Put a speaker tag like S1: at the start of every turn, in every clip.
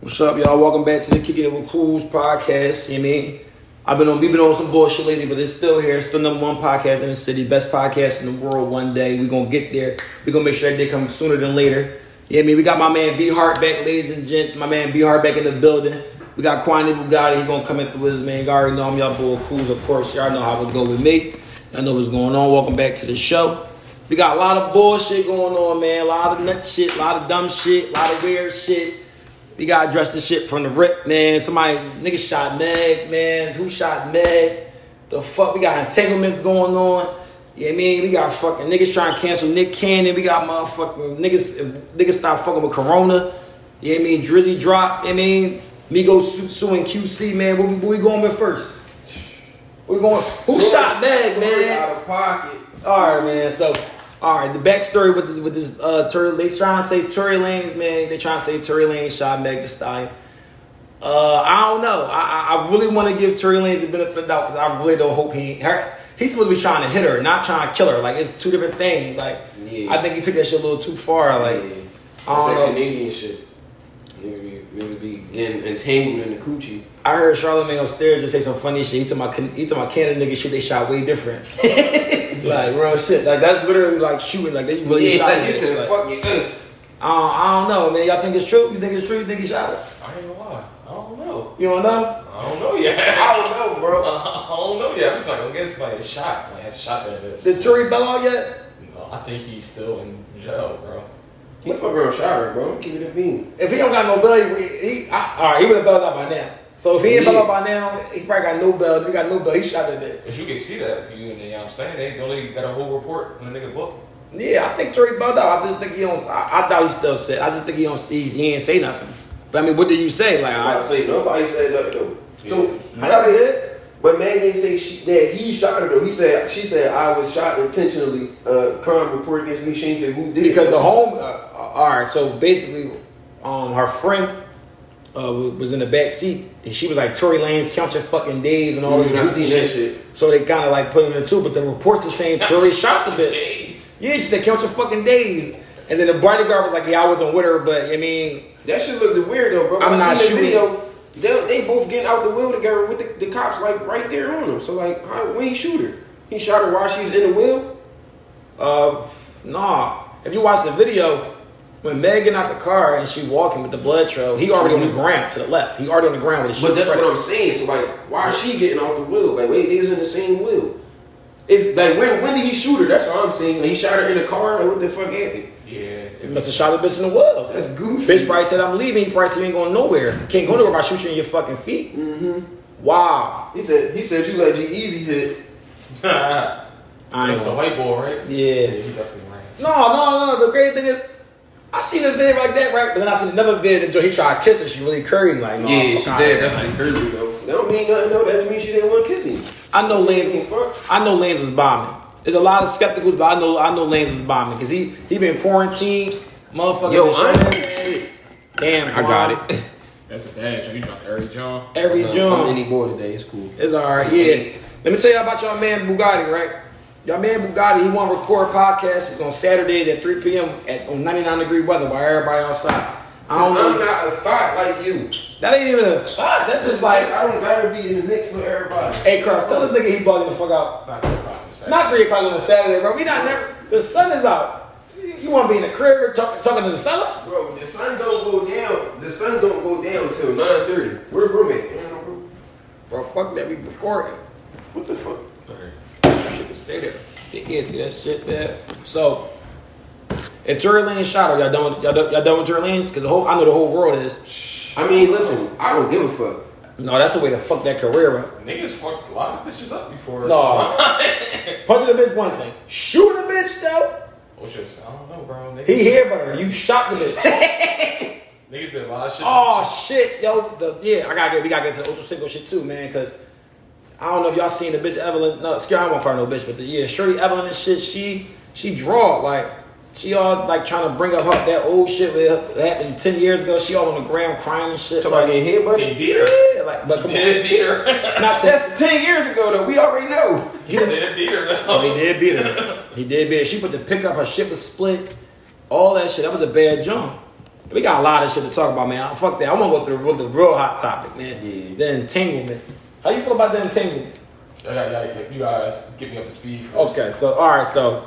S1: What's up, y'all? Welcome back to the Kicking It With Cools podcast. You know what I mean? I've been on, we've been on some bullshit lately, but it's still here. It's still number one podcast in the city, best podcast in the world. One day we're gonna get there. We're gonna make sure that day comes sooner than later. Yeah, you know what I mean, we got my man V Hart back, ladies and gents. My man V Hart back in the building. We got Kwani Bugatti. He's gonna come in through his man. Y'all already know I'm y'all boy Cools, of course. Y'all know how it go with me. Y'all know what's going on. Welcome back to the show. We got a lot of bullshit going on, man. A lot of nut shit, a lot of dumb shit, a lot of weird shit. We gotta address this shit from the rip, man. Somebody, nigga shot Meg, man. Who shot Meg? The fuck? We got entanglements going on. You know what I mean? We got fucking niggas trying to cancel Nick Cannon. We got motherfucking niggas, niggas stop fucking with Corona. You know what I mean? Drizzy drop. You know what I mean? Migo su- suing QC, man. Where we, where we going with first? Where we going? Who shot Meg, man?
S2: Out of pocket.
S1: All right, man. So, all right, the backstory with this, with this uh, Tory, they trying to say Tory Lanes, man. They trying to say Tory Lanes shot Meg Thee Stallion. Uh, I don't know. I I, I really want to give Tory Lanes the benefit of the doubt because I really don't hope he her. He's supposed to be trying to hit her, not trying to kill her. Like it's two different things. Like
S2: Yeah.
S1: I think he took that shit a little too far. Like I
S2: Yeah. That's
S1: don't
S2: that
S1: know.
S2: Canadian shit. You really, really be getting entangled in the coochie.
S1: I heard Charlamagne upstairs just say some funny shit. He told my he told my Canada nigga shit. They shot way different. like real shit. Like that's literally like shooting. Like they really shot.
S2: like you
S1: niggas,
S2: said,
S1: like-
S2: fuck it. Uh,
S1: I don't, I don't know, man. Y'all think it's true? You think it's true? You think he shot it?
S3: I ain't gonna lie. I don't know.
S1: You don't know?
S3: I don't know yet.
S2: I don't know, bro.
S3: I don't know yet. I'm just not gonna guess like a shot. Like had shot that bitch.
S1: Did Tory bail out yet?
S3: No, I think he's still in jail, bro.
S2: He fuck around shower, bro. Keep it a bean.
S1: If he don't got no bail, he, he I, all right, he would have bailed out by now. So if he ain't bailed out by now, he probably got no bail. If he got no bail, he shot that bitch.
S3: But you can see that if you you know what I'm saying they don't they got a whole report on the nigga book.
S1: Yeah, I think Tory bailed out. I just think he don't. I, I thought he still said. I just think he don't. He, he ain't say nothing. But I mean, what did you say? Like,
S2: I
S1: I,
S2: say nobody said nothing though. So
S1: I thought he did.
S2: but man didn't say she, that he shot her though. He said she said I was shot intentionally. Uh, crime report against me. She ain't say who did it.
S1: Because the home. Uh, all right, so basically, um, her friend. Uh, was in the back seat and she was like Tory Lanez count your fucking days and all this
S2: Mhm, I
S1: goofy
S2: seen that shit.
S1: So they kind of like put him in too, but the reports are saying Tory shot the bitch.
S3: Jeez.
S1: Yeah, she said count your fucking days. And then the bodyguard was like, yeah, I wasn't with her, but I mean,
S2: That shit looked weird though, bro.
S1: I'm
S2: I
S1: not
S2: seen
S1: shooting.
S2: The video, they, they both getting out the wheel together with the, the cops like right there on them. So like, how, when he shoot her, he shot her while she's in the wheel.
S1: uh, nah. If you watch the video, when Meg getting out the car and she walking with the blood trail, he already on the ground to the left. He already on the ground with his
S2: But
S1: shit
S2: that's
S1: spread.
S2: what I'm saying. So like, why is she getting out the wheel? Like, wait, they was in the same wheel. If like, when when did he shoot her? That's all I'm saying. Like, he shot her in the car. Like, what the fuck happened?
S3: Yeah.
S1: He Must have shot the bitch in the world.
S2: That's goofy.
S1: Bitch probably said, I'm leaving. He probably said, you ain't going nowhere. Can't go nowhere if I shoot you in your fucking feet. Mm-hmm. Wow.
S2: He said he said you let G Easy hit.
S3: That's
S1: I ain't
S3: the
S1: gonna-
S3: white boy, right?
S1: Yeah.
S3: he definitely ran.
S1: No, no, no, no. The crazy thing is, I seen a video like that, right? But then I seen another video that Joe, he tried to kiss her. She really curved him. Like, no,
S2: Oh,
S1: fuck out of here.
S2: Kirby though. That don't mean nothing though. That just means she didn't want to kiss him.
S1: I know Lance.
S2: Fuck.
S1: I know Lance was bombing. There's a lot of skepticals, but I know I know Lance was bombing because he he been quarantined, motherfucker.
S2: Yo,
S1: been shut
S2: I'm-
S1: down. Damn,
S2: I got it.
S3: That's a bad joke. You dropped every John.
S1: Every
S2: No, I'm
S1: June,
S2: any boy today. It's cool.
S1: it's all right. Yeah, let me tell you about y'all man Bugatti, right? Y'all man Bugatti, he want to record podcasts. It's on Saturdays at 3 p.m. at on 99 degree weather while everybody outside. I don't
S2: I'm
S1: know.
S2: not a thought like you.
S1: That ain't even a. Ah, that's just like.
S2: I don't gotta be in the mix with everybody.
S1: Hey, Cross, tell this nigga he bugging the fuck out.
S3: Not your problem. Sam.
S1: Not three o'clock on a Saturday, bro. We not never. The sun is out. You want to be in the crib talk, talking to the fellas?
S2: Bro, the sun don't go down. The sun don't go down till nine thirty. Where room at?
S1: Bro, fuck that. We recording.
S2: What the fuck?
S3: Sorry.
S1: That shit can stay there. They can't see that shit there. So, if Tory Lane shot her, y'all done with y'all done, y'all done with Tory Lane's? Because the whole I know the whole world is.
S2: I mean, listen, I don't give a fuck.
S1: No, that's the way to fuck that career up.
S3: Niggas fucked a lot of bitches up before.
S1: No. Punching the bitch one thing. Shooting the bitch though.
S3: Oh shit. I don't know, bro. Niggas,
S1: He here, but her. You shot the bitch.
S3: niggas did a lot of shit.
S1: Oh shit, yo, the yeah, I gotta get we gotta get to the ultra single shit too, man, cause I don't know if y'all seen the bitch Evelyn. No, scare I won't call her no bitch, but the, yeah, Shirley Evelyn and shit. She she draw like she all like trying to bring up her, that old shit that happened ten years ago. She all on the gram crying and shit.
S2: Talking about
S1: like,
S2: getting hit, buddy.
S3: They beat her.
S1: yeah, like, but come
S3: They
S1: on,
S3: beat her.
S1: not test.
S2: That's ten years ago, though. We already know.
S3: They beat her.
S1: Oh,
S3: though.
S1: he did beat her. He did beat her. She put the pick up. Her shit was split. All that shit. That was a bad jump. We got a lot of shit to talk about, man. Fuck that. I want to go through the real, the real hot topic, man.
S2: Yeah.
S1: The entanglement. How you feel about the entanglement?
S3: I got, I got, you guys get me up to speed first.
S1: Okay, so all right, so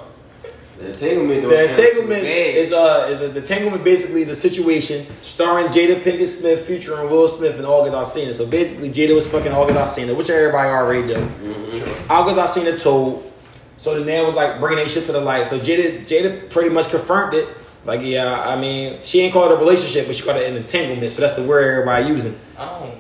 S2: The entanglement don't
S1: The
S2: sound too
S1: entanglement
S2: bad.
S1: is uh is a, the entanglement basically is a situation starring Jada Pinkett Smith, Future, and Will Smith, and August Alsina. So basically, Jada was fucking August Alsina, which everybody already knew. August Alsina told, so the man was like bringing that shit to the light. So Jada Jada pretty much confirmed it. Like yeah, I mean she ain't called it a relationship, but she called it an entanglement. So that's the word everybody using.
S3: I don't.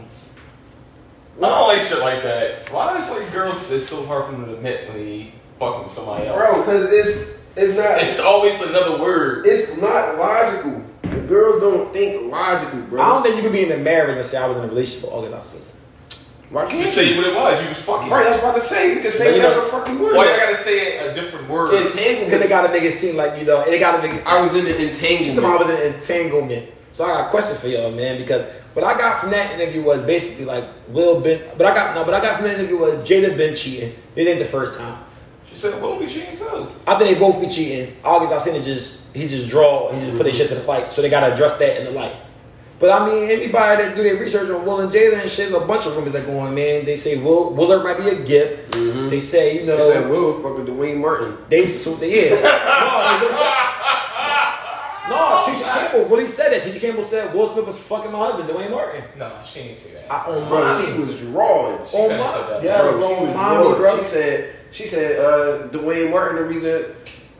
S3: I don't like shit like that. Why is like girls? It's so hard for them to admit when they fucking with somebody else.
S2: bro, because it's it's not
S3: It's
S2: it's,
S3: always another word.
S2: not logical. The girls don't think logical, bro.
S1: I don't think you can be in a marriage and say I was in a relationship with August Alsina.
S2: Why can't
S3: You say what it was. You was fucking
S2: Right, that's what I'm about to say. You can
S1: But
S2: say
S1: you know-
S2: whatever the fuck you want.
S3: Why I gotta say it a different word?
S2: entanglement?
S1: Because they gotta make it seem like you know, and they gotta make it.
S2: I was in an
S1: It's about
S2: entanglement.
S1: was an entanglement. So I got a question for y'all, man, because what I got from that interview was basically like Will Ben, but I got no, but I got from that interview was Jada been cheating. It ain't the first time.
S3: She said, "Well, we cheating too."
S1: I think they both be cheating. August Alsina just he just draw, he just put their shit to the light, so they gotta address that in the light. But I mean, anybody that do their research on Will and Jada and shit, there's a bunch of rumors that go on, man. They say Will Willard might be a gift. They say you know
S2: Mm-hmm. They said Will fucking Dwayne Martin.
S1: they so they, yeah. no, they really said- no, Tisha Campbell really said that. Tisha Campbell said Will Smith was fucking my husband, Dwayne Martin.
S3: No, she ain't say that.
S1: I own
S2: Bro,
S1: mommy.
S2: she was drawing.
S1: on
S3: kinda
S1: my-
S3: said that.
S1: yeah,
S2: bro,
S1: bro,
S2: she was
S1: mommy,
S2: drawing.
S1: bro.
S2: She said she said uh, Dwayne Martin the reason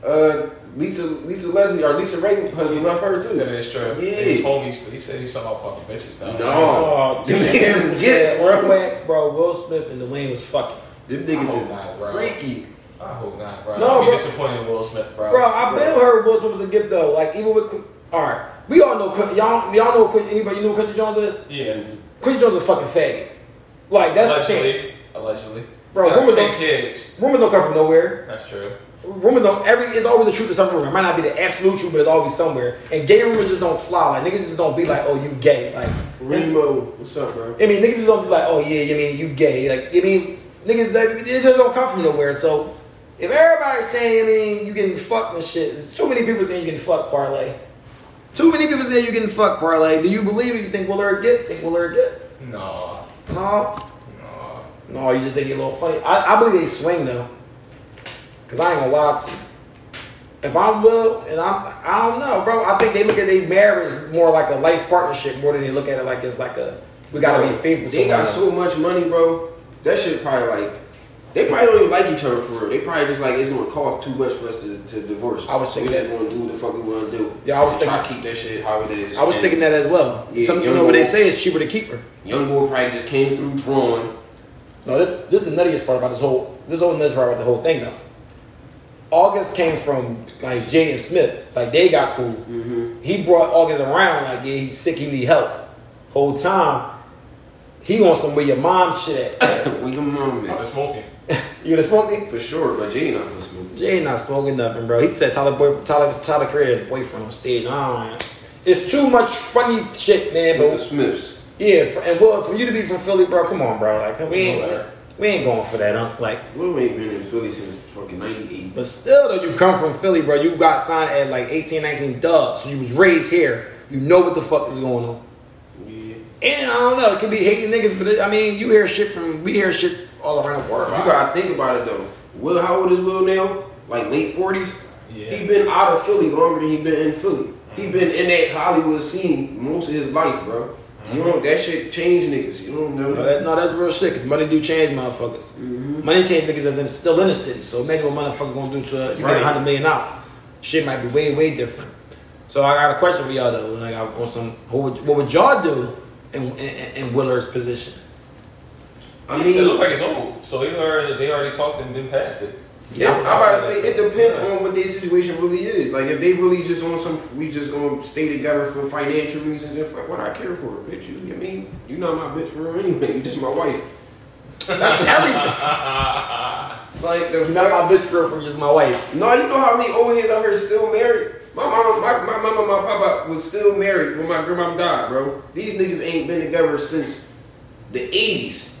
S2: uh, Lisa Lisa Leslie or Lisa Ray husband left her
S3: that
S2: too.
S3: is true.
S2: Yeah.
S3: He told me he said he's something about fucking bitches though.
S2: No.
S1: Oh,
S2: Them
S1: Tisha
S2: niggas
S1: Campbell said
S2: is gifts, bro.
S1: on wax, bro. Will Smith and Dwayne was fucking.
S2: Them
S3: I
S2: niggas
S3: hope
S2: is
S3: not, bro.
S2: freaky.
S3: I hope not, bro.
S1: No,
S3: No, I'll
S1: bro.
S3: be disappointed in Will Smith, bro.
S1: Bro, I've been heard Will Smith was a gift though. Like even with, Qu- all right, we all know Qu- y'all. Y'all know Qu- anybody? You know who Quincy Jones is?
S3: yeah,
S1: Quincy Jones is a fucking faggot. Like that's the thing.
S3: allegedly, allegedly.
S1: Bro,
S3: Got
S1: rumors
S3: ten
S1: don't-
S3: kids.
S1: Rumors don't come from nowhere.
S3: That's true.
S1: Rumors don't every it's always the truth to some rumor. It might not be the absolute truth, but it's always somewhere. And gay rumors just don't fly. Like niggas just don't be like, oh you gay. Like I
S2: Remo, what's up, bro?
S1: mean niggas just don't be like, oh yeah, you mean you gay. Like I mean niggas like, it just don't come from nowhere. So if everybody's saying I mean you getting fucked and shit, it's too many people saying you getting fucked parlay. Too many people saying you getting fucked parlay. Do you believe it? You think will her get? Think will her get?
S3: No,
S1: No.
S3: no.
S1: No, you just think it's a little funny. I, I believe they swing though, cause I ain't gonna lie to you. If I'm Will and I'm, I don't know, bro. I think they look at their marriage more like a life partnership more than they look at it like it's like a we gotta be
S2: Bro,
S1: faithful.
S2: They
S1: to
S2: got
S1: one
S2: so much money, bro. That shit probably like they probably don't even like each other for real. They probably just like it's gonna cost too much for us to, to divorce.
S1: I was
S2: So
S1: thinking
S2: we just gonna do what the fuck we wanna do.
S1: Yeah, I was
S2: And try to keep that shit how it is.
S1: another. I was
S2: And
S1: thinking that as well.
S2: Yeah,
S1: Some, you
S2: young
S1: know what they
S2: boy.
S1: say is cheaper to keep her.
S2: Young boy probably just came through drawing.
S1: No, this this is the nuttiest part about this whole this whole nuttiest part about the whole thing though. August came from like Jay and Smith, like they got cool. He brought August around, like yeah, he's sick, he need help. Whole time, he on some where your mom shit. At.
S2: we come on,
S3: I
S2: man.
S3: was smoking.
S1: you done smoking?
S2: For sure, but Jay not gonna smoke.
S1: Jay not smoking nothing, bro. He said Tyler boy, Tyler Tyler Creator's boyfriend on stage. I don't know. It's too much funny shit, man.
S2: With the
S1: But
S2: Smiths.
S1: yeah, for, and well, for you to be from Philly, bro, come on, bro. Like we ain't
S3: Whatever.
S1: we ain't going for that, huh? Like.
S2: Lil ain't been in Philly since fucking '98.
S1: But still, though, you come from Philly, bro. You got signed at like 18, 19 dubs. So you was raised here. You know what the fuck is going on.
S2: Yeah.
S1: And I don't know, it could be hating niggas, but it, I mean, you hear shit from, we hear shit all around the world.
S2: But you gotta think about it though. Will, how old is Will now? Like late forties.
S3: Yeah.
S2: He been out of Philly longer than he been in Philly. He been in that Hollywood scene most of his life, bro. You know that shit change niggas. You don't know
S1: no, that, no, that's real shit, because money do change motherfuckers. Money change niggas that's in, still in the city. So imagine what motherfucker gonna do to, a- you
S2: Right.
S1: get $100 million. Shit might be way, way different. So I got a question for y'all, though. Like, I on some, what would, what would y'all do in, in, in Willard's position?
S2: I
S3: he said,
S2: mean,
S3: look like it's old. So they already they already talked and been past it.
S2: yeah, I'm about to say it depends
S3: Yeah.
S2: on what their situation really is. Like if they really just on some, we just gonna stay together for financial reasons and fuck what I care for, bitch. You, I mean, you not my bitch for real anyway. You just my wife. Like the
S1: You're not my bitch girlfriend, just my wife.
S2: No, you know how many old heads out here still married? My mama, my, my mama, my papa was still married when my grandma died, bro. These niggas ain't been together since the 80s.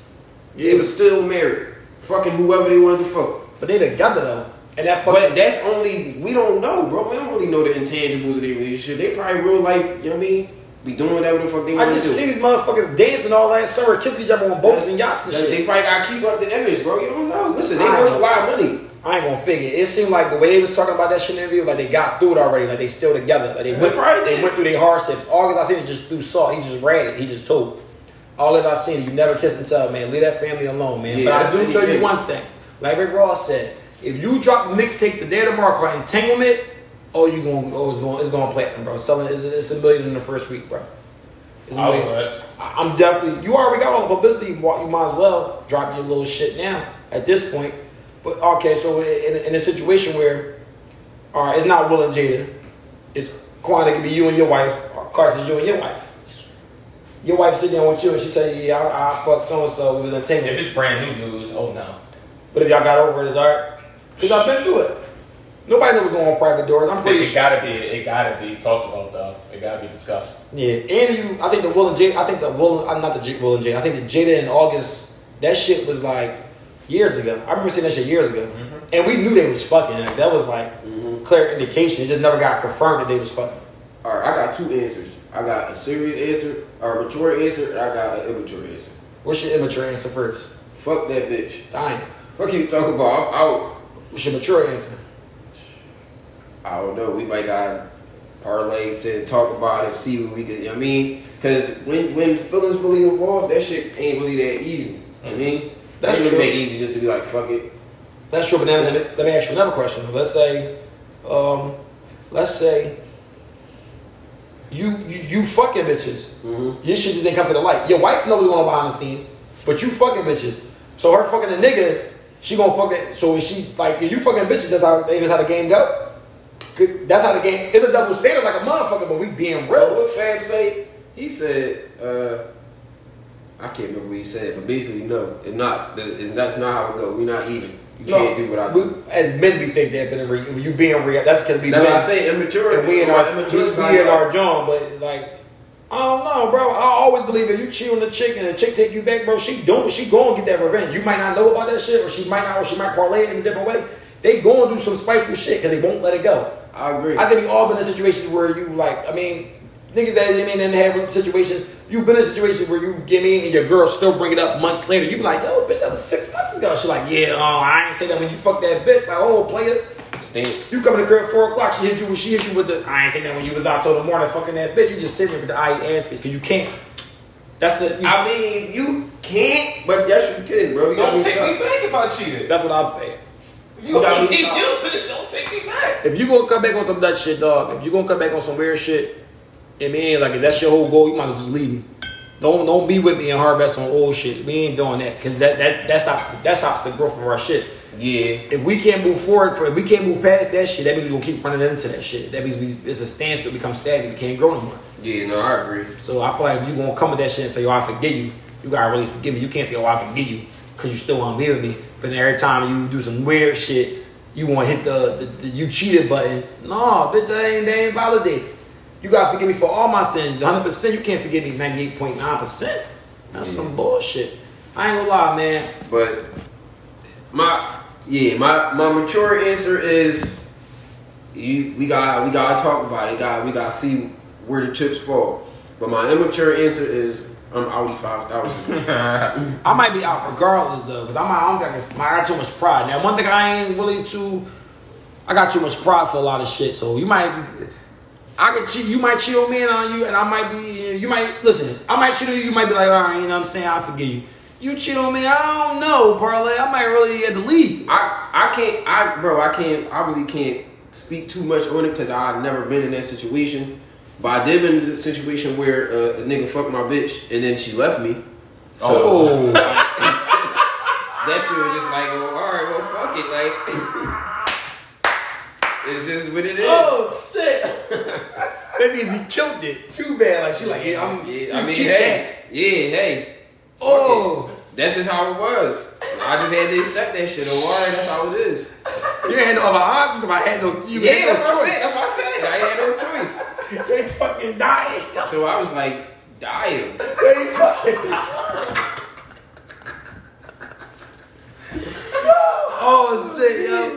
S2: They was still married. Fucking whoever they wanted to fuck.
S1: But they together though. And that fucking
S2: But that's only we don't know, bro. We don't really know the intangibles of their relationship. They probably real life, you know what I mean? Be doing whatever the fuck they
S1: I
S2: want to do.
S1: just see these motherfuckers dancing all last summer, kissing each other on boats and yachts and
S2: Like, They
S1: shit.
S2: probably gotta keep up the image, bro. You don't know. Listen, they
S1: I
S2: worth
S1: know.
S2: a lot of money.
S1: I ain't gonna figure. It seemed like the way they was talking about that shit in the interview, like they got through it already. Like they still together. Like they went,
S2: Right.
S1: they went through their hardships. All that I seen is just through salt. He just ran it. He just told. All that I seen, you never kiss and tell, man. Leave that family alone, man.
S2: Yeah,
S1: but
S2: that's
S1: I
S2: what
S1: do
S2: he
S1: tell you
S2: did.
S1: one thing. Like Rick Ross said, if you drop a mixtape today or tomorrow called Entanglement, oh, you gonna, oh, it's going, it's going platinum, bro. Selling, it's, it's a million in the first week, bro. It's a
S3: I
S1: million.
S3: would.
S1: I- I'm definitely. You already got all the publicity. You wa- you might as well drop your little shit now at this point. But okay, so in, in a situation where, all right, it's not Will and Jada, it's Quan. It could be you and your wife, or Carson, you and your wife. Your wife sitting there with you, and she tell you, "Yeah, I, I fucked so and so. It was entangled."
S3: If it's brand new news, oh no.
S1: But if y'all got over it, it's alright. Because I've been through it. Nobody knows what's going on private doors. I'm pretty
S3: It
S1: sure.
S3: gotta be. It gotta be talked about though. It gotta be discussed.
S1: Yeah, and you, I think the Will and Jada, I think the Will, I'm not the J, Will and Jada, I think the Jada in August, that shit was like years ago. I remember seeing that shit years ago, and we knew they was fucking. Like, that was like clear indication. It just never got confirmed that they was fucking.
S2: All right, I got two answers. I got a serious answer, or a mature answer, and I got an immature answer.
S1: What's your immature answer first?
S2: Fuck that bitch.
S1: Dying.
S2: Fuck you talking about? I'm out.
S1: What's your mature answer?
S2: I don't know. We might got parlay, sit, talk about it, see what we can. You know what I mean, because when when feelings fully involved, that shit ain't really that easy. You know what I mean,
S1: Mm-hmm. That's
S2: It ain't
S1: true.
S2: That easy just to be like, fuck it.
S1: That's true, but now let me, let me ask you another question. Let's say, um, let's say you you, you fucking bitches.
S2: Mm-hmm.
S1: Your shit just didn't come to the light. Your wife knows what's going on behind the scenes, but you fucking bitches. So her fucking a nigga, she gonna fuck that. So is she like if you fucking bitches? That's how that's how the game go. 'Cause That's how the game. It's a double standard like a motherfucker, but we being
S2: Bro,
S1: real.
S2: what Fab say? He said, uh, I can't remember what he said, but basically, no, it's not. that- it's- That's not how it go. We're not even. You can't do what I do.
S1: we- as men, we think that, but if we- if you being real, that's gonna be.
S2: That's what
S1: men.
S2: I say. Immature.
S1: and we in
S2: I'm
S1: our we,
S2: immature side.
S1: we in our joint, but like I don't know, bro. I always believe if you cheat on the chick and the chick take you back, bro, she doing she going to get that revenge. You might not know about that shit, or she might not, or she might parlay it in a different way. They going to do some spiteful shit because they won't let it go.
S2: I agree.
S1: I think we all been in situations where you like, I mean, niggas that I mean and have situations. You've been in situations where you get me and your girl still bring it up months later. You be like, yo, bitch, that was six months ago. She like, yeah, oh, I ain't say that when you fuck that bitch. Like, oh, player.
S2: Stand.
S1: You come in the crib at four o'clock. She hit you. She hit you with the. I ain't saying that when you was out till the morning, fucking that bitch. You just sitting there with the eye ass bitch because you can't. That's it.
S2: I mean, you can't, but yes, you can, bro. You gotta
S3: Don't
S2: be
S3: take me
S2: tough.
S3: back if I cheated.
S1: that's what I'm saying.
S3: If you
S2: gotta
S3: don't
S2: be
S3: keep
S2: tough.
S3: using it, don't take me back.
S1: If you gonna come back on some Dutch shit, dog. If you gonna come back on some weird shit, and man, like if that's your whole goal, you might as well just leave me. Don't don't be with me and harvest on old shit. We ain't doing that because that that that stops that stops the growth of our shit.
S2: Yeah.
S1: If we can't move forward, for, if we can't move past that shit, that means we gonna keep running into that shit. That means we, it's a standstill, it becomes stagnant, we can't grow no more.
S2: Yeah, no, I agree.
S1: So I feel like you gonna come with that shit and say, "Yo, I forgive you." You gotta really forgive me. You can't say, "Oh, I forgive you," because you still want to be with me. But then every time you do some weird shit, you want to hit the, the, the you cheated button. No, bitch, that ain't that ain't validated. You gotta forgive me for all my sins, hundred percent. You can't forgive me ninety eight point nine percent. That's some bullshit. I ain't gonna lie, man.
S2: But my yeah, my my mature answer is you we got we gotta talk about it. Got we gotta see where the chips fall. But my immature answer is I'm Audi five thousand.
S1: I might be out regardless though, because I'm I don't think I got too much pride. Now one thing I ain't really too I got too much pride for a lot of shit. So you might I could cheat you might cheat on me and on you and I might be you might listen, I might cheat on you, you might be like, alright, you know what I'm saying, I forgive you. You cheat on me, I don't know, parlay. I might really get the lead.
S2: I I can't I bro I can't I really can't speak too much on it because I've never been in that situation. But I did been in a situation where uh, a nigga fucked my bitch and then she left me. So
S1: Oh
S2: that shit was just like, oh, all right, well, fuck it, like. It's just what it is.
S1: oh shit. that means he killed it. Too bad. Like she like, yeah, I'm
S2: Yeah, I
S1: you
S2: mean,
S1: keep
S2: hey, yeah, hey.
S1: that.
S2: Fuck
S1: Oh,
S2: it. that's just how it was. I just had to accept that shit. Oh, all right, that's how it is.
S1: you didn't have no other options. I had no. You
S2: Yeah,
S1: had no
S2: that's what I
S1: choice.
S2: said. That's what I said. I had no choice.
S1: They fucking dying.
S2: So I was like, dying.
S1: They fucking dying. Oh shit, yo.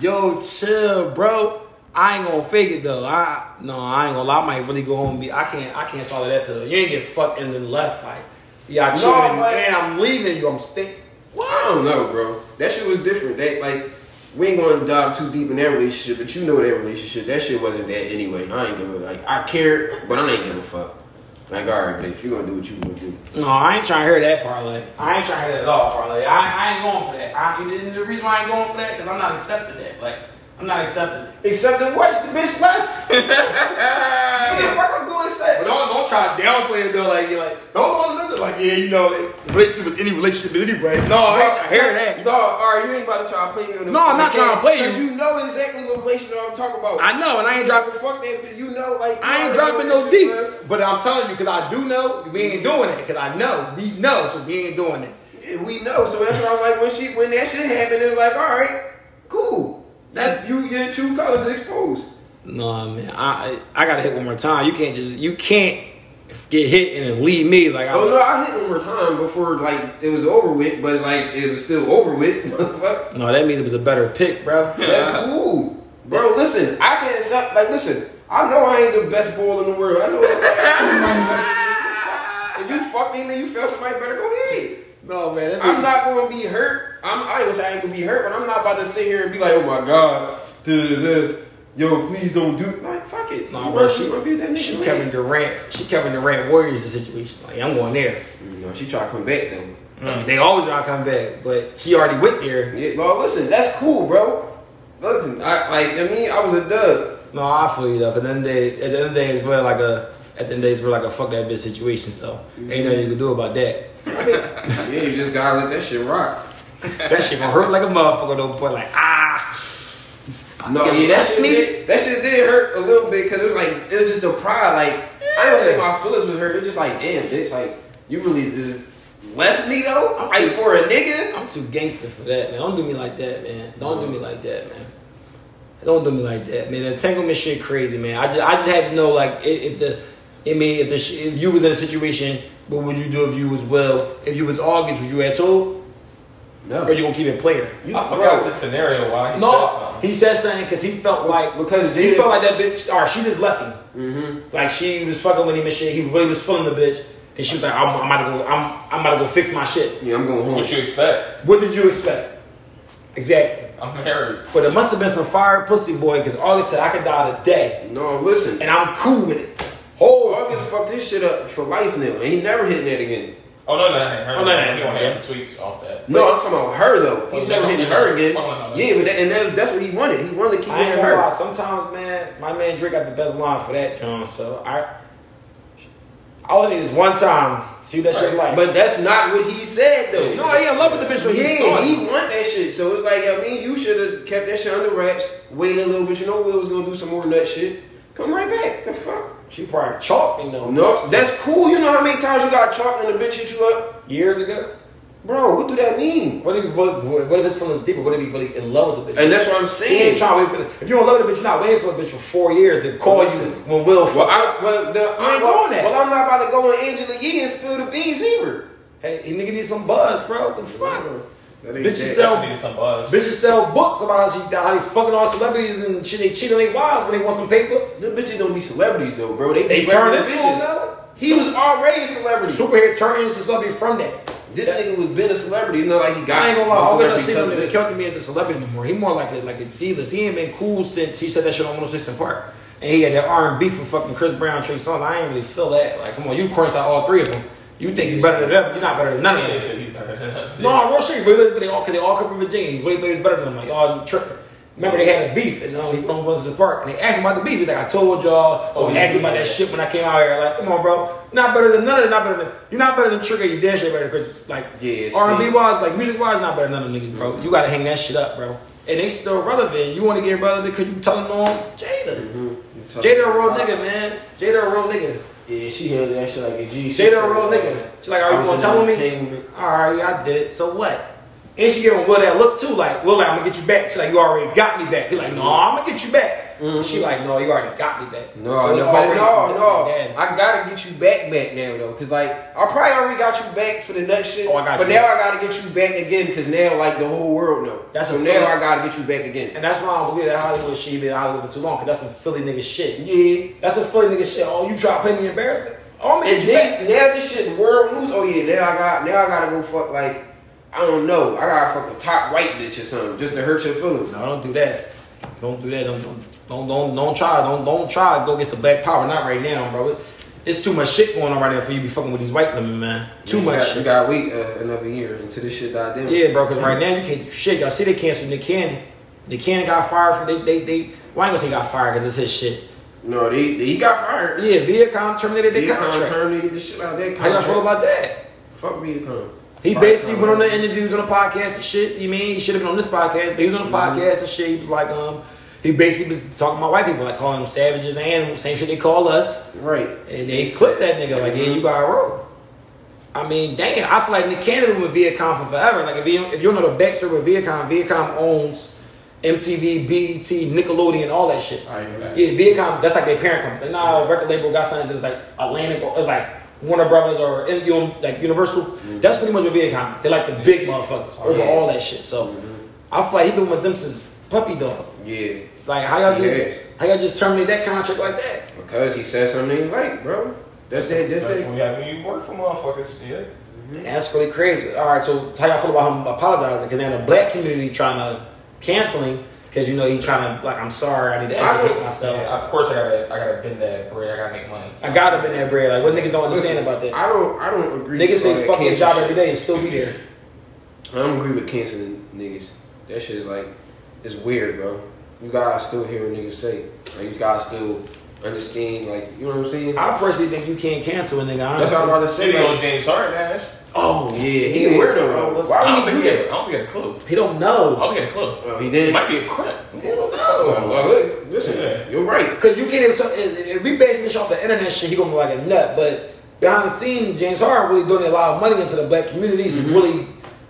S1: Yo, chill, bro. I ain't gonna fake it though. I no, I ain't gonna lie. I might really go home and be. I can't. I can't swallow that pill. You ain't get fucked and then left like. Yeah, I
S2: No,
S1: cheated on you
S2: but-
S1: and I'm leaving you. I'm stink.
S2: I don't know, bro. That shit was different. That like we ain't gonna dive too deep in that relationship, but you know that relationship. That shit wasn't that anyway. I ain't give a like I cared, but I ain't give a fuck. Like, alright, bitch, you gonna do what you gonna do.
S1: No, I ain't trying to hear that parlay. I ain't trying to hear that at all parlay. I, I ain't going for that. I, and the reason why I ain't going for that because I'm not accepting that. Like I'm not accepting. it.
S2: Except the what? The bitch left. what the fuck I'm doing
S1: But
S2: set?
S1: don't, don't try to downplay it though. Like you're like don't don't like yeah you know that the relationship was any relationship anyway. No,
S2: Oh,
S1: I ain't trying to hear that.
S2: No, alright, you ain't about to try to play me on the
S1: No, I'm not trying to play you.
S2: Because you know exactly what relationship I'm talking about.
S1: I know, and I ain't dropping.
S2: fuck that you know like
S1: I ain't dropping no deets, but I'm telling you because I do know we ain't doing that because I know we know so we ain't doing that.
S2: Yeah, we know. So that's why I'm like, when she when that shit happened, it was like, all right, cool. That you your true colors exposed.
S1: No man, I I I gotta hit one more time. You can't just you can't get hit and then leave me like I.
S2: Oh no, I hit one more time before like it was over with, but like it was still over with. Fuck,
S1: No, that means it was a better pick, bro.
S2: that's cool, bro. Listen, I can accept. Like, listen, I know I ain't the best ball in the world. I know somebody somebody better than me. You fuck- If you fuck me, man, you felt somebody better. Go ahead.
S1: No man, that means,
S2: I'm not going to be hurt. I'm, I ain't gonna say I ain't gonna be hurt, but I'm not about to sit here and be like, oh my god, da-da-da-da. yo, please don't do. Like, fuck it.
S1: Nah,
S2: You
S1: bro,
S2: want-
S1: she-
S2: you want to be with that
S1: she
S2: nigga,
S1: Kevin
S2: man.
S1: Durant. She Kevin Durant Warriors the situation. Like I'm going there.
S2: No, she try to come back though.
S1: They always try to come back, but she already went there.
S2: Yeah, well, listen, that's cool, bro. Listen, I like. I mean, I was a dub.
S1: No, I feel you though. Cause then they, at the end of the day, it's really like a at the end of the day, it's really like a fuck that bitch situation. So ain't nothing you can do about that.
S2: yeah, you just gotta let that shit rock.
S1: That shit gonna hurt like a motherfucker though. But like ah,
S2: No,
S1: Fucking
S2: yeah, that shit,
S1: me.
S2: did, that shit did hurt a little bit because it was like it was just the pride. Like I don't say my feelings was hurt. It was just like, damn, bitch, like you really just left me though, like for a nigga.
S1: I'm too gangster for that, man. Don't do me like that, man. Don't do me like that, man. Don't do me like that, man. Entanglement shit crazy, man. I just I just had to know like if, if the I mean if the sh- if you was in a situation, what would you do if you was well? If you was August, would you had told?
S2: No.
S1: Or you gonna keep it player?
S2: You-
S3: I
S2: bro.
S3: forgot the scenario why he said
S1: No,
S3: something.
S1: he said something because he felt like
S2: Because
S1: he
S2: Jada- Mm-hmm.
S1: felt like that bitch. Or she just left him. Like she was fucking with him and shit. He really was feeling the bitch, and she was like, "I'm, I'm about to go. I'm, I'm about to go fix my shit."
S2: Yeah, I'm going home.
S3: What you expect?
S1: What did you expect? Exactly.
S3: I'm married.
S1: But it must have been some fire pussy boy because August said I could die today,
S2: No, listen.
S1: and I'm cool with it.
S2: Whole August fucked this shit up for life now, and he never hitting that again.
S3: Oh no, no, no,
S1: Oh, no,
S3: no, no,
S1: no,
S3: no. He
S1: no,
S3: gonna
S1: yeah.
S3: have tweets off that.
S2: No, I'm talking about her though. He's
S3: Oh,
S2: never
S3: that's
S2: hitting
S3: all-
S2: her again.
S3: oh, no, no, that's-
S2: yeah, but that, and that, that's what he wanted. He wanted to keep
S1: I ain't
S2: hitting
S1: gonna lie.
S2: her.
S1: Sometimes, man, my man Drake got the best line for that, John. So I, all I need is one time. See what that shit like.
S2: But that's not what he said though.
S1: no, he in love with the bitch when he saw
S2: yeah,
S1: it.
S2: he want that shit. So it's like, I mean, you should have kept that shit under wraps, waited a little bit. You know, Will was gonna do some more nut shit. Come right back. The fuck.
S1: She probably chalked me though.
S2: No, that's cool. You know how many times you got chalk when the bitch hit you up,
S1: Years ago.
S2: bro? What do that mean?
S1: What if, he- what, what what if his feelings deeper? What if he really in love with the bitch?
S2: And that's what I'm
S1: he
S2: saying.
S1: ain't trying to wait for the, If you don't love the bitch, you're not waiting for the bitch for four years to call you
S2: Listen.
S1: when Will.
S2: Well, I, well, the,
S1: I ain't going there.
S2: Well, I'm not about to go on Angela Yee and spill the beans either.
S1: hey, he nigga need some buzz, bro. The fuck.
S2: That ain't
S1: Bitches
S2: that.
S1: sell
S3: Definitely some buzz.
S1: Bitches sell books about how, she, how they fucking all celebrities and shit. They cheat on their wives when they want some paper.
S2: Them bitches don't be celebrities though, bro. They,
S1: They
S2: be
S1: turn
S2: regular
S1: into them, though.
S2: He was already a celebrity.
S1: Superhero turned into celebrity from that.
S2: this nigga was been a celebrity. You know, like he got.
S1: I ain't gonna
S2: a
S1: lie, August doesn't
S2: celebrity
S1: seem
S2: because
S1: like
S2: of
S1: the
S2: this.
S1: killed to me as a celebrity anymore. He more like a like a D-list. He ain't been cool since he said that shit on 106 and Park. And he had that R&B from fucking Chris Brown, Trey Songz. I ain't really feel that. Like, come on, you crunched out all three of them. You think you better than them? You're not better than none of
S3: He
S1: them.
S3: said he turned it up.
S1: No, real shit. Really, but they all, cause they all come from Virginia. He really thought he was better than them. Like, oh, you tripping. Remember they had a beef and uh, he went on 106 and Park and they asked him about the beef. He's like, I told y'all.
S3: Oh,
S1: Oh,
S3: yeah.
S1: asked him about that shit when I came out here. Like, come on, bro. You're Not better than none of them. Not better than you're not better than Trigger. You damn sure better than Chris. Like,
S2: Yeah, it's
S1: R and B
S2: deep.
S1: wise, like music wise, not better than none of them niggas, bro. You gotta hang that shit up, bro. And they still relevant. You want to get relevant because you telling on Jada.
S2: Mm-hmm.
S1: Jada a real nigga, man. Jada a real nigga.
S2: Yeah, she handled that shit like a G. She
S1: Jada a
S2: said,
S1: real nigga. She's like, are
S2: I
S1: you
S2: was
S1: gonna
S2: in
S1: tell me?
S2: entertainment.
S1: All right, I did it. So what? And she giving Will that look too, like Will, I'm gonna get you back. She's like, you already got me back. He's like, no, I'm gonna get you back. And she like, no, you already got me back.
S2: Mm-hmm. No,
S1: So
S2: no,
S1: it
S2: but
S1: always
S2: no,
S1: been
S2: no.
S1: like that.
S2: I gotta get you back, back now though, cause like I probably already got you back for the nut shit.
S1: Oh, I got
S2: but
S1: you.
S2: now I gotta get you back again, cause now like the whole world know.
S1: That's
S2: so
S1: a
S2: now
S1: feeling.
S2: I gotta get you back again.
S1: And that's why I don't believe that Hollywood shit been out of it too long, because that's some Philly nigga shit.
S2: Yeah.
S1: That's some Philly nigga shit. Oh, you try to play me embarrassing? Oh, I'm gonna
S2: And
S1: get you back.
S2: then, now this shit world news. Oh yeah, now I got now I gotta go fuck like I don't know. I gotta fuck a top white bitch or something just to hurt your feelings.
S1: No, don't do that. Don't do that. Don't don't don't don't, don't try. Don't don't try to go get some black power. Not right now, bro. It's too much shit going on right there for you to be fucking with these white women, man. Too
S2: You
S1: much
S2: got-
S1: shit.
S2: You gotta wait uh, another year until this shit died down.
S1: Yeah, bro, because right now you can't do shit. Y'all see they canceled Nick Cannon. Nick Cannon got fired from they they they well, I ain't gonna say got fired because it's his shit.
S2: No, they, they he got fired.
S1: Yeah, Viacom terminated their
S2: Viacom
S1: contract.
S2: terminated the shit out of that
S1: How y'all feel
S2: contract.
S1: about that?
S2: Fuck Viacom.
S1: He
S2: Fuck
S1: basically
S2: Viacom.
S1: went on the interviews on the podcast and shit. You mean he should have been on this podcast, but he was on the podcast and shit. He was like, um, he basically was talking about white people, like calling them savages and animals, same shit they call us.
S2: Right.
S1: And they clipped that nigga, like, yeah, you got roll. I mean, damn, I feel like Nick Cannon been with Viacom for forever. Like, if you, if you don't know the backstory with Viacom, Viacom owns MTV, BET, E Nickelodeon, all that shit.
S3: I know that.
S1: Yeah, Viacom, that's like their parent company. They're not a record label got something that's like Atlantic or it's like Warner Brothers or you know, like Universal. That's pretty much what Viacom is. They're like the big motherfuckers over
S2: Mm-hmm. Yeah. Mm-hmm.
S1: all that shit. So I feel like he been with them since puppy dog.
S2: Yeah.
S1: Like how y'all just
S2: Yes.
S1: how y'all just terminate that contract like that?
S2: Because he said something he like, bro. That's that. That's
S3: That's
S2: that.
S3: when we have when you work for motherfuckers, yeah.
S2: Mm-hmm.
S1: That's really crazy. All right, so how y'all feel about him apologizing? Because then the black community trying to canceling because you know he trying to like I'm sorry I need to
S2: I
S1: educate
S2: don't-
S1: myself.
S3: Yeah, of course I gotta I gotta bend that bread, I gotta make money.
S1: I got him in that bread. Like what niggas don't understand
S2: Listen,
S1: about that?
S2: I don't. I don't agree.
S1: niggas
S2: with
S1: say
S2: all that
S1: fuck their
S2: cancel
S1: job
S2: shit.
S1: every day and still be there.
S2: I don't agree with canceling niggas. That shit is like, it's weird, bro. You guys still hear what niggas say. Like you guys still understand. Like you know what I'm saying.
S1: I personally think you can't cancel a nigga.
S2: That's
S1: Honestly.
S2: what I'm about to say.
S3: City on
S2: Like,
S3: James Harden ass.
S1: oh
S2: yeah, he a weirdo.
S1: bro.
S2: Bro.
S1: Let's-
S3: I
S2: Why
S3: don't
S2: would he
S3: think
S2: do
S3: he had, I
S2: that?
S3: don't think he had a club.
S1: He don't
S3: I
S1: know
S3: don't think he had a club.
S2: Oh, he
S3: It
S2: did.
S3: might be a crip. We don't
S2: Oh,
S3: know.
S2: well, look, listen,
S3: Yeah.
S2: you're right.
S1: because you can't even. Tell, if, if we basing this off the internet shit, he gonna be like a nut. But behind the scenes, James Harden really donated a lot of money into the black communities.
S2: Mm-hmm.
S1: He really,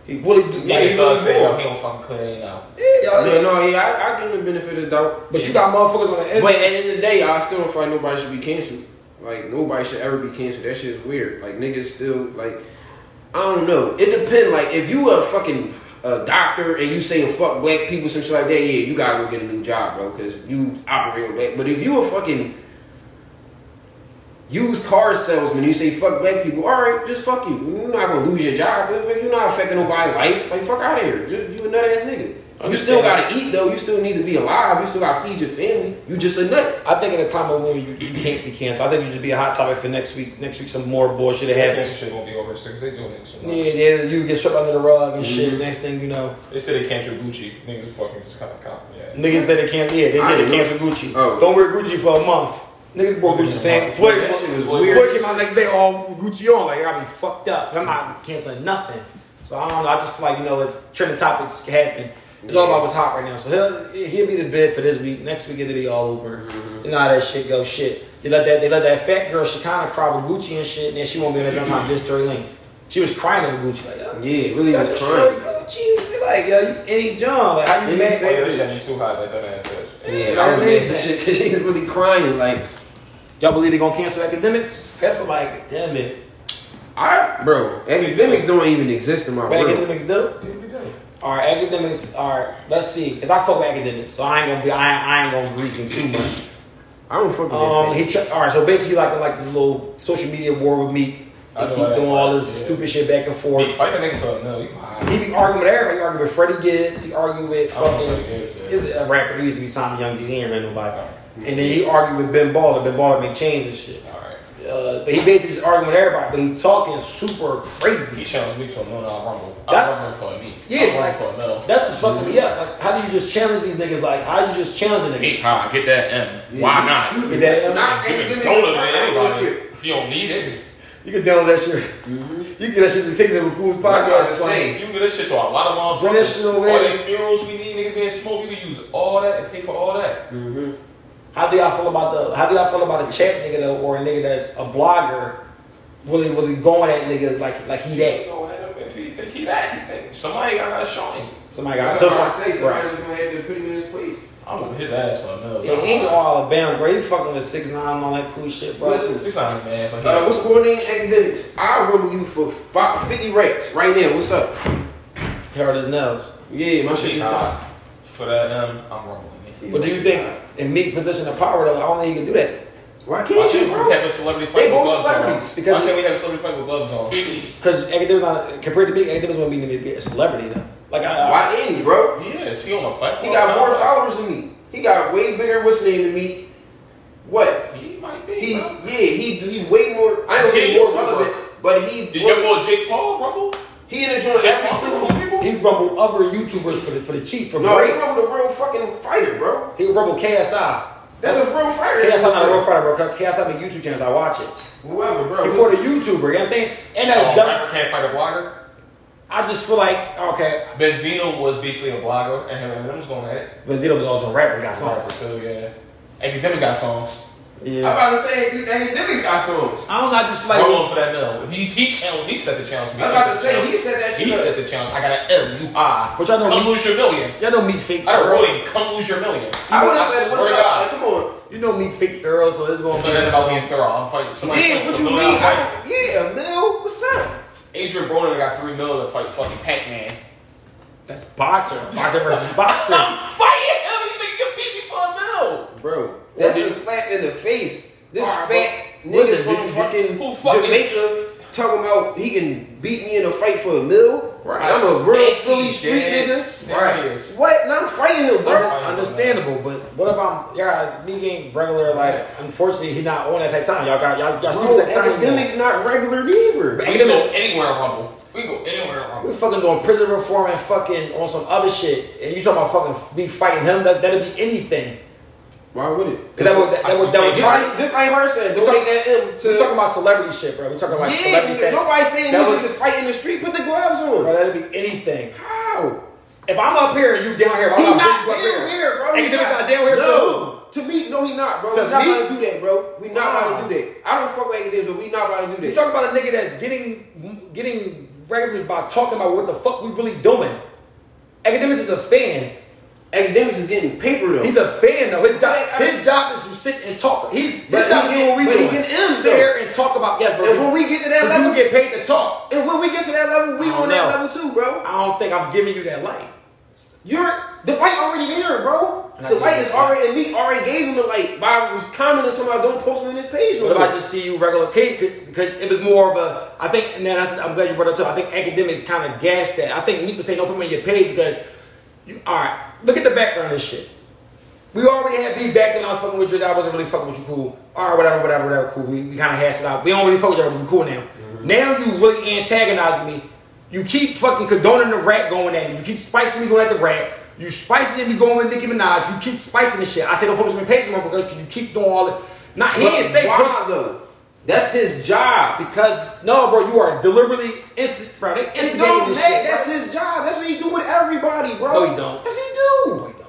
S1: he really, like,
S3: Yeah,
S1: he
S3: he does
S1: really
S3: that.
S1: for.
S3: He don't fucking clear it out.
S1: Yeah, y'all-
S2: No, no, yeah, I, I give him the benefit of the doubt.
S1: But you got motherfuckers on the
S2: But
S1: internet.
S2: at the end of the day, I still don't feel like nobody should be canceled. Like nobody should ever be canceled. That shit is weird. Like niggas still like I don't know. It depends. Like if you a fucking uh, doctor and you saying fuck black people some shit like that, yeah, you gotta go get a new job, bro, because you operate on black. But if you a fucking used car salesman, you say fuck black people. All right, just fuck you. You're not gonna lose your job. You're not affecting nobody's life. Like fuck out of here. You, you a nut ass nigga. You still gotta eat though. You still need to be alive. You still gotta feed your family. You just a nut.
S1: I think in a climate where you, you can't be canceled, I think you just be a hot topic for next week. Next week, some more bullshit that
S3: Yeah,
S1: happens.
S3: this shit won't be over six. They doing it soon.
S1: Yeah, then you get swept under the rug and
S2: Mm-hmm.
S1: shit. Next thing you know,
S3: They said they canceled Gucci. Niggas fucking just kind of cop. Yeah.
S1: Niggas that they can't, yeah, they
S2: I
S1: said they
S2: didn't
S1: canceled Gucci.
S2: Oh.
S1: Don't wear Gucci for a month. Niggas bought Gucci saying Floyd,
S2: That shit was
S1: Floyd,
S2: weird.
S1: Floyd came out next day all Gucci on, like I be fucked up. I'm not canceling nothing. So I don't know. I just feel like you know it's trending topics happen. It's all about what's hot right now. So he'll he'll be the bid for this week. Next week it'll be all over.
S2: Mm-hmm.
S1: You know how that shit go. Shit. They let that they let that fat girl Shekinah cry with Gucci and shit, and then she won't be able to jump on this Tory Lanez. She was crying over Gucci. Like, yo,
S2: Yeah, it really
S1: yo,
S2: was
S1: this
S2: trying.
S1: Tory Gucci. Like, yo, you any John? Like, how you
S2: Any
S1: mad?
S2: fat
S3: Yeah, this shit be too hot like that ass bitch.
S2: Yeah, I was mad at this shit because she was really crying. Like,
S1: Y'all believe they gonna cancel academics? Half of my academics.
S2: I, bro, academics don't even exist in my
S1: What
S2: world.
S1: academics do?
S3: Yeah, we do.
S1: All right, academics. All right, let's see. Cause I fuck with academics, so I ain't gonna be. I, I ain't gonna grease him too much.
S2: I don't fuck with
S1: Um,
S2: that
S1: he
S2: shit.
S1: tra- all right. So basically, like like this little social media war with Meek. They
S3: I know
S1: keep
S3: that.
S1: doing all this
S3: Yeah.
S1: stupid shit back and forth.
S3: Hey, Fight that nigga for a no. You hot.
S1: He be arguing with everybody. He arguing with Freddie Gibbs. He argued with
S3: I don't know
S1: fucking.
S3: Freddie Gibbs, yeah.
S1: He's a rapper. He used to be signed to Young Jeezy. He ain't ran nobody. And then he argued with Ben Baller. Ben Baller make chains and shit.
S3: All right.
S1: Uh, but he basically just arguing with everybody. But he talking super crazy.
S3: He challenged me to a no. I'll rumble. I'll
S1: That's-
S3: rumble for a me.
S1: Yeah,
S3: I'll
S1: like-
S3: rumble for a no.
S1: That's what's fucking me up. Like, how do you just challenge these niggas? Like, how you just challenge the
S3: Meat
S1: niggas?
S3: high, get that M. Why not?
S1: Get that M?
S2: Not
S3: You can
S2: academics.
S3: donate
S2: I
S3: to
S2: don't
S3: anybody
S2: care.
S3: if you don't need it.
S1: You can download that shit. You can get that shit to take it with Cool's
S2: Mm-hmm. That's what I was
S1: podcast.
S2: saying.
S1: Like,
S3: You can get this shit to a lot of
S1: Bring that shit
S3: motherfuckers.
S1: away.
S3: All these funerals we need, niggas getting smoked, you can use all that and pay for all that.
S1: how do y'all feel about the? How do y'all feel about a chat nigga though, or a nigga that's a blogger, really, really going at niggas like like he
S3: You
S1: that?
S3: know, and if he think he that, he think somebody got to show him.
S1: Somebody got
S2: That's
S1: so
S2: what I say.
S1: right.
S2: Somebody's gonna have to put him in his place.
S3: I'm whooping his ass for a mill.
S1: Yeah, he ain't no Alabama, bro. He fucking with six nine and all that cool shit, bro.
S2: Listen,
S3: Six times man, but he-
S2: Uh, what's going on in academics? I run you for fi- 50 racks right now. What's up?
S1: He hurt his nails.
S2: Yeah, my shit.
S3: She hot. For that, um, I'm rolling. man.
S1: But do you think in Meek position of power though, I don't think he can do that.
S2: Why
S3: Why
S2: can't you,
S3: can't
S2: bro?
S3: we have a celebrity fight
S2: They
S3: with
S2: both
S3: gloves
S2: celebrities,
S3: on?
S2: because-
S3: Why can't we have a celebrity fight with gloves on?
S1: Because academics not compared to Meek, academics wouldn't be to get a celebrity though. Like I, I
S2: Why ain't he, bro?
S3: Yeah, is he on a platform?
S2: He got more
S3: complex?
S2: followers than me. He got way bigger what's name than me. What?
S3: He might be.
S2: He
S3: bro.
S2: yeah, he he way more I don't
S3: Yeah,
S2: say
S3: you
S2: more
S3: too,
S2: relevant,
S3: bro.
S2: but he
S3: Did your boy Jake Paul rumble?
S2: he in the joint
S3: Jake
S2: every
S3: Paul
S2: single
S3: rumble people?
S1: he rumbled other YouTubers for the for the cheat from
S2: No, he
S1: Drake.
S2: rumbled a real fucking fighter, bro.
S1: He rumbled KSI.
S2: That's a real fighter.
S1: KSI not a real fighter, bro. KSI make YouTube channels. I watch it.
S2: Whoever, bro.
S1: Before the YouTuber, you know what I'm saying? And that's
S3: Oh,
S1: dumb.
S3: rapper can't fight a blogger.
S1: I just feel like okay,
S3: Benzino was basically a blogger, and him and them was going at it.
S1: Benzino was also a rapper. Got
S3: Rapper
S1: songs.
S3: too, yeah. And them got songs.
S2: I'm
S1: Yeah.
S2: about to say he- academics got songs.
S1: I don't know. I just feel
S3: Like,
S1: like
S3: Roll for that mill. If he he challenged, he set the challenge.
S2: I'm
S3: me.
S2: about to
S3: set the
S2: say he said that
S3: challenge. He
S2: shit. up.
S3: set the challenge. I got an L U I.
S1: Which I know
S3: Come
S1: me-
S3: lose your million.
S1: y'all know Meek fake.
S3: I wrote him. Come lose your million.
S2: I would
S3: I
S2: have said,
S3: swear
S2: what's
S3: to
S2: up?
S3: God.
S2: Like, come on.
S1: You know Meek fake girl, so it's gonna
S3: So
S1: be.
S3: that's all being thorough. I'm fighting somebody.
S2: yeah,
S3: fighting
S2: what
S3: for
S2: you mean?
S3: the mill.
S2: I, yeah, Mel, what's up?
S3: Adrian Broner got three million to fight fucking Pac Man.
S1: That's boxer. Boxer versus boxer.
S3: I'm fighting him. You think you can beat me for a mill?
S2: Bro, that's
S1: Well,
S2: a slap in the face. This
S1: Alright,
S2: fat
S1: but
S2: nigga
S1: listen,
S2: from
S1: you- you-
S2: fucking
S3: who fucking-
S2: Jamaica talking about he can beat me in a fight for a mill.
S1: Right.
S2: I'm a real Philly
S3: Yes.
S2: street nigga.
S3: Yes. Right.
S2: What? Now I'm fighting him, bro.
S3: Right.
S1: Understandable, but what about yeah? Meek ain't regular. Like, unfortunately, he not on at that time. Y'all got y'all got
S2: Bro,
S1: super at time.
S2: academics not regular either.
S3: We can go anywhere in Rumble. We can go anywhere in
S1: We
S3: Rumble.
S1: fucking doing prison reform and fucking on some other shit, and you talking about fucking me fighting him? That that'd be anything.
S2: Why would it?
S1: 'Cause that would that, that would that would
S2: Just like, just like her said, don't
S1: Talk-
S2: take that M to.
S1: We're talking about celebrity shit, bro. We're talking about celebrity
S2: yeah,
S1: shit.
S2: nobody saying
S1: That
S2: these
S1: would-
S2: niggas fight in the street. Put the gloves on.
S1: Bro, that'd be anything.
S2: How?
S1: If I'm up here and you down here,
S2: He
S1: I'm
S2: not
S1: not
S2: down
S1: up
S2: here,
S1: here.
S2: bro. He
S1: Academics not down here too.
S2: no. To me, no, he not, bro.
S1: To
S2: we not
S1: me? Ah.
S2: about to do that, bro. We not
S1: Wow.
S2: about to do that. I don't fuck with academics, but we not about to do
S1: You
S2: that.
S1: talking about a nigga that's getting getting regulars by talking about what the fuck we really doing. Academics is a fan.
S2: academics is getting paper though.
S1: He's a fan though. His job,
S2: Like, I-
S1: his job is to sit and talk. He's his
S2: But
S1: job
S2: he
S1: is doing what we
S2: get- but he
S1: doing.
S2: get M's,
S1: sit
S2: though.
S1: here and talk about yes, bro.
S2: and when we get to that
S1: But
S2: level,
S1: you get paid to talk.
S2: and when we get to that level, we
S1: I don't
S2: on that
S1: know.
S2: level too, bro.
S1: I don't think I'm giving you that light.
S2: You're the light already there, bro.
S1: And I
S2: The
S1: do
S2: light is
S1: understand.
S2: already, and me already gave him the light by commenting to my don't post me on this page. no
S1: What
S2: more.
S1: about just see you regular kid? Because it was more of a, I think, and then that's, I'm glad you brought it up too. I think academics kind of gashed that. I think Meek was saying don't put me on your page because, you, all right, look at the background and shit. We already had B back when I was fucking with Drizzy. I wasn't really fucking with you, cool. All right, whatever, whatever, whatever, cool. We, we kind of hashed it out. We don't really fuck with you, we cool now. Now you really antagonize me. You keep fucking condoning the rat going at me. You keep spicing me going at the rat. You spicing me going with Nicki Minaj. You keep spicing this shit. I say don't put me on your page anymore because you keep doing all that. Not he
S2: But
S1: didn't say pussy.
S2: why though? That's his job.
S1: Because no, bro, you are deliberately insti- bro. They
S2: It
S1: instigating
S2: don't
S1: this
S2: matter.
S1: shit.
S2: That's
S1: bro.
S2: his job. That's what he do with everybody, bro.
S1: No, he don't.
S2: Yes, he do.
S1: No, he don't.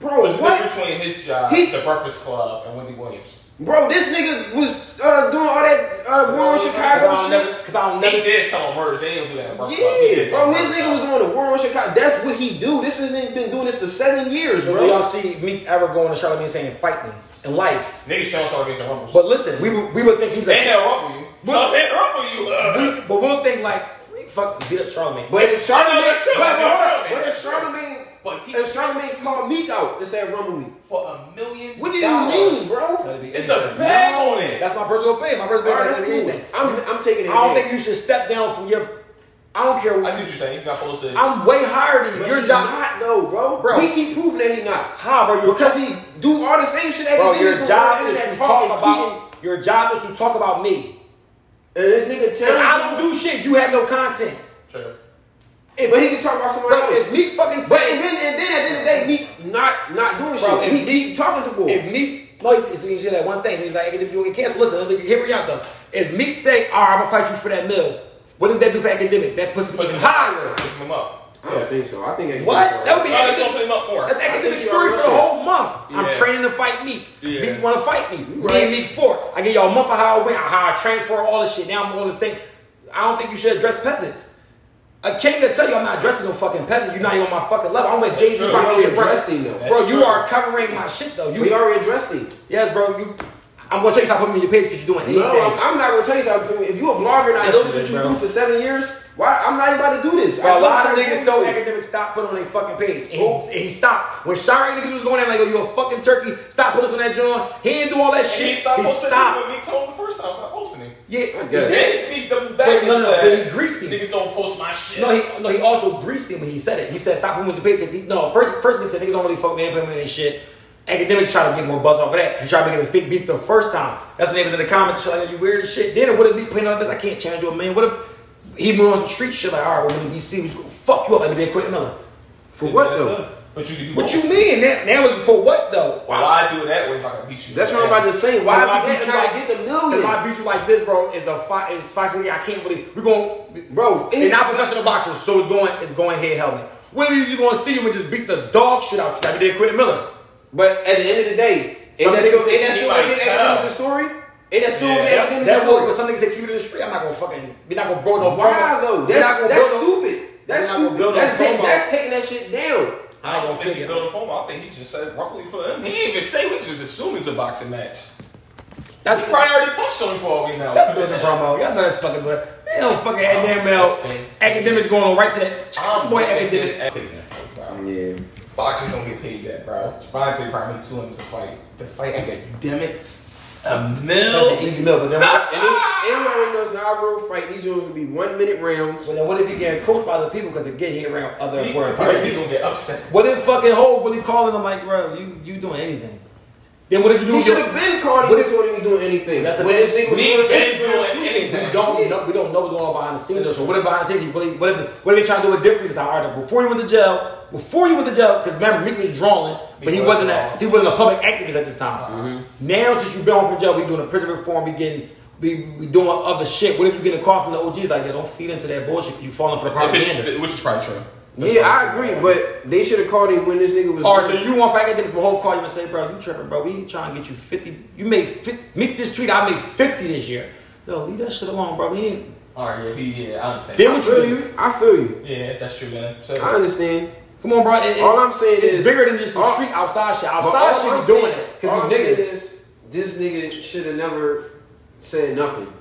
S2: Bro,
S3: What's the
S2: what?
S3: difference between his job,
S2: He-
S3: The Breakfast Club, and Wendy Williams?
S2: Bro, this nigga was uh, doing all that uh, war on
S1: Cause I
S2: Chicago
S1: don't
S2: shit.
S1: never, cause I don't
S3: He
S1: never.
S3: did tell him murders. They didn't do that. in Breakfast Club. He
S2: Yeah,
S3: did tell
S2: bro,
S3: him
S2: his
S3: murders.
S2: nigga was on the war on Chicago. That's what he do. This nigga been doing this for seven years,
S1: Bro, y'all
S2: bro.
S1: see Meek ever going to Charlamagne saying fight me in life?
S3: Niggas challenged all against the Rumble.
S1: But listen, we would, we would think he's
S3: they
S1: a.
S3: had Rumble you.
S1: But-
S3: But they Rumble you. Uh,
S1: We, but we'll think like Meek fucking beat up Charlamagne.
S2: But if
S3: No,
S2: Charlamagne,
S3: that's true.
S2: but, but, hold on.
S3: That's
S2: but if
S3: true.
S2: Charlamagne,
S3: But he-
S2: if Charlamagne called Meek out and said rumble me,
S3: for a million.
S2: what do you
S3: dollars.
S2: mean, bro?
S1: That'd be
S3: It's
S1: anything.
S3: a bag on it.
S1: That's my personal opinion. My personal
S2: All right,
S1: opinion.
S2: that's
S1: like
S2: cool.
S1: anything.
S2: I'm, I'm taking it.
S1: I don't
S2: back.
S1: think you should step down from your. I don't care.
S3: I see
S1: What,
S3: what you're saying. You got posted.
S1: I'm way higher than you.
S2: But
S1: Your
S2: he
S1: job.
S2: not though, bro.
S1: Bro.
S2: We keep proving that he not.
S1: How, bro? You're
S2: Because he do all the same shit that
S1: Bro,
S2: he did
S1: your
S2: with
S1: job
S2: the
S1: is
S2: internet
S1: to talk about your job is to talk about me.
S2: And this nigga
S1: If
S2: tell
S1: I don't do shit, you have no content.
S3: Sure.
S1: If,
S2: But he can talk about somebody
S1: bro,
S2: else.
S1: if Meek fucking
S2: but and
S1: say,
S2: then, and then at the end of the day, Meek not not doing
S1: Bro,
S2: shit.
S1: if
S2: Meek
S1: Meek-
S2: keep talking to boy.
S1: if Meek, no, it's you said that one thing. He's like, if you get canceled, listen, let me- hear me out though. If Meek say, all right, I'm gonna fight you for that mill, what does that do for academics? That puts them
S3: But
S1: even higher.
S3: Put him up.
S2: I don't think so. I think that uh,
S1: What? That would be
S3: Oh, that's gonna put
S1: academic.
S3: him up more.
S1: That's academic
S2: think you
S1: story
S2: are
S1: for the
S2: right.
S1: whole month. I'm
S3: Yeah.
S1: training to fight Meek.
S3: Yeah.
S1: Meek want to fight me. Me
S2: You right.
S1: and Meek four. I give y'all a month of how I went, how I trained for all this shit. Now I'm on the thing. I don't think you should address peasants. A king will tell you I'm not dressing no fucking peasant. You're not even on my fucking level. I'm with Jay Z.
S3: true.
S2: We already addressed
S1: Bro,
S2: him though.
S3: That's
S1: you
S3: true.
S1: are covering my shit though. You
S2: We already addressed him.
S1: yes, bro. You, I'm gonna tell you stop putting me on your page because you're doing anything.
S2: No, I'm, I'm not gonna tell you something. If you a blogger and I
S1: Yes,
S2: know
S1: you
S2: what
S1: did,
S2: you
S1: bro.
S2: do for seven years, why I'm not even about to do this. I
S1: Bro, a
S2: know
S1: lot of
S2: what I'm
S1: niggas
S2: doing.
S1: told academics stop putting on their fucking page. And he, and he stopped. When Shireen niggas was going at him like, yo, you a fucking turkey, stop putting us on that joint. He didn't do all that
S3: And
S1: shit.
S3: he stopped
S1: he
S3: posting
S1: stopped.
S3: him. He told him the first time, stop posting him.
S1: Yeah.
S2: I
S3: He
S2: guess.
S3: did. He beat them back
S1: Wait,
S3: and
S1: no, no,
S3: said,
S1: but he greased him.
S3: Niggas don't post my shit.
S1: No, he no, he also greased him when he said it. He said stop putting with your page because no first first nigga said niggas don't really fuck with implement and shit. Academics try to get more buzz off of that. He tried to get a fake beef the first time. That's when they was in the comments shit like that. You weird as shit. Then it would have been playing out this. I can't challenge you, man. What if he went on some street shit like all right, well, when we see we just gonna fuck you up like we did Quentin Miller.
S2: For what though?
S3: But you can do
S1: What
S3: both.
S1: you mean? That that was for what though?
S3: Why do it that way if I can beat you?
S2: That's
S3: with
S2: what I'm
S3: that?
S2: about to say.
S1: Why
S2: Why
S1: I
S2: would
S1: beat
S2: you
S1: you
S2: trying
S1: like-
S2: to get the
S1: If
S2: million?
S1: I beat you like this, bro, is a fight. It's fighting. I can't believe we're going,
S2: Bro,
S1: They're
S2: it-
S1: not professional boxers, so it's going. It's going head helmet. When are you just going to see him and just beat the dog shit out you like we did Quentin Miller?
S2: But at the end of the day, ain't
S1: Some
S2: that
S1: niggas
S2: still
S1: say
S2: ain't that
S3: he
S2: still
S3: might
S2: gonna get
S3: tell.
S2: academics a story? Ain't that still
S3: Yeah.
S2: gonna get academics a
S1: That
S2: story?
S1: work, but some niggas that keep it in the street. I'm not gonna fucking. We're not gonna build no.
S2: Why
S1: promo.
S2: though?
S1: We're not
S2: That's,
S1: gonna
S2: that's
S1: build no-
S2: stupid. That's
S1: We're not gonna
S2: stupid.
S1: build no
S2: that's, ta-
S1: promo.
S2: that's taking that shit down.
S1: I
S3: I
S1: ain't
S3: don't
S1: gonna
S3: think he
S1: figure.
S3: built a promo. I think he just said roughly for him. He didn't even say we just assume it's a boxing match.
S1: That's
S3: He probably already punched on him for all we know.
S1: That's building promo. Y'all know that's fucking good. They don't fucking add damn mail. Academics going right to that. Child's boy academics.
S2: Yeah.
S3: Boxers don't get paid that, bro. Javante probably made 200 to fight. To fight academics, a
S1: That's
S3: mill.
S1: an easy meal, but then
S2: And then, and already knows Navarro fight. These joints gonna be one minute rounds.
S1: Well, then what if you get coached by other people because it get here around other
S3: He
S1: work?
S3: he gonna get upset.
S1: What if fucking Hov really calling him like, bro, you you doing anything? Then what did you do?
S2: He
S1: with
S2: should
S1: your-
S2: have been called. He
S1: What
S2: was already doing anything.
S1: That's the
S2: when
S1: thing.
S2: this nigga was
S3: We
S2: doing
S3: ain't doing
S2: Instagram tweeting.
S3: anything.
S1: We don't know. We don't know what's going on behind the scenes. though. So what if behind the scenes? You really, what if what if they trying to do it different? It's like, all right, before you went to jail, before you went to jail, because remember Meek was drawing, but he
S3: He was
S1: wasn't a,
S3: drawing.
S1: he wasn't a public activist at this time. Now since you've been home from jail, we doing a prison reform. We getting we, we doing other shit. What if you get a call from the OGs like, yeah, don't feed into that bullshit. 'cause You falling for the propaganda.
S3: Which is probably true.
S2: Yeah, I agree, but they should have called him when this nigga was.
S1: All right, so you want for academics, but whole call you and say, bro, you tripping, bro. We trying to get you 50. You made 50. Meek this tweet, I made 50 this year. Yo, leave that shit alone, bro. We ain't.
S3: All right, yeah, he, yeah, I understand.
S1: Then
S2: I
S1: what
S2: feel
S1: you do?
S2: you. I feel you.
S3: Yeah, if that's true, man.
S2: I understand.
S1: Come on, bro. It- it-
S2: All I'm saying
S1: it's
S2: is-
S1: bigger than just some
S2: all-
S1: street outside shit.
S2: But
S1: Outside
S2: all
S1: shit,
S2: I'm
S1: we doing
S2: saying-
S1: it
S2: all I'm
S1: because we
S2: saying
S1: niggas.
S2: is, This nigga should have never said nothing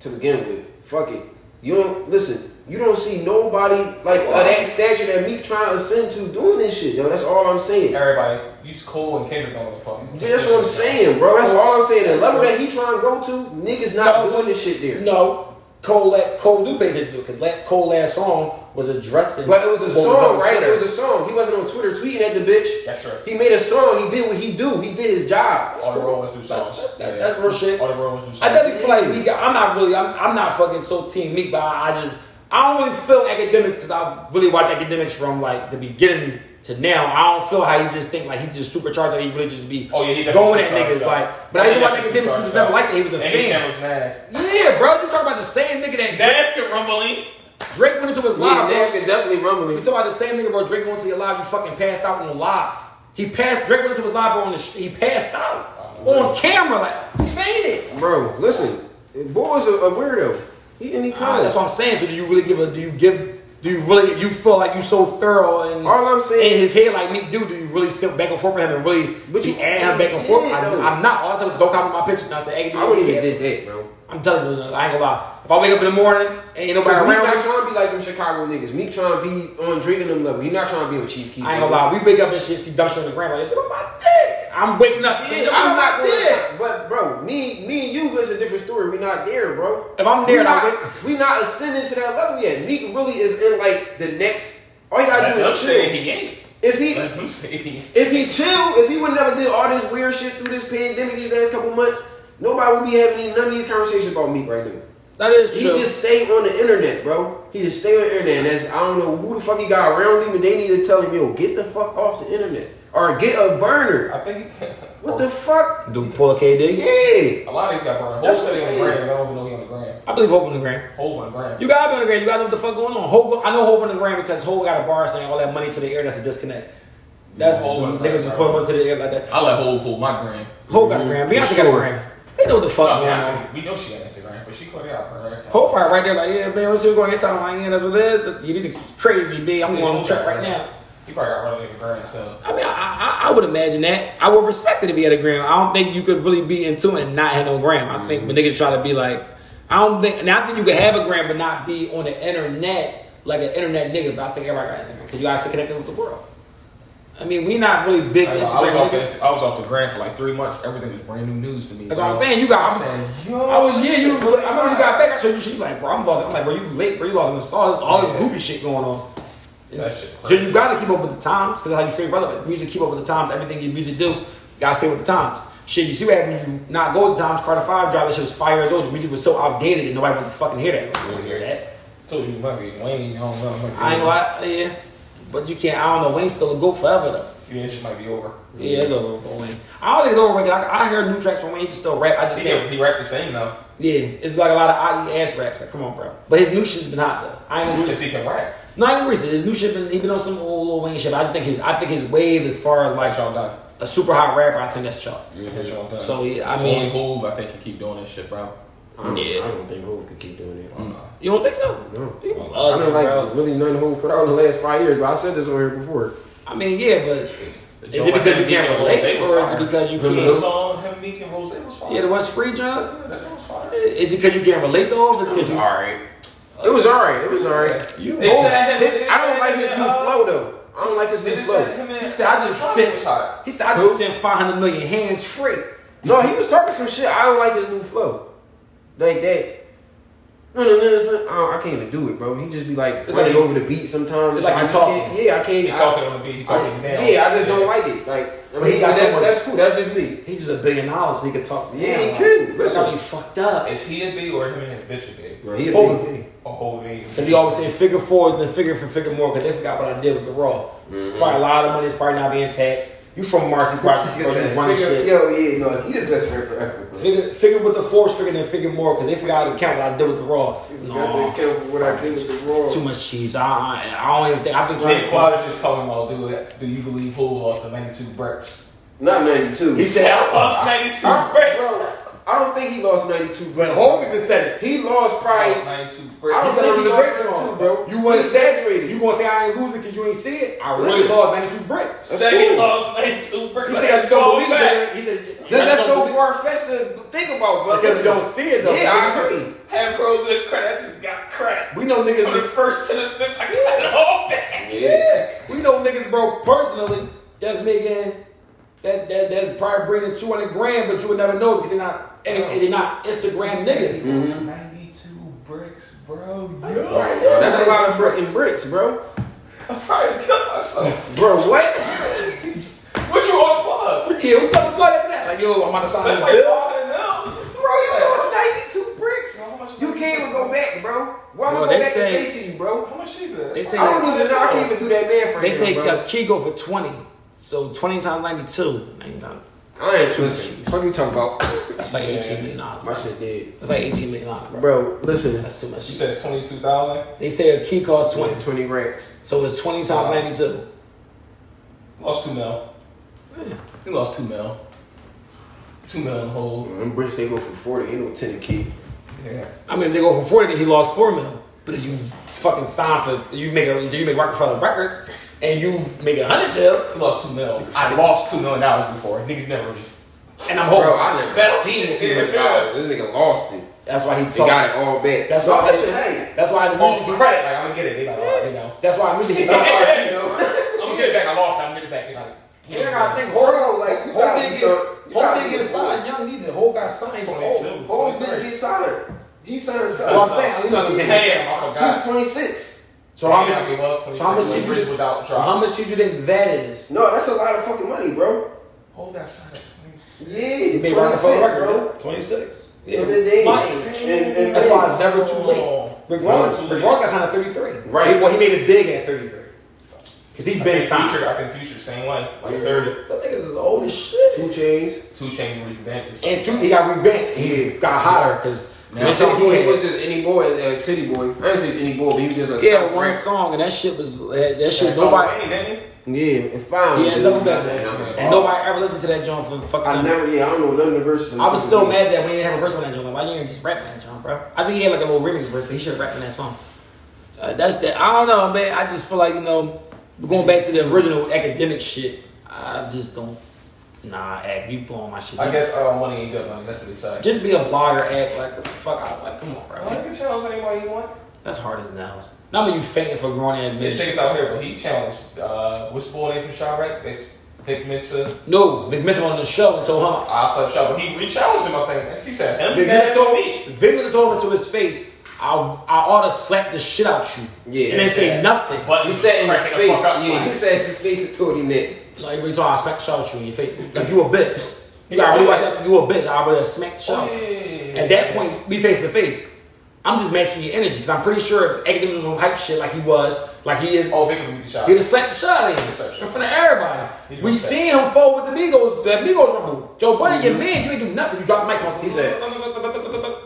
S2: to begin with. Fuck it. You don't listen. You don't see nobody like of that stature that me trying to ascend to doing this shit, yo. That's all I'm saying.
S3: Everybody, use Cole and Kendrick on the phone.
S2: Yeah, that's what I'm saying, bro. That's all I'm saying. The level that he trying to go to, niggas not doing this shit there.
S1: No, Cole let Cole do pay attention to it because Cole last song was addressing.
S2: But it was a
S1: what
S2: song,
S1: on
S2: right?
S1: Twitter.
S2: It was a song. He wasn't on Twitter tweeting at the bitch.
S3: That's right.
S2: He made a song. He did what he do. He did his job.
S3: All the rollers do
S1: That's-
S3: songs.
S1: that's- that-
S3: Yeah.
S1: that's real shit.
S3: All the rollers do songs.
S1: I definitely feel like we got. I'm not really. I'm, I'm not fucking so team meek, but I, I just I don't really feel academics because I really watched academics from like the beginning to now. I don't feel how he just think like he just supercharged that he really just be
S3: Oh yeah, he definitely
S1: going at
S3: supercharged
S1: niggas
S3: up.
S1: like. But I used to
S3: Yeah,
S1: watch academics
S3: supercharged
S1: who was never
S3: up.
S1: like that. He was a
S3: And he
S1: fan.
S3: channels Nav.
S1: Yeah, bro, you talking about the same nigga that
S3: Nav can rumble in.
S1: Drake went into his
S2: Yeah,
S1: live,
S2: Nav
S1: bro.
S2: can definitely
S1: You
S2: rumbling.
S1: talking about the same nigga, bro? Drake going to your live, you fucking passed out on the live. He passed. Drake went into his live, bro. On the sh- he passed out on camera, like who fainted.
S2: Bro, listen, boy is a, a weirdo. He any
S1: Ah,
S2: kind.
S1: that's what I'm saying. So do you really give a? Do you give? Do you really? You feel like you so thorough and
S2: All I'm saying-
S1: in his head like me? Do do you really sit back and forth with him and really?
S2: But
S1: But
S2: you
S1: you add him back and forth.
S2: did,
S1: I,
S2: though.
S1: I'm not. All I said, don't comment my pictures. And I said, hey,
S2: I wouldn't even
S1: cancel.
S2: did that, bro.
S1: I'm telling you, I ain't gonna lie. If I wake up in the morning and ain't nobody
S2: Because Meek
S1: around,
S2: not
S1: me,
S2: trying to be like them Chicago niggas. Meek trying to be on drinking them level. He not trying to be on Chief Keef.
S1: I ain't gonna lie. We wake up and shit, see dumb shit on the ground. Like, look at my dick. I'm waking up.
S2: Yeah,
S1: saying, "Yo,
S2: I'm not
S1: my dick.
S2: there. But bro, me, me and you is a different story. We not there, bro.
S1: If I'm
S2: we
S1: there, I
S2: not, we not ascending to that level yet. Meek really is in like the next. All you gotta do
S3: That's
S2: is
S3: saying
S2: chill.
S3: he ain't.
S2: If he
S3: That's him saying he ain't.
S2: if he chill, if he would never did all this weird shit through this pandemic these last couple months, nobody would be having none of these conversations about Meek right now.
S1: That is
S2: He
S1: true.
S2: just stayed on the internet, bro. He just stayed on the internet. And that's, I don't know who the fuck he got around him, but they need to tell him, yo, get the fuck off the internet. Or get a burner.
S3: I think
S2: What the fuck?
S1: Do we pull a KD?
S2: Yeah.
S3: a lot of these got burned.
S2: That's
S3: Whole
S2: what I'm
S3: said he
S2: saying.
S3: on the gram. I don't even know he on the gram.
S1: I believe Hope on the gram.
S3: Whole on the gram.
S1: You gotta be on the gram. You gotta know what the fuck going on. Hope, I know Hope on the gram because Hope got a bar saying all that money to the air. That's a disconnect. That's
S3: Hole on the
S1: niggas
S3: gram,
S1: just
S3: bro.
S1: putting money to the air like that.
S3: I let Hole pull my gram.
S2: Mm-hmm.
S1: Hope got a gram. Beyonce got a gram. They They know what the
S2: Oh,
S1: fuck
S3: Fuck,
S1: going
S3: yeah,
S1: on.
S3: we know she got Instagram, but she clearly out her account.
S1: Oh, Whole part right there, like, yeah, man, what's your going to time? Like, yeah, that's what it is. You think it's crazy, B. I'm going on the track right now.
S3: He probably got run into ground so.
S1: I mean, I, I, I would imagine that. I would respect it to be at a gram. I don't think you could really be in tune and not have no gram. I
S3: Mm-hmm.
S1: think when niggas try to be like, I don't think, and I think you could have a gram but not be on the internet like an internet nigga. But I think everybody got Instagram because you gotta stay connected with the world. I mean, we not really big
S3: I, was
S1: Instagram
S3: off
S1: niggas.
S3: the, I was off the ground for like three months. Everything was brand new news to me.
S1: That's
S3: bro.
S1: what I'm saying. You got.
S3: I
S1: I'm-
S3: said, yo,
S1: I was yeah, you. were- I remember you got back. I showed you. She like, bro, I'm lost. I'm like, bro, you late, bro. You lost in the sauce. All this
S3: Yeah.
S1: goofy shit going on.
S3: That shit
S1: So
S3: crazy.
S1: you gotta keep up with the times because how you stay relevant. Music keep up with the times. Everything your music do, you gotta stay with the times. Shit, you see what happened? when You not go with the times. Carter Five Drive. That shit was five years old. The music was so outdated that nobody wanted to fucking hear that. Like, you wanna hear that?
S3: told you, might be Wayne. I don't know. might be
S1: I ain't
S3: over.
S1: gonna yeah. But you can't. I don't know. Wayne's still a goat forever though.
S3: Yeah, it just might be over.
S1: Yeah, it's over with Wayne. I don't think it's over. with Wayne. I, I hear new tracks from Wayne. He can still rap. I just think
S3: He, he rapped the same though.
S1: Yeah, it's like a lot of IE ass raps. Like, come on, bro. But his new shit's been hot though. I ain't
S3: Because
S1: gonna
S3: he can rap.
S1: No, I ain't gonna reason. His new shit been even on some old Lil Wayne shit. But I just think his I think his wave as far as
S3: Like
S1: like
S3: y'all done.
S1: a super hot rapper, I think that's Chuck.
S3: Yeah, that's y'all done.
S1: So yeah, I
S3: Only
S1: mean
S3: move. I think you keep doing that shit, bro.
S2: I don't,
S1: Yeah.
S2: I don't think Hove could keep doing it.
S3: Mm.
S1: You don't think so?
S2: No.
S1: You
S2: I
S1: ugly,
S2: don't like
S1: bro.
S2: really none Hove put out in the last five years, but I said this on here before.
S1: I mean, yeah, but is it
S3: Joe, I
S1: because you
S3: think he
S1: can't
S3: can
S1: relate
S3: relate was
S1: or is
S3: fire.
S1: it because you
S3: The
S1: can't
S3: song him, Meek, and Rose was fire.
S1: Yeah, the West Free John?
S3: Yeah, that shit was fire.
S1: Is it because you can't relate though? Or it's because you
S3: alright.
S2: It was alright. It was alright.
S3: You-
S2: Hov-
S3: said him- they
S2: I don't
S3: said
S2: like his
S3: him,
S2: new
S3: uh,
S2: flow though. I don't like his new flow.
S1: He said I just sent He said I
S2: Who?
S1: just sent five hundred million hands free.
S2: No, he was talking some shit. I don't like his new flow. Like that. No, no, no, no, no. I, don't- I can't even do it, bro. He just be like
S1: It's
S2: running
S1: like-
S2: over the beat sometimes.
S1: it's like
S2: I
S1: he
S2: just
S1: talking.
S2: can't- Yeah, I can't.
S3: He
S2: I-
S3: talking on the beat. He
S2: I-
S3: talking
S1: Oh,
S3: down.
S2: yeah, I just don't like it. Like, I
S1: But
S2: mean,
S1: he got
S2: that's,
S1: someone-
S2: that's cool. That's just me.
S1: He's just a billion dollars, so he could talk.
S2: Yeah,
S1: down,
S2: he
S1: like,
S2: could.
S1: That's how
S2: Listen,
S1: he fucked up.
S3: Is he a B or him and his bitch a B?
S2: bro, he a
S1: Holy
S2: big-
S1: thing.
S3: A whole B.
S1: Because he always say figure four and then figure for figure more because they forgot what I did with the raw. It's probably a lot of money. It's probably not being taxed. You from Marcy Property,
S2: Yo,
S1: you running shit.
S2: yeah, no, he the best rapper ever. bro.
S1: Figure, figure with the fourth figure then figure more because they forgot to count what I did with the raw.
S2: You
S1: No,
S2: gotta be careful what I do with the raw.
S1: too much cheese. I, I, I don't even think. I think
S3: Jay
S1: trying
S3: Quad is just talking about, do that. Do you believe who lost the 92 bricks?
S2: Not 92.
S1: He said,
S3: I lost 92
S2: I,
S3: bricks.
S2: bro, I don't think he lost
S1: but
S2: 92, bro.
S1: Hogan even said it.
S2: He lost
S3: I
S2: probably.
S3: lost 92
S2: I
S3: bricks.
S2: don't
S1: said
S2: think
S1: he
S2: he
S1: the
S2: lost
S1: great
S2: 92,
S1: one.
S2: bro.
S1: You wasn't-
S2: exaggerated.
S1: You gonna say I ain't losing because you ain't see it? I really
S2: Listen.
S1: lost 92 bricks.
S2: That's
S3: Said he
S2: cool.
S3: lost 92 bricks.
S1: He
S3: Like,
S1: said you
S3: go
S1: don't believe
S3: back.
S1: it. He said
S2: That- that's
S1: you don't
S2: so
S1: believe it
S2: far fetched to think about, bro.
S1: because you don't see it though.
S2: Yeah, I agree.
S3: Half row of the credit, I just got cracked.
S1: We know
S3: From the
S1: niggas.
S3: first to the fifth, I got it all back.
S2: Yeah.
S1: We know niggas broke personally. That's making that that that's probably bringing two hundred grand, but you would never know because they're not and they- they're not Instagram niggas.
S3: 92 bricks, bro.
S2: Right,
S3: Yo.
S2: bro, that's a lot of freaking bricks, bro.
S3: I'm trying to kill myself.
S2: Bro, what?
S3: What you on plug?
S1: Yeah, what's up with that? Like, like, yo, I'm about to sign
S3: That's
S1: this
S3: like
S1: bill.
S3: 400 now.
S2: Bro, you lost 92 bricks.
S3: How much-
S2: You can't even go back, bro. What am I
S1: Bro,
S2: going
S1: they
S2: back
S1: say-
S2: to say to you, bro?
S3: How much cheese is that?
S1: They say-
S2: I don't even know. I can't even do that man for
S1: They
S2: him,
S1: say
S2: bro.
S1: a key go for twenty, so twenty times ninety two, ninety nine.
S2: I ain't twisting. What you talking about?
S1: That's like eighteen million dollars.
S2: My shit dead.
S1: That's like eighteen million dollars, bro.
S2: Bro, listen.
S1: That's too much.
S3: You said it's 22,000?
S1: They say a key costs twenty,
S2: 20 racks.
S1: so it's twenty times ninety two.
S3: Lost 2 mil. You lost 2 mil. 2 mil in the hole.
S2: Them bricks, they go for 40. Ain't no 10 a key.
S3: Yeah.
S1: I mean, if they go for forty, then he lost four million. But if you fucking sign for you make a you make Rockefeller Records and you make a hundred mil,
S3: You lost 2 mil. I lost 2 million dollars before. Niggas never just.
S1: and I'm hoping.
S2: Bro, I never
S3: That's-
S2: seen it to dollars. This nigga lost it.
S1: That's why he
S2: He
S1: talked.
S2: got it all back.
S1: That's
S2: No,
S1: why.
S2: listen, hey.
S1: That's why the
S3: On
S1: music.
S3: credit, like, I'm gonna get it. They like, oh, you know.
S1: That's why music. He
S2: All
S1: talked.
S2: right, you know.
S3: I'm gonna get it back. I lost it. I'm gonna get it back. They like,
S1: Yeah, I gotta think.
S2: Bro, like, you
S1: Whole
S2: gotta
S1: thing
S2: be
S1: is,
S2: so- you
S1: whole
S2: gotta
S1: thing
S2: be
S1: is
S2: so-
S1: signed young neither. Whole got signed from old.
S3: 22.
S2: Hov didn't get signed. He signed
S1: Well, Oh. I'm
S2: something.
S1: saying you know what I'm saying.
S3: Damn, I
S2: He was
S3: forgot.
S2: 26.
S1: So how
S3: Damn,
S1: much?
S3: he lost
S1: so how much
S3: 26
S1: did you-
S3: bricks without
S1: So how
S3: drop.
S1: much do you think that is?
S2: No, that's a lot of fucking money, bro.
S3: Hold that side of 20.
S2: Yeah,
S1: He made
S2: 26,
S1: Rockefeller
S2: bro.
S1: Records. Twenty six.
S2: Yeah. And then they,
S1: My
S2: and,
S1: age.
S2: and, and
S1: That's why it's never too late.
S3: Oh.
S1: Rick
S3: It's
S1: Ross,
S3: never too
S1: Rick
S3: late.
S1: Ross got signed at thirty three.
S2: Right.
S1: Well, he made it big at thirty three. Cause he's
S3: I
S1: been
S3: think
S1: signed.
S3: future, I think future, same way. Like
S2: Yeah.
S3: 30.
S1: Them niggas is old as shit.
S2: two chains.
S3: Two chains revamped.
S1: And two, he got revamped. He got hotter because
S2: Now, Titty Boy, he was just any boy as Titty Boy. I didn't say any boy, but he was just a
S1: Yeah,
S2: South
S1: one
S2: Bronx.
S1: song, and that shit was that, that shit.
S3: That's all
S1: nobody,
S3: Wayne, didn't it?
S2: Yeah, and finally.
S1: Yeah, I never done that. And
S2: that.
S1: nobody ever listened to that joint for fucking.
S2: I never, yeah, I don't know none of the verses.
S1: I was still mad that we didn't have a verse on that joint. Like, why you didn't just rap on that joint, bro? I think he had like a little remix verse, but he should have rapped on that song. Uh, that's that. I don't know, man. I just feel like you know, going back to the original academic shit. I just don't. Nah, act. You blowing my shit.
S3: I guess uh, money ain't good money. That's what he said.
S1: Just be a blogger, act like what the fuck. I like. Come on,
S3: I
S1: bro.
S3: can challenge anybody you want.
S1: That's hard as nails. Not when you fainting for grown ass
S3: This
S1: men.
S3: thing's out here, but he challenged. Uh, what's the boy name from Chirac? It's Nick Mensa.
S1: No, Vic Mensa on the show and told him.
S3: I slept shop, but he re-challenged him. I think. And he said him.
S1: Vic
S3: that,
S1: Mensa told
S3: me.
S1: me. Vic Mensa told him to his face. I I ought to slap the shit out you.
S2: Yeah.
S1: And then say nothing.
S3: But
S2: He said in his
S3: cracking the
S2: face.
S3: fuck up,
S2: Yeah, he
S3: like,
S2: said in his face and told him that.
S1: Like every time I smack the shit out you in your face, like you a bitch. You gotta realize that you a bitch. I would have smacked the shit out
S3: Oh, yeah,
S1: you.
S3: yeah, yeah, yeah.
S1: At that point, we face to face. I'm just matching your energy because I'm pretty sure if academics was on hype shit like he was, like he is,
S3: oh, Vic would beat the shot.
S1: he'd have slapped the shit out of him in front of everybody. We seen him fall with the Migos, the Migos rumble. Joe Budden, your man, you ain't do nothing. You dropped the mic on
S2: He said,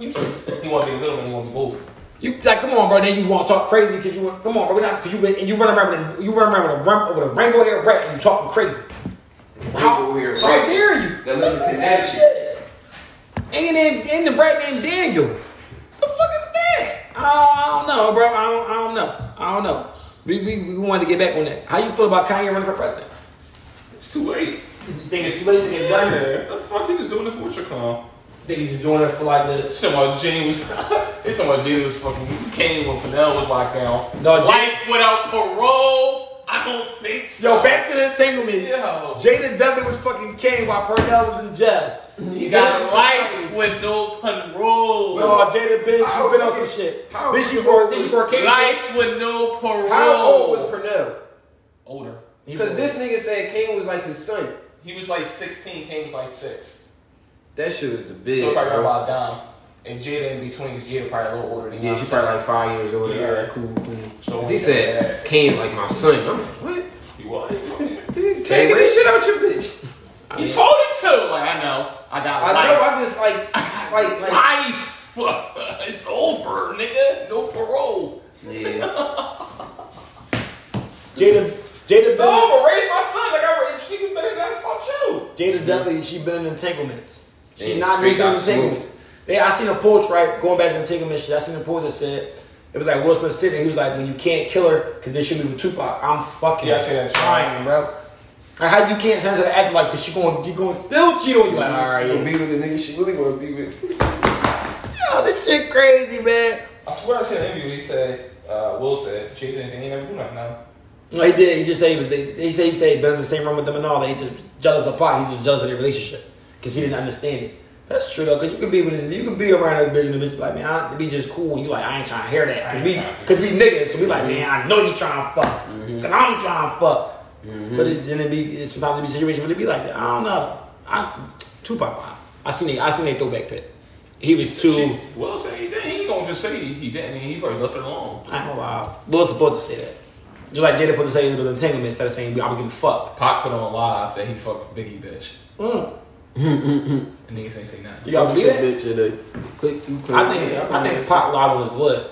S1: you,
S3: He want to be little and he want to move.
S1: you like come on, bro. Then you want to talk crazy because you want- come on, bro. We're not because you been- and you run around with a, you run around with a ram- with a rainbow hair rat and you talking crazy. How,
S2: Rainbow-haired
S1: how
S2: rat.
S1: dare you?
S2: That
S1: That's
S2: looks
S1: some bad
S2: nasty.
S1: shit. Ain't in ain't the brat named Daniel. The fuck is that? I don't know, bro. I don't, I don't know. I don't know. We, we, we wanted to get back on that. How you feel about Kanye running for president?
S3: It's too late.
S1: You think it's too late to get done?
S3: Yeah, the fuck you just doing this with your car?
S1: Think he's doing it for like the
S3: It's talking about Jane was. it's talking about Jane was fucking. He came when Fidel was locked down.
S1: No, Jane-
S3: Life without parole. I don't think so.
S1: yo back to the entanglement.
S3: Yo.
S1: Jaden Dudley was fucking king while Pernell was in jail. This
S3: He
S1: is
S3: got life with no parole.
S1: No, Jada bitch,
S2: How
S1: you been on some
S2: old-
S1: shit.
S2: how
S1: Bitch, you for
S2: old was-
S1: this for Kate.
S3: life with no parole.
S2: How old was Purnell?
S3: Older.
S2: Because this nigga said Kane was like his son.
S3: He was like 16. Kane was like six.
S2: That shit was the
S3: So
S2: big.
S3: he probably got
S2: bro.
S3: about Dom. And Jada in between. 'cause Jada probably a little older than
S2: Yeah,
S3: Dom.
S2: she probably like five years older.
S3: Yeah.
S2: All right, cool, cool.
S3: So
S2: 'Cause he said Kane like my son. I'm like, what?
S3: He was.
S2: Dude, taking this shit out your bitch.
S3: He told him to. Like I know. I got
S2: I
S3: life.
S2: know. I just like, like, like.
S3: Life! It's over, nigga. No parole.
S2: Yeah.
S1: Jada, Jada
S3: So I'm
S1: Dudley,
S3: gonna raise my son like I raised chicken better than I taught you.
S1: Jada Dudley, she been in entanglements. She
S2: Yeah,
S1: not
S2: straight
S1: been through
S2: got smoked.
S1: entanglements. Yeah, I seen a post right going back to entanglement shit. I seen a post that said it was like Will Smith sitting. He was like, when you can't kill her, because this should be with Tupac. I'm fucking
S3: Yeah, I seen that.
S1: trying, bro. Like, how you can't send her to act like because she going she going still cheat on you? Like, all right,
S2: She gonna
S1: yeah.
S2: be with the nigga she really wanna be with.
S1: yo, this shit crazy, man.
S3: I swear I said an interview. He said, uh, Will said, Jada and Dane never do nothing now.
S1: No, he did. He just said he was. They, he said he said he'd been in the same room with them and all. They just jealous of pot. He's just jealous of their relationship because he didn't understand it. That's true though, because you could be with you could be around a bitch and the bitch be like, man, I, be just cool. You like, I ain't Mm-hmm. trying to hear that because we because we niggas. So we like, man, I know you trying to fuck because I'm trying to fuck. But it, then it be it's sometimes it be situations where it be like that. I don't know. I Tupac. I seen it. I seen that throwback pit. He was too.
S3: She- Will said he didn't. He ain't gonna just say he, he didn't. He probably left it alone.
S1: I don't know. why. We was supposed to say that. Just like Jada put the same with entanglement instead of saying I was getting fucked.
S3: Pac put on live that he fucked Biggie, bitch.
S1: Mm.
S3: And niggas ain't say nothing.
S1: You gotta believe that.
S2: bitch and then click you click.
S1: I think I think Pac live on his wood.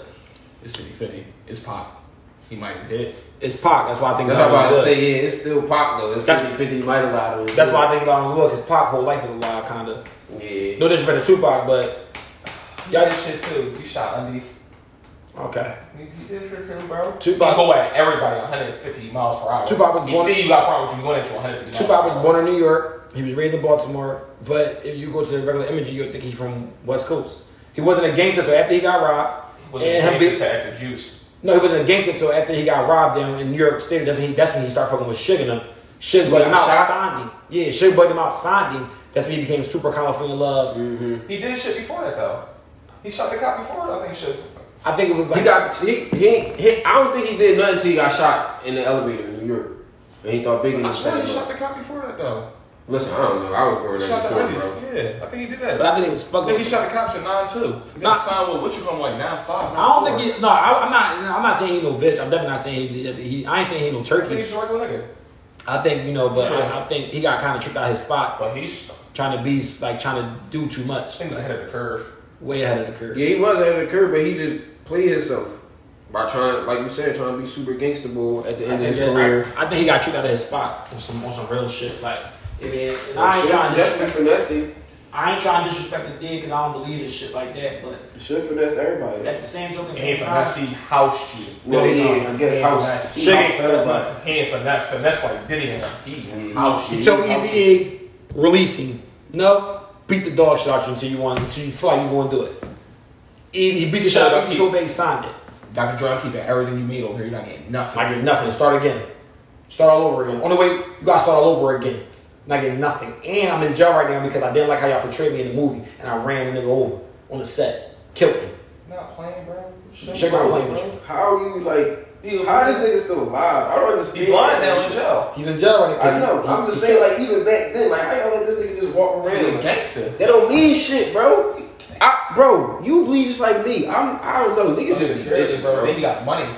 S3: It's 50 50. It's Pac. He might have hit.
S1: It's Pac. That's why I think
S2: That's
S1: he
S2: what I'm
S1: live on
S2: about to
S1: his wood.
S2: say. Yeah, it's still pop though. It's
S1: That's-
S2: 50 50 might allow it.
S1: That's why I think he live on his wood because Pac whole life is a lie, kind of.
S2: Yeah.
S1: No disrespect to Tupac, but
S3: He
S1: Y'all-
S3: did shit too. He shot undies.
S1: okay.
S3: He he did shit too, bro.
S1: Tupac-
S3: He go at everybody 150 miles per hour.
S1: Tupac was
S3: he
S1: born-
S3: see you got a problem with you going at you 150 miles
S1: Tupac
S3: per
S1: was
S3: hour.
S1: born in New York. He was raised in Baltimore, but if you go to the regular image, you would think he's from West Coast. He wasn't a gangster until after he got robbed.
S3: was
S1: And him
S3: racist
S1: be,
S3: to act the juice.
S1: no, he wasn't a gangster until after he got robbed down in New York State. That's when he that's when he started fucking with Sugar and them. Sugar bugged him
S2: got
S1: out,
S2: shot?
S1: signed him. Yeah, Sugar bugged him out, signed him. That's when he became super colorful in love.
S3: He did shit before that though. He shot the cop before that. I think shit.
S1: I think it was like
S2: He got he, he he. I don't think he did nothing until he got shot in the elevator in New York. And he thought big in
S3: I
S2: the
S3: swear he shot
S2: shot.
S3: the cop before that though.
S2: Listen, I don't know. I was born
S3: He
S2: in
S3: shot the
S2: 94, bro.
S3: undies. Yeah, I think he did
S1: But
S3: that.
S1: I think it was
S3: I
S1: fucking.
S3: think he shot the cops at nine two. He
S1: Nah.
S3: got signed with what you call him, like nine five.
S1: I don't think he. No, I, I'm not. I'm not saying he no bitch. I'm definitely not saying he. he I ain't saying he no
S3: I think
S1: turkey.
S3: he's a regular nigga.
S1: I think you know, but
S3: Yeah.
S1: I, I think he got kind of tricked out his spot,
S3: But he's I
S1: trying to be like trying to do too much,
S3: think he's ahead of the curve.
S1: way ahead of the curve.
S2: Yeah, he was at the curb, but he just played himself. by trying, like you said, trying to be super gangster bull at the
S1: I
S2: end of
S1: think,
S2: his
S1: that-
S2: career.
S1: I, I think he got you out of his spot on some on some real shit. Like, I mean, and I ain't
S2: Should
S1: trying to
S2: definitely
S1: disrespect,
S2: finesse him.
S1: I ain't trying to disrespect the thing because I don't believe in shit like that. But
S2: Should finesse everybody.
S1: at the same token,
S4: Hand
S1: same time,
S4: finesse, he housed you.
S2: No,
S4: Really,
S2: yeah,
S4: no.
S2: I guess
S4: Hand
S2: house-
S4: finesse.
S2: he
S4: Shit,
S2: housed everybody.
S4: Hand finesse, finesse like Diddy and he
S2: Yeah.
S4: housed you.
S1: you tell Easy E, release him. No, beat the dog shit out you until you want until you feel like you want to do it. Easy, he beat the shit out of you so big, signed it.
S4: Dr. Dre, keep it everything you made over here. You're not getting nothing.
S1: Not get nothing. Start again. Start all over again. Only way you gotta start all over again. Not getting nothing. And I'm in jail right now because I didn't like how y'all portrayed me in the movie, and I ran the nigga over on the set, killed him.
S4: Not playing, bro.
S1: Shake my plane with you.
S2: How are you like? How this nigga still alive? I don't understand.
S3: He blind now in jail.
S1: He's in jail right now.
S2: I know. I'm just saying, like even back then, like how y'all let this nigga just walk
S4: Really
S2: around?
S4: gangster.
S2: That don't mean shit, bro. I, bro, you bleed just like me. I'm. I don't know. Niggas just be bitches,
S4: bro. Then
S2: bro.
S4: he got money.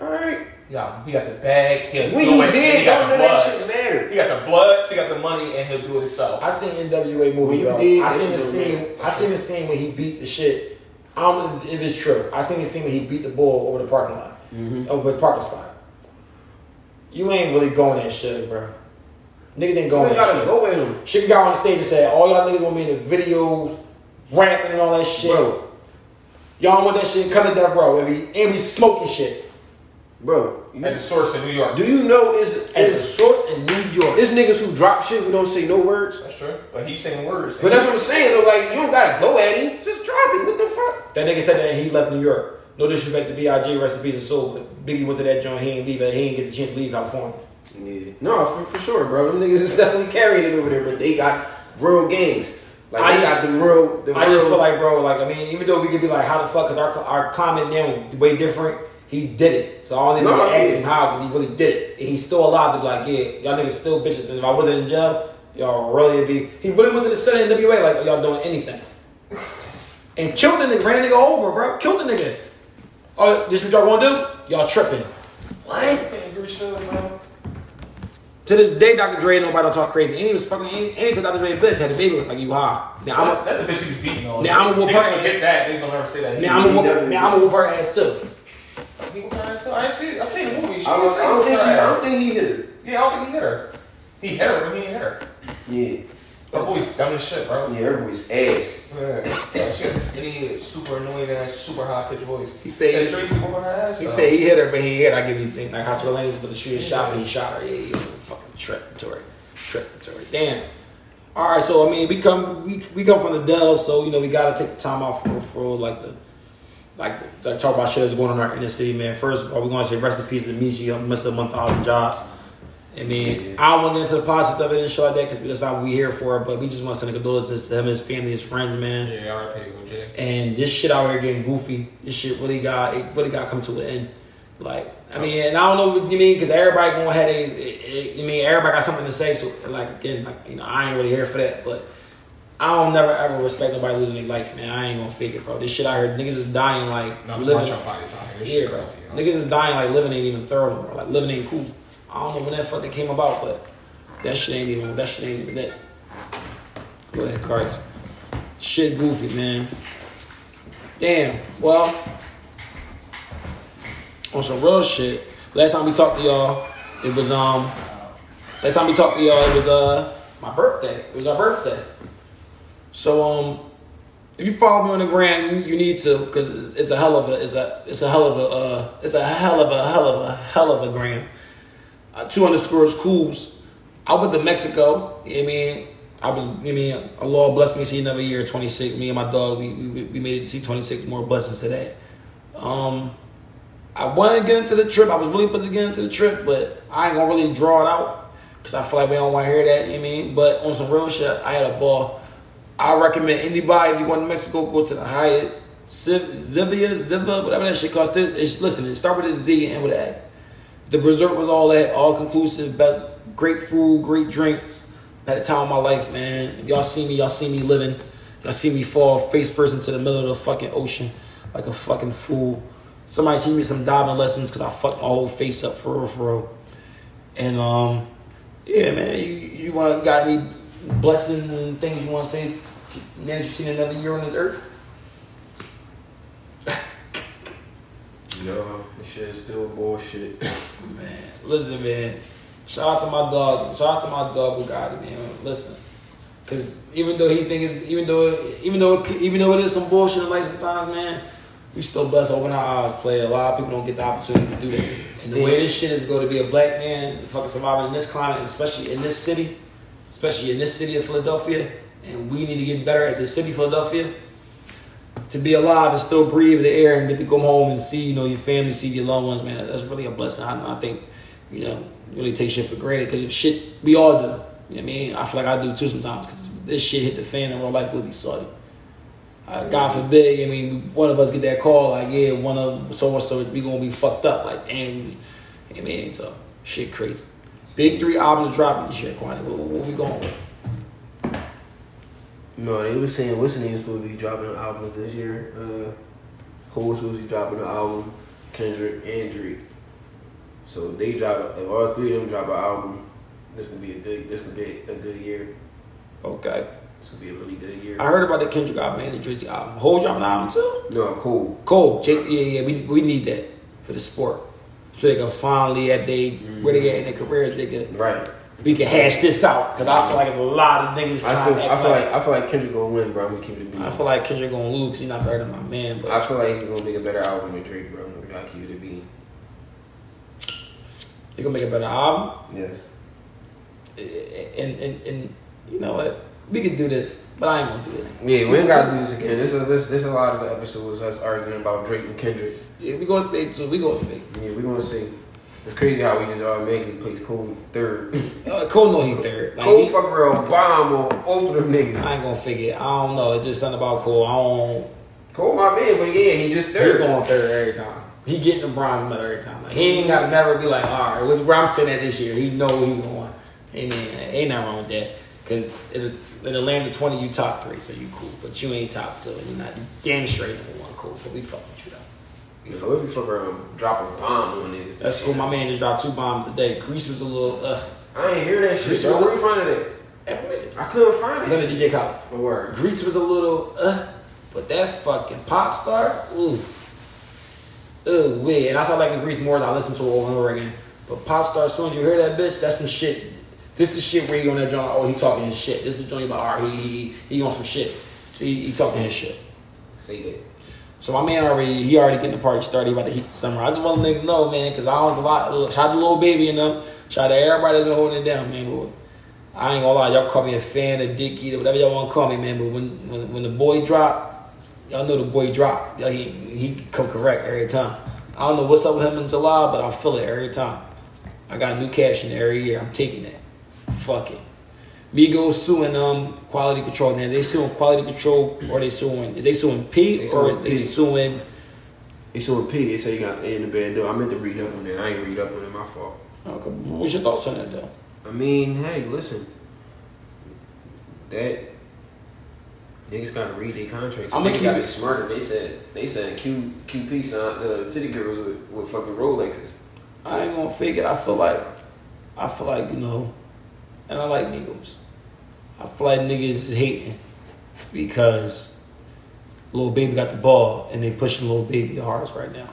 S2: All right.
S4: He got, he got the bag. He had
S2: When
S4: no
S2: he
S4: extra-
S2: did,
S4: got
S2: don't
S4: the
S2: let that
S4: bloods.
S2: shit matter.
S4: He got the bloods, he got the money, and he'll do it himself.
S1: I seen NWA movie,
S2: When you
S1: bro.
S2: did,
S1: I
S2: that
S1: seen the
S2: shit was
S1: scene. I seen the scene when he beat the shit. I don't know if- if it's true. I seen the scene when he beat the bull over the parking lot,
S2: Mm-hmm.
S1: over his parking spot. You ain't really going that shit, bro. Niggas ain't
S2: You
S1: going
S2: ain't
S1: that
S2: gotta
S1: shit.
S2: go at him,
S1: She got on the stage and said, "All y'all niggas gonna be in the videos, rapping and all that shit.
S2: bro.
S1: Y'all want that shit coming down, bro, and we and we smoking shit
S2: Bro,
S4: At the source in New York.
S2: do you know is
S1: at the
S2: is
S1: source in New York."
S2: it's niggas who drop shit who don't say no words?
S4: That's true. But he's saying words.
S2: But that's what I'm saying. So like, you don't gotta go at him. Just drop him. What the fuck?
S1: That nigga said that he left New York. No disrespect to B.I.G. Rest in peace and soul, but Biggie went to that joint. He ain't leave. He ain't get the chance to leave California.
S2: Yeah. No, for, for sure, bro. Them niggas is definitely carrying it over there, but they got real gangs. Like
S1: I
S2: they
S1: just-
S2: got the real. The
S1: I just
S2: real-
S1: feel like, bro, like I mean, even though we could be like, how the fuck? Because our our climate now is way different. He did it, so all they
S2: No,
S1: no,
S2: yeah.
S1: ask him how because he really did it, and he's still alive. To be like, yeah, y'all niggas still bitches. And if I wasn't in jail, y'all really would be. He really went to the set in WA like y'all doing anything, and killed the nigga, ran the nigga over, bro, killed the nigga. Oh, this what y'all want to do? Y'all tripping.
S2: what?
S1: To this day, Dr. Dre nobody don't talk crazy. And he was fucking any any time Dr. Dre bitch had a baby with like you high. Now I'm a,
S4: That's a bitch he was beating on.
S1: Now I'm a whoop
S4: Niggas
S1: her
S4: don't
S1: ass.
S4: get that. Niggas don't ever say that.
S1: now I'm a
S2: He
S1: whoop,
S2: definitely
S1: now I'm a whoop her ass too.
S4: He whooped her ass, though. I ain't see. I seen the movie. She
S2: I
S4: was
S2: don't, I
S4: saying
S2: don't think
S4: whooped
S2: she.
S4: her
S2: I don't
S4: ass.
S2: think he hit her.
S4: Yeah, I don't think he hit her. He hit her, but he didn't hit her.
S2: Yeah.
S4: That boy's dumb as shit, bro.
S2: Yeah, her voice ass.
S4: Yeah. That shit. Any super annoying ass, super high pitched voice.
S5: He said-
S4: Said Drake whooped her ass.
S5: He
S4: though.
S5: said he hit her, but he hit. I give you the same.
S1: Like Hot Lanes with the shooting shot and he shot her. Yeah, he was a fucking trip to her. Trip to her. Damn. All right, so I mean, we come we, we come from the dub, so you know we gotta take the time off for, for like the like the, like talk about shit that's going on in our inner city, man. First of all, we gonna say rest in peace to Michi, uh, Mister One Thousand Jobs. I mean, I don't want to get into the positives of it and shit like that because that's not what we here for. But we just want to send condolences to him, his family, his friends, man.
S4: Yeah, R.I.P. OJ.
S1: And this shit out here getting goofy. This shit really got it really got to come to an end. Like I mean, and I don't know what you mean because everybody going ahead. And, I mean, everybody got something to say. So like again, like you know, I ain't really here for that. But I don't never ever respect nobody losing their life, man. I ain't gonna fake it, bro. This shit out here, niggas is dying like
S4: No, I'm just
S1: living.
S4: watching our bodies out here. This
S1: Yeah,
S4: shit
S1: bro.
S4: crazy. yo.
S1: Niggas is dying like living ain't even thorough no more. Like living ain't cool. I don't know when that fuck that came about, but that shit ain't even that shit ain't even that. Go ahead, cards. Shit goofy, man. Damn. Well, on some real shit. Last time we talked to y'all, it was um. Last time we talked to y'all, it was uh my birthday. It was our birthday. So um, if you follow me on the gram, you- you need to because it's, it's a hell of a it's a it's a hell of a uh, it's a hell of a hell of a hell of a gram. Uh, two underscores cools. I went to Mexico. You know what I mean, I was. You know what I mean, Allah blessed me to see another year. Twenty six. Me and my dog. We, we we made it to see twenty six. More blessings to that. Um, I wanted to get into the trip. I was really supposed to get into the trip, but I ain't gonna really draw it out because I feel like we don't want to hear that. You know what I mean? But on some real shit, I had a ball. I recommend anybody if you want to Mexico, go to the Hyatt, Ziv, Zivia, Ziva, whatever that shit costs. It- It's, listen, it start with a Z and end with an A. The resort was all that, all conclusive, best, great food, great drinks. Had a time of my life, man. If y'all see me, y'all see me living. Y'all see me fall face first into the middle of the fucking ocean like a fucking fool. Somebody teach me some diving lessons because I fucked my whole face up for real, for real. And um, yeah, man, you you want got any blessings and things you want to say? Now that you've seen another year on this earth,
S2: yo. This shit is still bullshit.
S1: Man, listen, man. Shout out to my dog. Shout out to my dog Bugatti, man. Listen, because even though he think it's, even though even though even though it is some bullshit in life sometimes, man, we still blessed to open our eyes. Play a lot of people don't get the opportunity to do that. And the way this shit is going to be a black man fucking surviving in this climate, especially in this city, especially in this city of Philadelphia, and we need to get better as a city, of Philadelphia to be alive and still breathe the air and get to come home and see you know your family, see your loved ones, man. That's really a blessing. I, I think you know really take shit for granted because if shit we all do, you know what I mean, I feel like I do too sometimes because this shit hit the fan in real life, we'll be sorry. Uh, God forbid, I mean, one of us get that call like, yeah, one of so and so we gonna be fucked up, like damn, we was- I mean, so shit crazy. Big three albums dropping this year, Kwani. What, what we going with?
S2: No, they were saying what's the name supposed to be dropping an album this year? Uh, who was supposed to be dropping an album? Kendrick and Drake. So if they drop, if all three of them drop an album, this could be a good, this could be a good year.
S1: Okay,
S2: This could be a really good year.
S1: I heard about the Kendrick album and the Drizzy album. Whole dropping album too.
S2: No, cool.
S1: Cole, Jake, eh, yeah, yeah, we, we need that for the sport. So they can finally, at they where they at in their careers, they can
S2: Right.
S1: we can hash this out. Cause I feel like there's a lot of niggas.
S2: I
S1: trying
S2: still,
S1: to
S2: I
S1: act
S2: feel like, I feel like Kendrick gonna win, bro. I'm gonna keep it a beat.
S1: I feel like Kendrick gonna lose. 'cause He's not better than my man, but
S2: I feel like he's gonna make a better album with Drake, bro. We gotta keep it a beat.
S1: he gonna make a better album. Eh,
S2: Yes.
S1: And and and you know what? We can do this, but I ain't gonna do this.
S2: Yeah, we ain't gotta do this again. This is this this a lot of the episodes us arguing about Drake and Kendrick.
S1: Yeah, we gonna stay tuned. We gonna see.
S2: Yeah, we gonna see. It's crazy how we just automatically place Cole third.
S1: Uh, Cole know he third. Like,
S2: Cole
S1: he-
S2: fucking Obama on both of them niggas.
S1: I ain't gonna figure. it. I don't know. It's just something about Cole. I don't.
S2: Cole my man, but yeah, he just
S1: They're
S2: third.
S1: going third every time. He getting the bronze medal every time. Like, he ain't gotta never be like, all right, what's where I'm sitting at this year. He know he won. Amen. Ain't nothing wrong with that. Cause in the, in the land of twenty, you top three, so you cool. But you ain't top two, and you not you damn straight number one. Cool, but we fuck with you though.
S2: You know, if you fuck around, drop a bomb on niggas.
S1: That's cool. My man just dropped two bombs today. Grease was a little. Uh,
S2: I ain't hear that shit.
S1: This
S2: Bro.
S1: was-
S2: Where you find it?
S1: eh, what is it?
S2: at? I couldn't find
S1: It's
S2: it.
S1: under DJ Khaled.
S2: My word.
S1: Grease was a little, uh, but that fucking pop star, ooh, ooh, wee. And I started liking Grease more as I listened to it over and over again. But pop star, as soon as you hear that bitch, that's some shit. This is shit where you on that joint, oh, he talking his shit. This is the joint about, all right, he, he, he on some shit. So he, he talking his shit.
S2: Say that.
S1: So my man already, he already getting the party started. He about to heat the summer. I just want niggas to know, man, because I don't a lot. look, Shout out to little baby and them. Shout out to everybody that's been holding it down, man. But I ain't gonna lie, y'all call me a fan of Dickie or whatever y'all want to call me, man. But when when, when the boy drop, y'all know the boy drop. Y'all, he he come correct every time. I don't know what's up with him in July, but I feel it every time. I got a new caption every year. I'm taking it. Fuck it. Migos suing um quality control. Now they suing quality control or they suing is they suing P
S2: They
S1: or
S2: suing
S1: is they
S2: P.
S1: suing
S2: It's on P. They say you got in the bad door. I meant to read up on that. I ain't read up on it. My fault.
S1: Okay, what's uh, your thoughts on that though?
S2: I mean, hey, listen. That niggas gotta read their contracts.
S1: I'ma
S2: Niggas
S1: keep
S2: gotta
S1: it-
S2: be smarter. They said they said Q QP signed uh, City Girls with, with fucking Rolexes.
S1: I ain't gonna fake it. I feel like I feel like you know, and I like Migos. I feel like niggas is hating because Lil Baby got the ball and they pushing Lil Baby the hardest right now.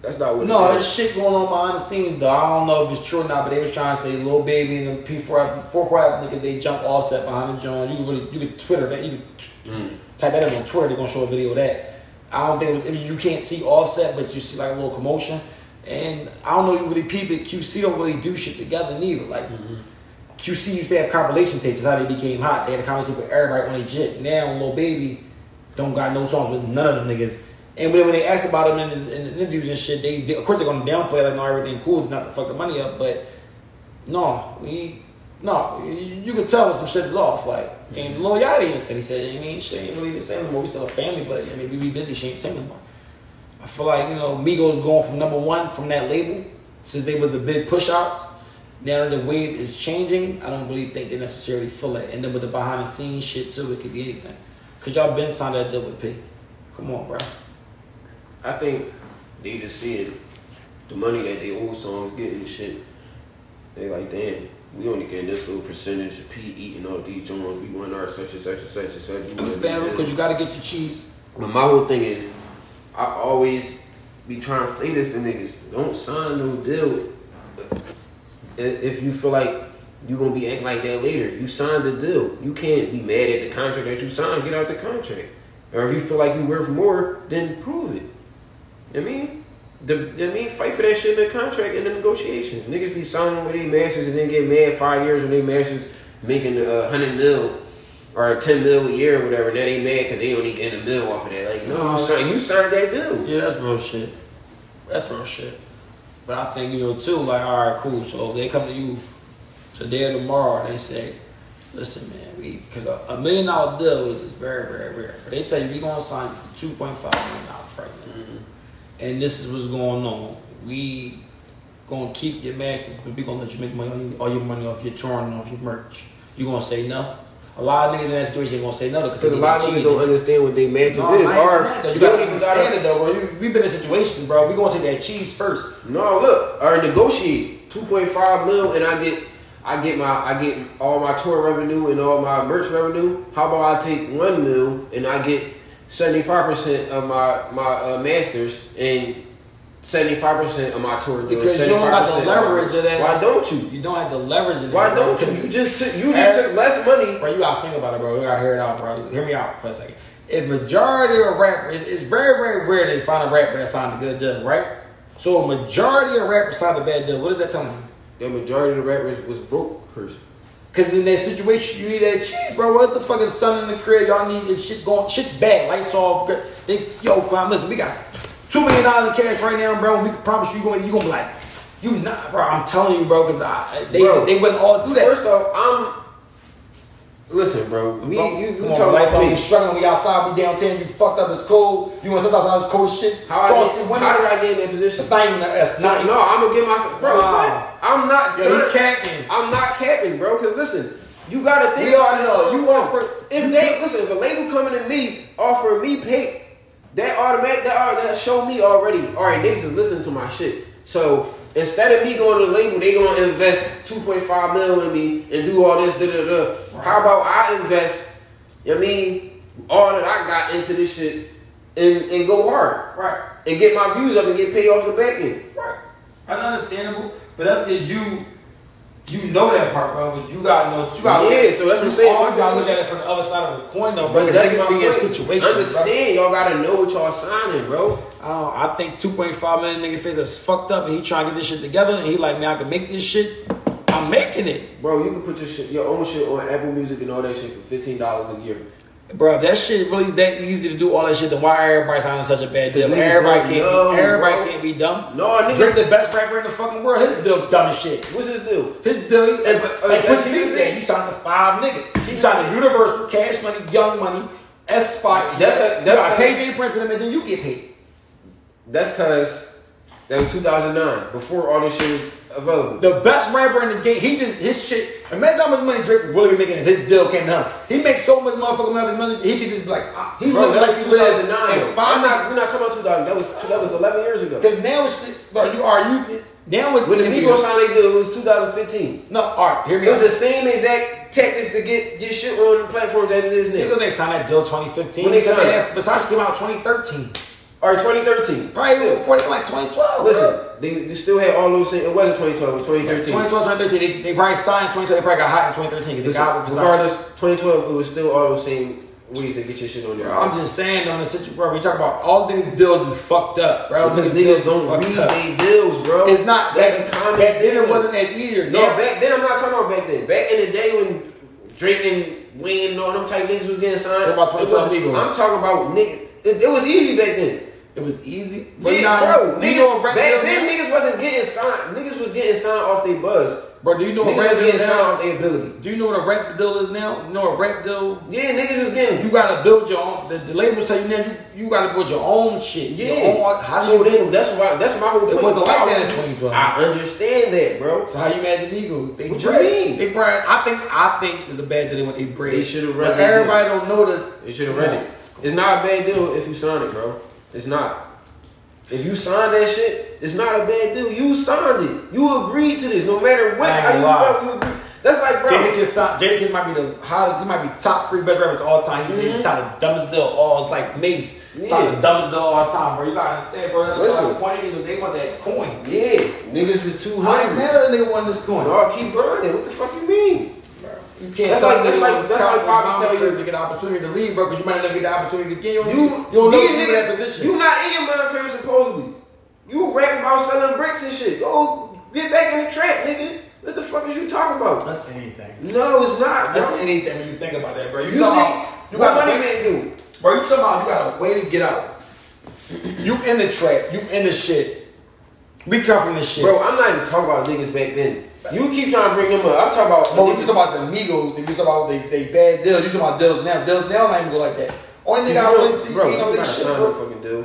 S2: That's not what.
S1: No,
S2: it
S1: there's
S2: is.
S1: shit going on behind the scenes though. I don't know if it's true or not, but they was trying to say Lil Baby and them P four four rap niggas they jump offset behind the joint. You can really you can Twitter that you can t-
S2: Hmm.
S1: type that in on Twitter, they're gonna show a video of that. I don't think I mean, you can't see offset, but you see like a little commotion. And I don't know you really peep it. QC don't really do shit together neither. Like QC used to have compilation tapes. That's how they became hot. They had a compilation with everybody on their jit. Now Lil Baby don't got no songs with none of them niggas. And when, when they asked about them in, in the interviews and shit, they, they- of course they're gonna downplay like no everything cool, not to fuck the money up. But no, we no, you, you can tell when some shit is off. Like and Lil Yachty even said he said, I mean, she ain't really the same anymore. We still a family, but I mean, we be busy. She ain't the same anymore. I feel like you know Migos going from number one from that label since they was the big push outs. Now the wave is changing. I don't really think they necessarily feel it. And then with the behind the scenes shit too, it could be anything. Cause y'all been signed that deal with P. Come on, bro.
S2: I think they just seeing the money that they old songs getting and shit. They like, damn, we only getting this little percentage of P eating all these joints. We want our such and such and such and such. We want
S1: Understandable,
S2: this.
S1: cause you gotta get your cheese.
S2: But my whole thing is, I always be trying to say this to niggas. Don't sign no deal i- if you feel like you gonna be acting like that later. You signed the deal. You can't be mad at the contract that you signed. Get out the contract. Or if you feel like you worth more, then prove it. I mean, the I mean, fight for that shit in the contract and the negotiations. Niggas be signing with their masters and then get mad five years when they masters making a hundred mil or ten mil a year or whatever. Now they mad because they only getting a mil off of that. Like, no, you signed, you signed that deal.
S1: Yeah, that's real shit. That's real shit. But I think, you know, too, like, all right, cool. So if they come to you today or tomorrow, they say, listen, man, we, because a, a million dollar deal is, is very, very rare. But they tell you, we're going to sign you for $2.5 million right now.
S2: Mm-hmm.
S1: And this is what's going on. We going to keep your master, but we going to let you make money, all your money off your touring, and off your merch. You going to say no? A lot of niggas in that situation going to say no because
S2: Because a lot of niggas don't understand what they matches
S1: no,
S2: is.
S1: I ain't
S2: Or
S1: mad, though.
S2: you
S1: you gotta
S2: don't even
S1: understand
S2: gotta.
S1: it though, bro. You, we been in situations, bro. We gonna take that cheese first.
S2: No, look, or negotiate two point five mil, and I get, I get my, I get all my tour revenue and all my merch revenue. How about I take one mil and I get seventy five percent of my my uh, masters and seventy five percent of my tour. deal,
S1: Because you don't got the
S2: 75% of my-
S1: leverage of that.
S2: Why don't you?
S1: You don't have the leverage. In
S2: Why
S1: it, bro.
S2: don't you? You just took, you just took less money.
S1: Bro, you gotta think about it, bro. You gotta hear it out, bro. Hear me out for a second. If majority of rappers, it- it's very, very rare they find a rapper that signed a good deal, right? So a majority of rappers signed a bad deal. What does that tell me?
S2: The majority of the rappers was broke person.
S1: Cause in that situation, you need that cheese, bro. What the fuck is sun in the crib? Y'all need this shit going, shit bad, lights off. gr- They, yo, fam, listen, we got two million dollars in cash right now, bro. We can promise you, going, you gonna be like, you not, bro. I'm telling you, bro, cause I, they,
S2: Bro.
S1: they wouldn't all do that.
S2: First off, I'm. Listen, bro. We
S1: Bro,
S2: you, you
S1: come
S2: talking
S1: on, bro, lights
S2: about
S1: off.
S2: me?
S1: We struggling. We outside. We downtown. You fucked up. It's cold. You want sometimes I was cold as shit.
S2: How, I
S1: Frosty
S2: get,
S1: winter.
S2: how did I get in that position?
S1: It's not even. That's
S2: No,
S1: not. even-
S2: I'm gonna get myself, bro.
S1: Wow.
S2: What? I'm not.
S1: Yo, you capping.
S2: I'm not capping, bro. Cause listen, you gotta think.
S1: We already
S2: about it.
S1: know. You want for
S2: If they listen, if a label coming to me offering me pay, that automatic that al- that show me already. All right, niggas is listening to my shit. So instead of me going to the label, they gonna invest two point five mil in me and do all this da da da. How about I invest? You know what I mean all that I got into this shit and and go hard
S1: right.
S2: and get my views up and get paid off the back end.
S1: Right. That's understandable, but that's if you you know that part, bro. But you gotta know. You gotta
S2: Yeah, so that's what I'm saying.
S1: You always gotta look at it from the other side of the coin, though, bro.
S2: But that's my
S1: being
S2: point.
S1: situation.
S2: Understand, y'all gotta know what y'all signing, bro.
S1: I, don't, Oh, I think two point five million nigga face is fucked up, and he trying to get this shit together, and he like, man, I can make this shit. I'm making it,
S2: Bro, you can put your shit, your own shit on Apple Music and all that shit for fifteen dollars a year.
S1: bro. If that shit really that easy to do all that shit, then why everybody sounding such a bad deal?
S2: niggas
S1: Everybody
S2: don't
S1: can't.
S2: know,
S1: be, everybody
S2: bro.
S1: can't be dumb.
S2: No,
S1: Drake
S2: nigga,
S1: the best rapper in the fucking world. His deal dumb as shit.
S2: what's his deal?
S1: His deal,
S2: And-
S1: and,
S2: but,
S1: like
S2: uh,
S1: what
S2: he
S1: he
S2: said-
S1: said, you signed to five niggas. You signed to Universal, Cash Money, Young Money, Espire.
S2: That's the- that's
S1: you got
S2: the-
S1: PJ Prince and them, and then you get paid.
S2: That's cause that was two thousand nine, before all this shit was available.
S1: The best rapper in the game, he just his shit. Imagine how much money Drake really be making if his deal came down. He makes so much motherfucking money, his money, he could just be like, ah, he
S2: Bro,
S1: look
S2: that
S1: like
S2: was two thousand
S1: 2009.
S2: nine.
S1: And five
S2: I'm not, we're not talking about two thousand. That was that was eleven years ago.
S1: because now it's shit, bro. You are you now it's
S2: When the
S1: it's-
S2: Migos signed their deal, it was two thousand fifteen.
S1: No, all right, hear me
S2: It was
S1: out.
S2: the same exact tactics to get your shit on the platform that it is
S1: Because
S2: now.
S1: they signed that deal 2015.
S2: When they
S1: Because
S2: signed
S1: had- Versace came out 2013.
S2: Or twenty thirteen.
S1: Probably before they like 2012. bro.
S2: Listen, they, they still had all those things. It wasn't 2012, it was 2013.
S1: 2012, 2013, they, they probably signed 2012, they probably got hot in 2013. They
S2: Listen,
S1: got with Versace.
S2: regardless, 2012, it was still all those same ways to get your shit on there.
S1: I'm just saying, on the situation, bro, we talk about all these deals be fucked up, bro.
S2: because
S1: These deals
S2: niggas
S1: be
S2: don't
S1: fucked
S2: read
S1: up.
S2: they deals, bro.
S1: It's not
S2: Oh, That's
S1: that
S2: a common
S1: back then it
S2: thing.
S1: wasn't as easy.
S2: No,
S1: Now-
S2: back then I'm not talking about back then. Back in the day when Drake and Wayne and all them type niggas was getting signed.
S1: What about 2012
S2: it wasn't-
S1: Migos?
S2: I'm talking about nigga. It, it was easy back then.
S1: it was easy, but
S2: Yeah,
S1: now
S2: bro.
S1: you, do you
S2: niggas-
S1: know a rap
S2: back
S1: deal
S2: then,
S1: now?
S2: niggas wasn't getting signed. Niggas was getting signed off their buzz.
S1: bro. Do you know
S2: Niggas
S1: a rap
S2: was
S1: deal
S2: getting signed
S1: now?
S2: off their ability.
S1: Do you know what a rap deal is now? You know a rap deal.
S2: Yeah, niggas is getting.
S1: You gotta build your own. The, the labels tell you now you, you gotta build your own shit. your
S2: Yeah.
S1: own- how
S2: so
S1: do you,
S2: then that's why that's my whole point.
S1: wasn't like that in
S2: Why-
S1: 2012.
S2: I understand that, bro.
S1: So how you mad at the Eagles? They
S2: What you
S1: brats.
S2: mean?
S1: They brats. I think I think it's a bad thing when they brats.
S2: They should've read
S1: But
S2: that
S1: everybody don't know that.
S2: You should have read it. It's not a bad deal if you sign it, bro. It's not. If you sign that shit, it's not a bad deal. You signed it. You agreed to this. No matter what,
S1: I ain't
S2: how you
S1: lie.
S2: felt, you agreed. That's like, bro.
S1: Jadakiss, signed- Jadakiss might be the hottest. He might be top three best rappers of all time. He mm signed the dumbest deal. All like Mace, Some of
S2: Mm-hmm. Yeah.
S1: the dumbest dog all the time, bro. You gotta understand, bro. That's
S2: Listen.
S1: the point of it. They want that coin.
S2: Yeah, niggas was
S1: I
S2: too
S1: ain't
S2: hungry.
S1: mad at a nigga wanting this coin.
S2: Dog, keep grinding. What the fuck you mean?
S1: You can't
S2: That's
S1: tell
S2: like-
S1: me
S2: that's
S1: you
S2: like-
S1: want
S2: that's
S1: Scott
S2: like Bobby
S1: Obama
S2: telling you-
S1: to get the opportunity to leave, bro, because you might never get the opportunity again. You,
S2: You,
S1: you don't know
S2: these
S1: people in
S2: niggas-
S1: that position.
S2: You not in your mom parents supposedly. You rapping about selling bricks and shit. Go get back in the trap, nigga. What the fuck is you talking about?
S1: that's anything.
S2: No, it's not,
S1: That's
S2: bro.
S1: anything when you think about that, bro. You,
S2: You see,
S1: talking about- you
S2: what
S1: got
S2: money
S1: money,
S2: man do?
S1: bro. You talking about you got a way to get out. You in the trap. You in the shit. We come from this shit,
S2: Bro, I'm not even talking about niggas back then. You keep trying to bring them up. I'm talking about
S1: But when you talk about the Migos and you talk about they, they bad deals, you talk about deals now. Deals now not even go like that. Only nigga I really see
S2: bro,
S1: you know
S2: you
S1: this
S2: gotta
S1: shit.
S2: sign
S1: bro.
S2: a fucking deal.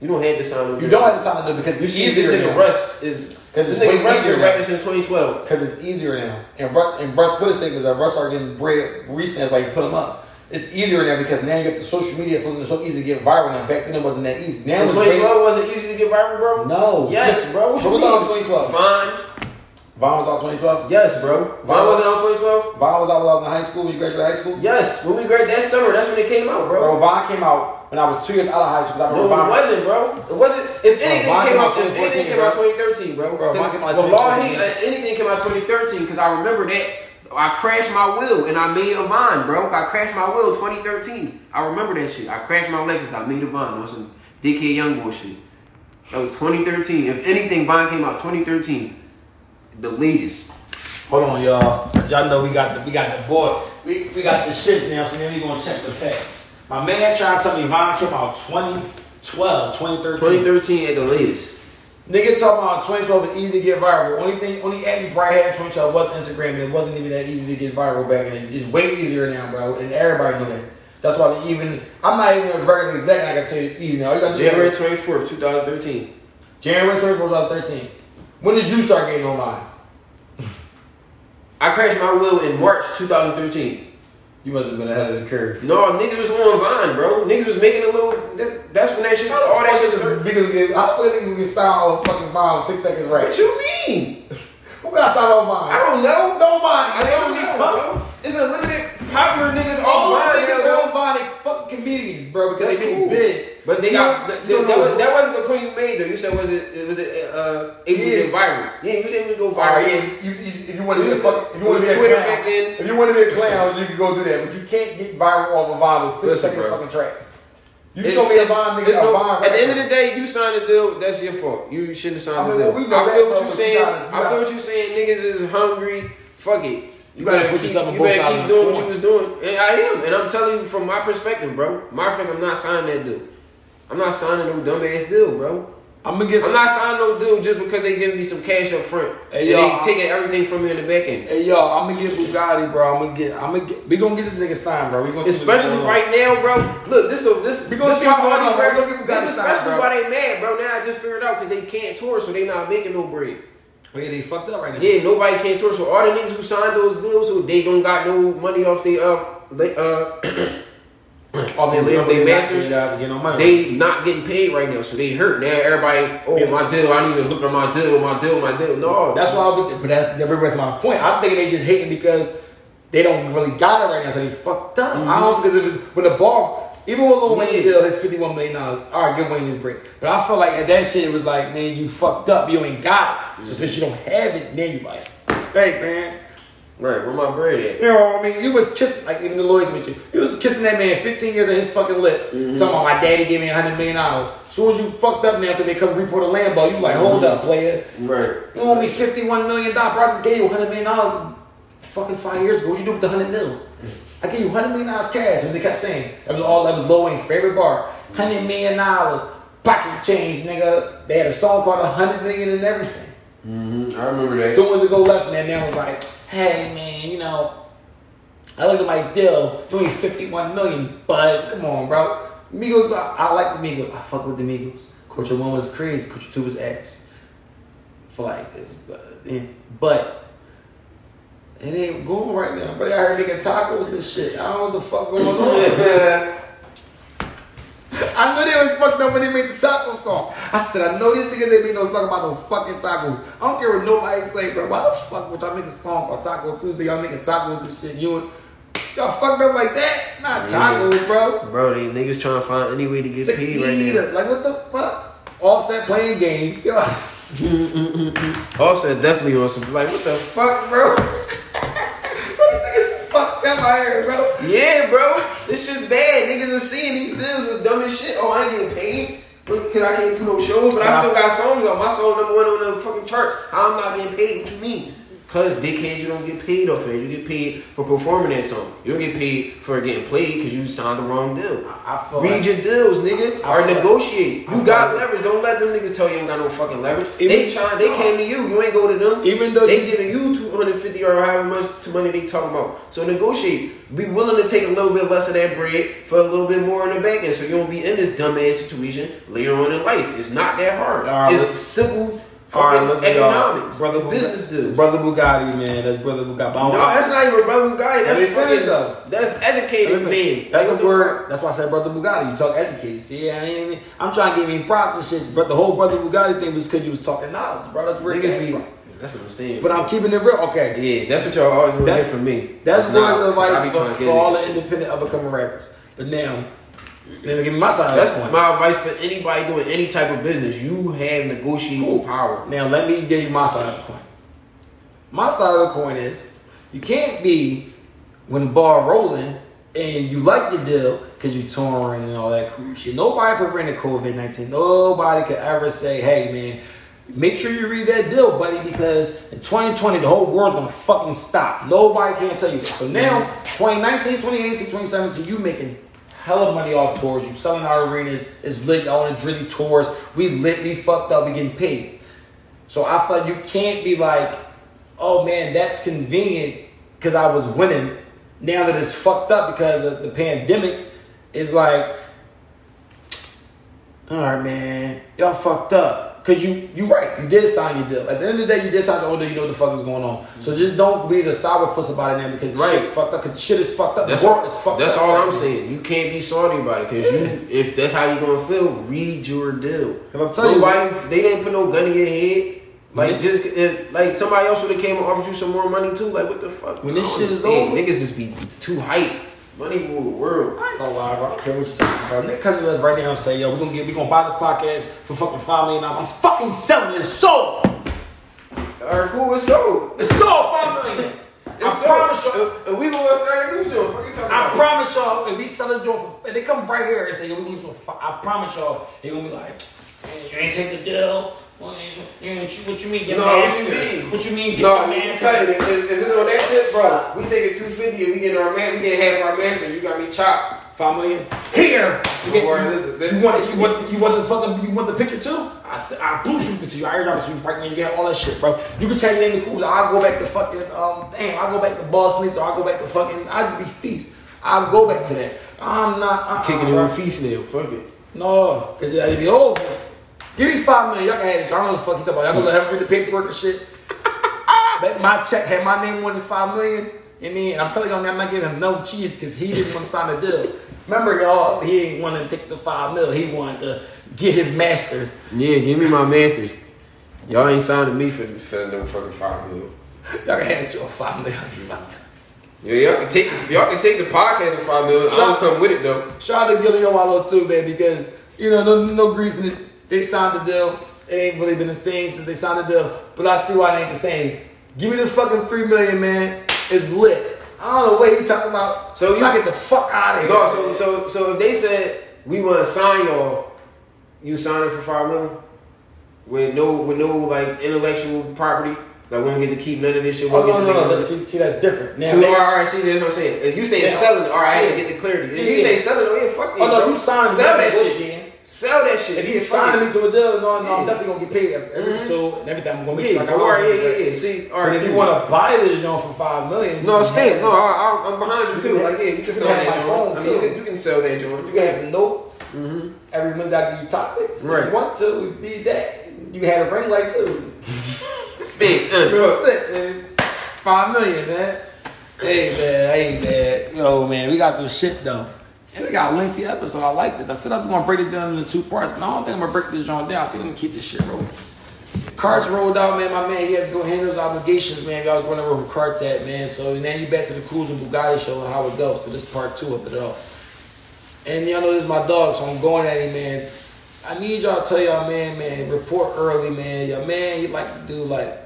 S2: You don't have to sign no
S1: You
S2: deal.
S1: don't have to sign a deal because
S2: You
S1: it's
S2: see this
S1: easier
S2: nigga
S1: now.
S2: Russ is
S1: Cause
S2: this
S1: it's way
S2: nigga Russ
S1: easier
S2: been
S1: now.
S2: rapping since 2012.
S1: Because it's easier now. And Russ, and Russ put his thing because Russ started getting bread recently. That's why you put him up. It's easier now because now you get the social media for them. It's so easy to get viral now. Back then it wasn't that easy. Now
S2: And
S1: it's
S2: 2012
S1: great.
S2: wasn't easy to get viral, bro.
S1: No.
S2: Yes, bro. What
S1: Who was
S2: you
S1: out in
S2: mean?
S1: 2012? Vaughn
S2: Vine.
S1: was out 2012?
S2: Yes, bro. Vine wasn't on 2012.
S1: Vaughn was out when I was in high school, when you graduated high school?
S2: Yes, when we graduated that summer, that's when it came out, bro.
S1: Bro, Vaughn came out when I was two years out of high school. 'cause I
S2: No,
S1: remember
S2: it
S1: Vaughn.
S2: wasn't, bro. It wasn't. If anything
S1: Vine
S2: came
S1: came out
S2: out, if anything
S1: 2014,
S2: came out 2013, bro.
S1: Bro, Vine came out
S2: The law, he,
S1: 2013.
S2: uh, anything came out 2013 because I remember that I crashed my wheel and I made a vine, bro. I crashed my wheel 2013. I remember that shit. I crashed my Lexus. I made a vine on some dickhead young boy shit. That was 2013. If anything, Vine came out 2013. The latest.
S1: Hold on, y'all. But y'all know we got the we got the boy. We, we got the shits now, so then we gonna check the facts. My man trying to tell me Vaughn came out 2012, 2013.
S2: 2013 at the latest.
S1: Nigga talking about 2012 is easy to get viral. Only thing, only app you probably had in 2012 was Instagram, and it wasn't even that easy to get viral back then. It's way easier now, bro, and everybody know that. That's why they even I'm not even very exact. I can tell you easy now. All You got
S2: January
S1: January
S2: 24th, 2013.
S1: January 24, 2013. When did you start getting online?
S2: I crashed my wheel in March 2013.
S1: You must have been ahead of the curve.
S2: No, niggas was on Vine, bro. Niggas was making a little. That's, that's when that shit. All that shit. started.
S1: Niggas get, how the fuck niggas get signed on fucking bomb six seconds right?
S2: What you mean?
S1: Who got signed on mine?
S2: I don't know.
S1: Nobody.
S2: I don't know, bro. It's a limited popular niggas on
S1: All
S2: Vine,
S1: niggas
S2: bro.
S1: on Vine they fucking comedians, bro, because
S2: That's
S1: they
S2: cool.
S1: make bids.
S2: But they
S1: You
S2: got
S1: don't-
S2: that,
S1: you don't
S2: that,
S1: know.
S2: was, that wasn't the point you made though. You said was it it was it uh able to
S1: Yeah.
S2: get viral? Yeah, you was able to go viral.
S1: All right, yeah. If you, if you want to be a fuck, if you want
S2: It was
S1: to be a
S2: Twitter
S1: clown,
S2: back then.
S1: if you want to be a clown, you can go do that. But you can't get viral off of Vine with six
S2: Listen,
S1: second
S2: bro.
S1: fucking tracks. You
S2: It-
S1: show me a
S2: it-
S1: Vine nigga,
S2: it's
S1: a
S2: no-
S1: Vine.
S2: At the end of the day, you signed a deal. That's your fault. You shouldn't have signed
S1: I
S2: the
S1: mean,
S2: deal.
S1: well, we know
S2: I feel
S1: that,
S2: what
S1: bro,
S2: you're
S1: but you
S2: saying.
S1: gotta- you
S2: I feel
S1: gotta-
S2: what you're saying. Niggas is hungry. Fuck it. You,
S1: gotta
S2: gotta,
S1: put
S2: keep,
S1: yourself on
S2: you
S1: both
S2: better
S1: sides
S2: keep
S1: of the
S2: doing what you
S1: coin.
S2: was doing. And I am, and I'm telling you from my perspective, bro. My perspective, I'm not signing that deal. I'm not signing no dumbass deal, bro.
S1: I'm gonna get
S2: I'm not signing no deal just because they giving me some cash up front
S1: Hey,
S2: and
S1: y'all,
S2: they taking everything from me in the back end.
S1: Hey yo, I'm gonna get Bugatti, bro. I'm gonna get. I'm gonna get. We gonna get this nigga signed, bro. We gonna see what's
S2: Especially
S1: going on.
S2: right now, bro. Look, this the this
S1: We gonna
S2: this
S1: see what's
S2: why all
S1: going
S2: these
S1: on.
S2: rappers-
S1: Regular people got
S2: this
S1: to sign,
S2: especially
S1: bro.
S2: why they mad, bro. Now I just figured out because they can't tour, so they not making no bread.
S1: Oh, yeah, they fucked up right now.
S2: Yeah, nobody can't tour. So all the niggas who signed those deals, who they don't got no money off they uh, la- uh
S1: Off
S2: they live, they masters.
S1: gotta get no money.
S2: they not getting paid right now, so they hurt. Now everybody, oh my deal, I need to look at my deal, my deal, my deal. No,
S1: That's why. I would, but that, that brings my point. I'm thinking they just hating because they don't really got it right now, so they fucked up. I don't because it was when the ball. Even when Lil Wayne
S2: Yeah.
S1: deal his fifty one million dollars, all right, give Wayne his break. But I feel like at that shit, it was like, man, you fucked up. You ain't got it. So since you don't have it, then you like, Mm-hmm. hey man,
S2: right. Where my bread at?
S1: You know what I mean? You was kissing, like even the lawyers with you. You was kissing that man 15 years of his fucking lips. Talking about my daddy gave me 100 million dollars. Soon as you fucked up now because they come report a Lambo, you like, hold up, player.
S2: Right.
S1: You owe me 51 million dollars. Bro, I just gave you 100 million dollars fucking five years ago. What you do with the 100 mil? I gave you 100 million dollars cash. And they kept saying, that was all, that was Lil Wayne's favorite bar. 100 million dollars. Pocket change, nigga. They had a song called 100 million and everything.
S2: Mm-hmm, I remember that.
S1: As soon as it go left, and that man was like, "Hey, man, you know, I looked at my deal doing fifty-one million, but come on, bro. Migos, I, I like the Migos. I fuck with the Migos. Culture one was crazy. Culture two was ass. For like, it was, uh, yeah. but." It ain't going right now, but I heard nigga tacos and shit. I don't know what the fuck going on. I know they was fucked up when they made the taco song. I said, I know these niggas they made no song about no fucking tacos. I don't care what nobody say, bro. Why the fuck would y'all make a song called Taco Tuesday? Y'all making tacos and shit. You and
S3: Y'all fucked up like that? Not tacos, bro.
S2: Bro, these niggas trying to find any way to get
S3: It's a
S2: paid right now.
S3: eater. Like what the fuck? Offset playing games. Yo,
S2: Offset definitely on some like what the fuck, bro?
S3: it's fucked up out here, bro.
S2: Yeah, bro, this shit's bad. Niggas are seeing these deals is dumb as shit. Oh, I ain't getting paid because I can't do no shows, but I still got songs on. My song number one on the fucking chart. I'm not getting paid. What you mean? Cause dickhead, you don't get paid off of it. You get paid for performing that song. You don't get paid for getting played because you signed the wrong deal.
S3: I feel
S2: Read your deals, nigga,
S3: I
S2: or
S3: feel-
S2: negotiate.
S3: I
S2: You
S3: feel
S2: got
S3: like-
S2: leverage. Don't let them niggas tell you ain't got no fucking leverage. they
S1: Even-
S2: trying. They came to you. You ain't go to them.
S1: Even though
S2: they giving you two hundred fifty or however much to money they talking about. So negotiate. Be willing to take a little bit less of that bread for a little bit more in the back end, so you don't be in this dumbass situation later on in life. It's not that hard.
S1: All right,
S2: it's
S1: let's-
S2: simple.
S1: All right,
S2: fucking
S1: listen,
S2: economics,
S1: y'all. Brother Bugatti,
S2: business deals.
S1: Brother Bugatti, man. That's brother Bugatti. But I
S2: No,
S1: don't-
S2: that's not even brother Bugatti. That's
S1: me finish,
S2: fucking-
S1: though.
S2: That's educated man.
S1: That's
S2: Like,
S1: a
S2: what the
S1: word. That's why I said brother Bugatti. You talk educated. See, I ain't, I'm trying to give you props and shit, but the whole brother Bugatti thing was because you was talking knowledge, bro. That's
S2: fuck?
S1: where it
S2: Niggas
S1: came
S2: be.
S1: from.
S2: That's what I'm saying.
S1: But I'm keeping it real. Okay,
S2: Yeah, that's what y'all always want to
S1: That-
S2: hear from me.
S1: that's
S2: Nah,
S1: words of
S2: I
S1: advice
S2: be
S1: for,
S2: trying to
S1: for
S2: get
S1: all
S2: this
S1: the
S2: shit.
S1: independent up and coming rappers. But now, let me give me my side.
S2: That's
S1: That's one.
S2: my advice for anybody doing any type of business. You have negotiating power.
S1: Now let me give you my side of the coin. My side of the coin is you can't be when the ball rolling and you like the deal because you touring and all that cool shit. Nobody prevented COVID nineteen. Nobody could ever say, "Hey, man." Make sure you read that deal, buddy, because in 2020, the whole world's gonna fucking stop. Nobody can tell you that. So now, 2019, 2018, 2017, you making hella money off tours. You selling out arenas. It's lit. Y'all on a drizzy tours. We lit. We fucked up. We getting paid. So I felt you can't be like, oh man, that's convenient because I was winning. Now that it's fucked up because of the pandemic, it's like, all right, man, y'all fucked up. Cause you you right, you did sign your deal. At the end of the day, you did sign your own deal. You know what the fuck is going on. So just don't be the sour puss about it now because
S2: Right.
S1: shit fucked up. Cause shit is fucked up.
S2: That's,
S1: the world is fucked
S2: that's
S1: up.
S2: all I'm
S1: right now.
S2: saying. You can't be salty about it because you, if that's how you gonna feel, read your deal.
S1: If I'm telling you-
S2: Nobody, they didn't put no gun in your head. Like
S1: Mhm.
S2: just if, like somebody else would have came and offered you some more money too. Like what the fuck?
S1: When
S2: I
S1: this
S2: don't
S1: shit is
S2: understand.
S1: over-
S2: niggas just be too hype. Money rule the world.
S1: I ain't gonna lie, bro. I don't care what you talking about. Nigga come to us right now and say, yo, we're gonna get we gonna buy this podcast for fucking five million dollars. I'm fucking selling this soul!
S2: All right, cool. It's sold.
S1: It's sold five million! I
S2: It's
S1: promise
S2: sold.
S1: y'all,
S2: And- and we gonna start a new joint. Fucking talk
S1: I
S2: about it.
S1: promise y'all, if we sell this joint for and they come right here and say, yo, we're gonna get you a fi- I promise y'all, they gonna be like, "Man, you ain't take the deal. Well, you ain't- what you mean, get
S2: No,
S1: your
S2: what you
S1: masters?
S2: mean?
S1: What you mean, get
S2: No,
S1: your
S2: I'm
S1: masters?
S2: telling you, if, if it's on that tip, bro, we taking 250 and we getting our man, we getting half our mansion. You got me chopped.
S1: Five million here. You, get,
S2: Or
S1: you,
S2: is it-
S1: you want you want you want the fucking you want the picture too? I said I Bluetooth it to you. I airdrop it to you right now. You got all that shit, bro. You can change your name to cool. I'll go back to fucking um damn. I'll go back to boss leads or I'll go back to fucking. I just be feast. I'll go back to that. I'm not uh-uh,
S2: Uh,
S1: bro.
S2: feast now. Fuck it.
S1: No, cause that'd be over. Give me five million. Y'all can have it. Y'all know what the fuck he's talking about. Y'all gonna have to read the paperwork and shit. Bet my check had my name on it, five million. And then I'm telling y'all, man, I'm not giving him no cheese because he didn't want to sign the deal. Remember, y'all, he didn't want to take the five mil. He wanted to get his masters.
S2: Yeah, give me my masters. Y'all ain't signing me for, for no fucking five mil.
S1: Y'all can have this shit on five million. You fucked up.
S2: Yeah, y'all can take y'all can take the podcast to five million. I don't come with it though.
S1: Shout out to Gillian Wallow too, man, because you know no no reason that they signed the deal. It ain't really been the same since they signed the deal, but I see why it ain't the same. Give me the fucking three million, man. It's lit. I don't know what he talking about.
S2: So
S1: So
S2: you-
S1: you get the fuck out of here.
S2: No, so so so if they said we want to sign y'all, you signing for five mil with no with no like intellectual property. Like we don't get to keep none of this shit. we
S1: oh
S2: don't
S1: no
S2: get to
S1: no
S2: make
S1: no.
S2: money.
S1: That- See, see that's different. Now,
S2: So,
S1: they-
S2: all right, all right, see, that's what I'm saying. If you say it's
S1: Yeah.
S2: selling, all right, I had to
S1: Yeah.
S2: get the clarity. If you
S1: Yeah.
S2: say selling, oh yeah, fuck it.
S1: Oh, no,
S2: bro.
S1: you signed
S2: Sell
S1: me.
S2: that shit.
S1: Yeah.
S2: Sell that shit.
S1: if
S2: Yeah,
S1: you
S2: fuck
S1: sign
S2: it.
S1: me to a deal, no, no, I'm
S2: Yeah. Mm-hmm.
S1: definitely gonna get paid every every episode and everything. I'm gonna make
S2: Yeah,
S1: sure I got
S2: all right,
S1: all
S2: yeah,
S1: that.
S2: yeah, yeah. See, all right.
S1: But if you
S2: cool.
S1: want to buy this joint for five million,
S2: no,
S1: you
S2: stand.
S1: have-
S2: No, I, I, I'm behind you too.
S1: You
S2: Like, yeah, you
S1: can
S2: can sell
S1: have
S2: that
S1: my
S2: joint.
S1: phone,
S2: I mean, you
S1: too.
S2: can- you can sell that joint.
S1: You can have the notes. Every month I give you topics. If
S2: Right.
S1: You want to? We did that. You had a ring light too.
S2: Stand.
S1: Real
S2: uh,
S1: sick, man. Five million, man. Hey man, hey man. Yo man, we got some shit though. And we got a lengthy episode. I like this. I said I was gonna break it down into two parts, but I don't think I'm gonna break this joint down. I think I'm gonna keep this shit rolling. Carts rolled out, man. My man, he had to go handle his obligations, man. Y'all was running over with carts at, man. So now you back to the Cruise and Bugatti show and how it goes. So this is part two of it all. And y'all know this is my dog, so I'm going at him, man. I need y'all to tell y'all, man, man, report early, man. Your man, you like to do like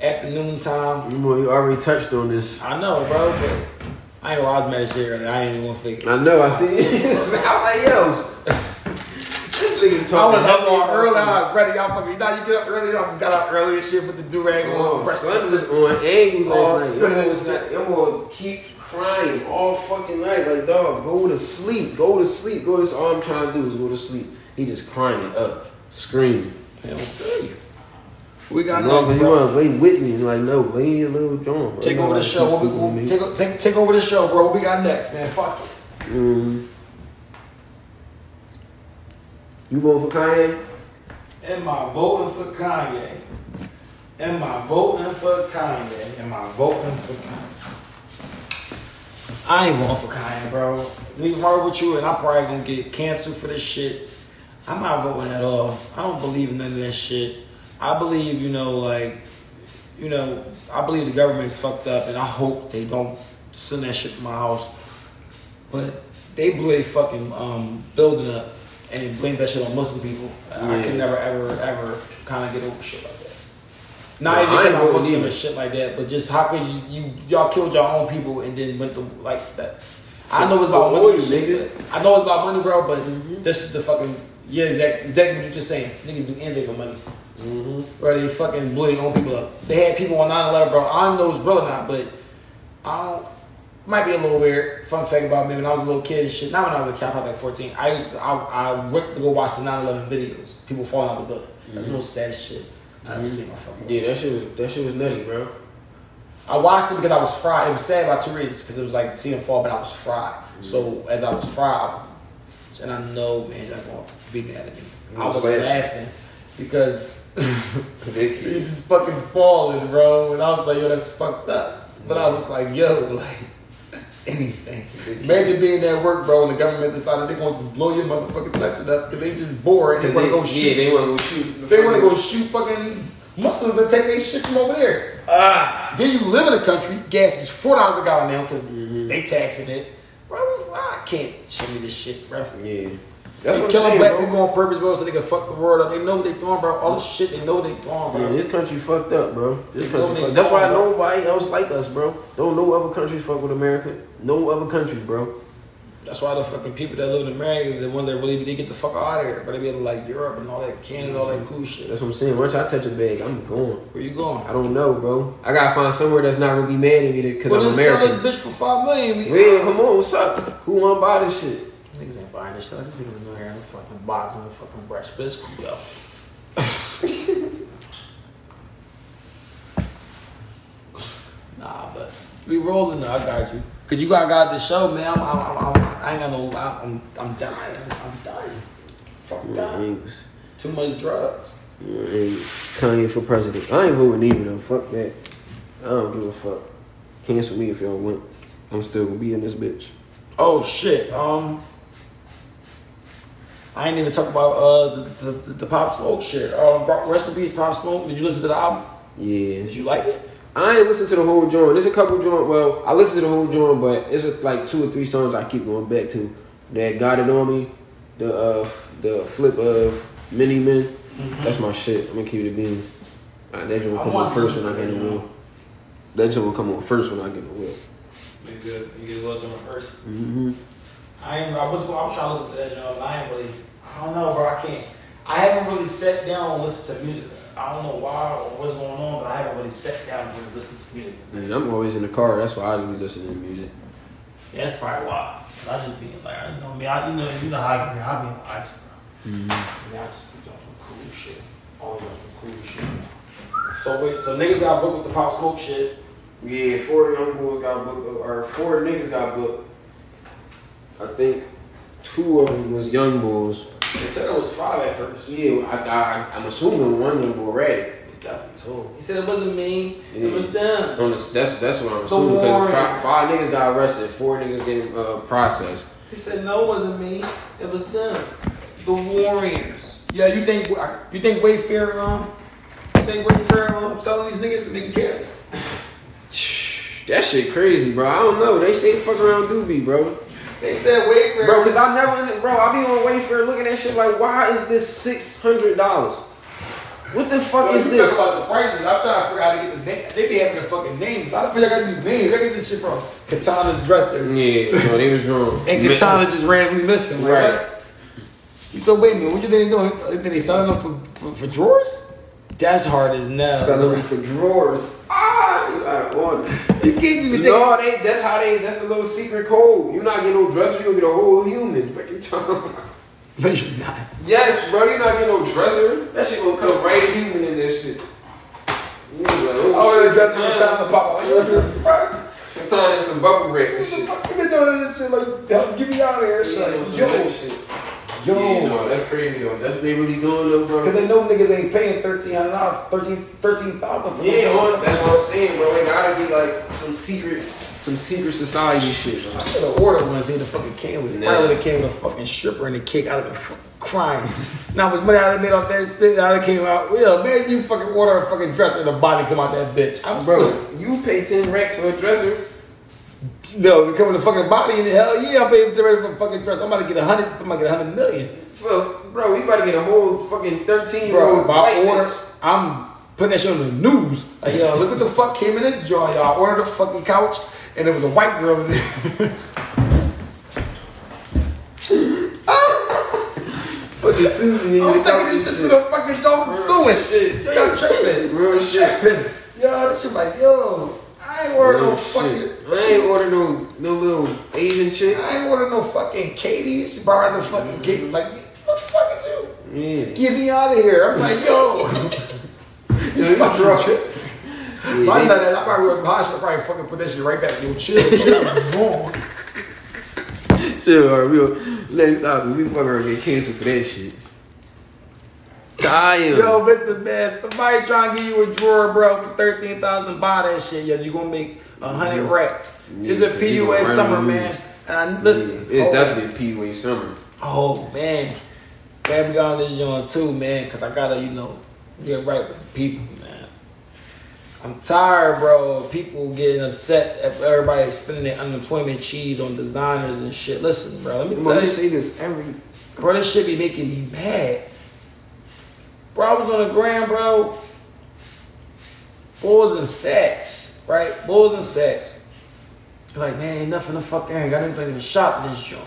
S1: afternoon time.
S2: You, well, you already touched on this.
S1: I know, bro, but I ain't know why I was mad at shit right now. I ain't even want to figure.
S2: I know. I see. I'm like, yo, this nigga
S1: I was
S2: talking.
S1: up on early. I was ready. Y'all fucking, you know, you get up early. I got up early and shit with the do rag on.
S2: Oh,
S1: press
S2: son was on angles
S1: Oh,
S2: last night.
S1: spinning
S2: I'm
S1: this
S2: gonna- I'm gonna keep crying all fucking night. Like, dog, go to sleep. Go to sleep. Go to sleep. All I'm trying to do is go to sleep. He just crying it up, screaming.
S1: We got
S2: No,
S1: nothing,
S2: you
S1: bro.
S2: want to wait with me? Like, no, wait a little John. bro.
S1: Take over the
S2: Nobody
S1: show. What we,
S2: fucking with
S1: what,
S2: me.
S1: take, take, take over the show, bro. What we got next, man? Fuck it.
S2: Mhm. You voting for Kanye?
S1: Am I voting for Kanye? Am I voting for Kanye? Am I voting for Kanye? I ain't voting for Kanye, bro. We hard with you, and I'm probably gonna get canceled for this shit. I'm not voting at all. I don't believe in none of that shit. I believe, you know, like, you know, I believe the government's fucked up, and I hope they don't send that shit to my house. But they blew a fucking um, building up and blamed that shit on Muslim people. I
S2: Yeah.
S1: can never, ever, ever kind of get over shit like that.
S2: Nah,
S1: Not
S2: I ain't
S1: even because
S2: voting
S1: I'm Muslim
S2: either.
S1: and shit like that, but just how could you, you y'all killed your own people and then went to like that? I know it's about
S2: So,
S1: money,
S2: oil,
S1: shit,
S2: nigga. Mm-hmm.
S1: but- I know it's about money, bro. But this is the fucking yeah, exactly, exactly what you just saying. Niggas do anything for money.
S2: Mm-hmm.
S1: Bro, they fucking blew their own people up. They had people on 9-11, bro. I don't know it's real or not, but I don't. Might be a little weird. Fun fact about me when I was a little kid and shit. Not when I was a kid, I was like 14. I used to, I, I went to go watch the 9/11 videos. People falling out the building. That was the most sad shit I ever seen in my fucking life.
S2: Mm-hmm. Yeah, that shit was that shit was nutty, bro.
S1: I watched it because I was fried. It was sad by two reasons because it was like seeing fall, but I was fried. So as I was fried, I was, and I know, man, that's gonna be mad at me. I was
S2: Laugh.
S1: laughing because
S2: Ridiculous.
S1: he's just fucking falling, bro. And I was like, yo, that's fucked up. But I was like, yo, like, that's anything. Imagine being at work, bro, and the government decided they're gonna just blow your motherfucking section up because they just bored and they wanna go
S2: yeah,
S1: shoot.
S2: they want to go shoot.
S1: They want to go shoot fucking Muslims and take their shit from over there. Ah. Then you live in a country, gas is four dollars a gallon now because
S2: Mm-hmm.
S1: they taxing it. Bro, I can't show me this shit, bro.
S2: Yeah,
S1: They
S2: that's what I'm
S1: killing
S2: saying,
S1: black
S2: bro.
S1: people on purpose, bro, so they can fuck the world up. They know what they doing, bro. All the shit they know they doing, bro.
S2: Oh, Yeah, this country fucked up, bro. This
S1: They
S2: country
S1: don't
S2: fucked.
S1: even
S2: That's why
S1: know,
S2: nobody else like us, bro. Don't no other countries fuck with America. No other countries, bro.
S1: That's why the fucking people that live in America, the ones that really they get the fuck out of here, but they be able to like Europe and all that Canada, all
S2: Mm-hmm.
S1: that cool shit.
S2: That's what I'm saying. Once I touch a bag, I'm going.
S1: Where you going?
S2: I don't know, bro. I gotta find somewhere that's not gonna be mad at me because
S1: Well, then
S2: I'm
S1: sell this
S2: American.
S1: bitch for five million. We
S2: Yeah, come on, what's up? Who wanna buy this shit?
S1: Niggas ain't buying this shit. These niggas in here and fucking box and fucking brush. But it's cool, yo. nah, but we rolling though. I got you. Cause you got got this show, man. I'm, I'm, I'm, I'm, I ain't got no. I'm, I'm, I'm dying. I'm dying. Fuck dying.
S2: Angus.
S1: Too much drugs.
S2: Angus. Kanye for president. I ain't voting either though. Fuck that. I don't give a fuck. Cancel me if y'all want. I'm still gonna be in this bitch.
S1: Oh shit. Um, I ain't even talk about uh the, the, the Pop Smoke shit. Um, rest in peace, Pop Smoke. Did you listen to the album?
S2: Yeah.
S1: Did you like it?
S2: I ain't listen to the whole joint. There's a couple joint. Well, I listened to the whole joint, but it's a, like two or three songs I keep going back to. That got it on me. The uh, f- the flip of many men. That's my shit. I'm gonna keep it a beam. Alright, that joint will
S1: I
S2: come
S1: want
S2: on first
S1: you
S2: when Mm-hmm.
S1: to
S2: I get in the
S1: do
S2: wheel. That joint will come on first when I get in the wheel.
S1: You good? You good? Listen to first.
S2: Mm-hmm.
S1: I ain't. I was. I'm trying to listen to that job. I ain't really. I don't know, bro. I can't. I haven't really sat down and listened to music. I don't know why or what's going on, but I haven't really sat down and really listened to music.
S2: And I'm always in the car. That's why I just be listening to music.
S1: Yeah, that's probably why. 'Cause I just being like, you know me, I, you know, you know how I get. I be on ice, bro. And I just be on some cool shit. Always on some cool shit. So wait, so niggas got booked with the pop smoke shit.
S2: Yeah, four young boys got booked, or four niggas got booked. I think two of them was young boys.
S1: They said it was five at first.
S2: Yeah, I, I, I'm assuming one of them already.
S1: Definitely two. He said it wasn't me.
S2: Yeah.
S1: It was them.
S2: On the, that's that's what I'm assuming because
S1: warrants.
S2: five, five niggas got arrested, four niggas getting uh, processed.
S1: He said, "No, it wasn't me. It was them, the Warriors." Yeah, you think you think Wayfair um
S5: think Rick Ferrell selling these niggas and nigga care?
S2: That shit crazy, bro. I don't know. They they fuck around doobie, bro.
S5: They said Wayfair.
S2: Bro, cause I never, bro. I be on Wayfair looking at shit like, why is this six hundred dollars? What the fuck
S4: What
S2: is
S4: is this?
S2: this?
S4: about the prices. I'm trying to figure out how to get the name. They be having the fucking names. How the fuck I got these names? Where I get this shit from?
S5: Katana's dresser.
S2: Yeah, no, they was drunk.
S1: And Katana just randomly missing. Right.
S2: right?
S1: So wait a minute, what you think they doing? You think they signing up for, for, for drawers? That's hard as
S2: Selling
S1: nails.
S2: for drawers. Ah, you out of order.
S1: You can't even think.
S2: No, they. That's how they. That's the little secret code. You're not getting no dresser. You're gonna get a whole human. What you talking about?
S1: No, you're not.
S2: Yes, bro. You're not getting no dresser. That shit gonna come right human in that shit. You gonna be like, oh,
S5: Oh, that's what Katana pop out.
S2: shit. Tying in some bubble wrap and shit.
S5: Fuck, they doing this shit like, help, get me out of here. It's like, yo,
S2: Yo,
S5: yo.
S2: no, that's crazy though. That's what they really doing though, bro.
S5: Because they know niggas ain't paying thirteen hundred dollars, thirteen thirteen thousand for
S2: Yeah,
S5: them.
S2: on, that's what I'm saying, bro. It gotta be like some secrets, some secret society shit, bro.
S1: I should have ordered one so the fucking came with it.
S2: Nah.
S1: Probably would have came with a fucking stripper and a cake. I'd have been fucking crying. Not much money I'd have made off that shit. I'd have came out. Yeah, man, you fucking order a fucking dress and a body come out that bitch. I'm
S2: Bro,
S1: so
S2: you pay ten racks for a dresser.
S1: no, you come with a fucking body and hell yeah, I'm paying for a fucking dress. I'm about to get a hundred. I'm about to get a hundred million.
S2: Fuck, bro, you about to get a whole fucking thirteen year
S1: Bro,
S2: old
S1: if I
S2: white
S1: order,
S2: bitch.
S1: I'm putting that shit on the news. Like, yo, look what the fuck came in this jar, y'all. I ordered a fucking couch, and there was a white girl in it.
S2: Fucking Susie,
S1: I'm
S2: you
S1: taking this shit to the fucking jar, I'm suing.
S2: shit.
S1: Yo, y'all tripping.
S2: Real shit.
S1: Tripping. Yo, this shit like, yo, I ain't ordered no
S2: Real
S1: fucking.
S2: shit. I ain't order no no little Asian chick.
S1: I ain't ordered no fucking Katie. She borrowed the
S2: Mm-hmm.
S1: fucking Katie. Like, what the fuck is you?
S2: Yeah.
S1: Get me out of here. I'm like, yo.
S2: Yeah, you
S1: you fucking
S2: drunk.
S1: tripping. If I know that, I probably was hot shit. I probably fucking put that shit right back. Yo, chill, chill. Wrong.
S2: Chill, or we'll next time we fucking gonna get canceled for that shit. Damn.
S1: Yo, Mr. Man, somebody trying to give you a drawer, bro, for thirteen thousand. Buy that shit, yo. You gonna make a hundred racks? It's a
S2: Yeah, you gonna
S1: PUA
S2: run
S1: summer,
S2: the
S1: man.
S2: news.
S1: And I, listen,
S2: it's
S1: oh,
S2: definitely P Way summer.
S1: Oh man, glad we got on this joint too, man. Cause I gotta, you know, get right with the people, man. I'm tired, bro. of People getting upset at everybody spending their unemployment cheese on designers and shit. Listen, bro. Let me tell
S2: Bro,
S1: you.
S2: you see this every
S1: Bro, this shit be making me mad. Bro, I was on the gram, bro. Bulls and sacks, right? Bulls and sacks. Like, man, ain't nothing to fucking ain't got anybody to shop in this joint.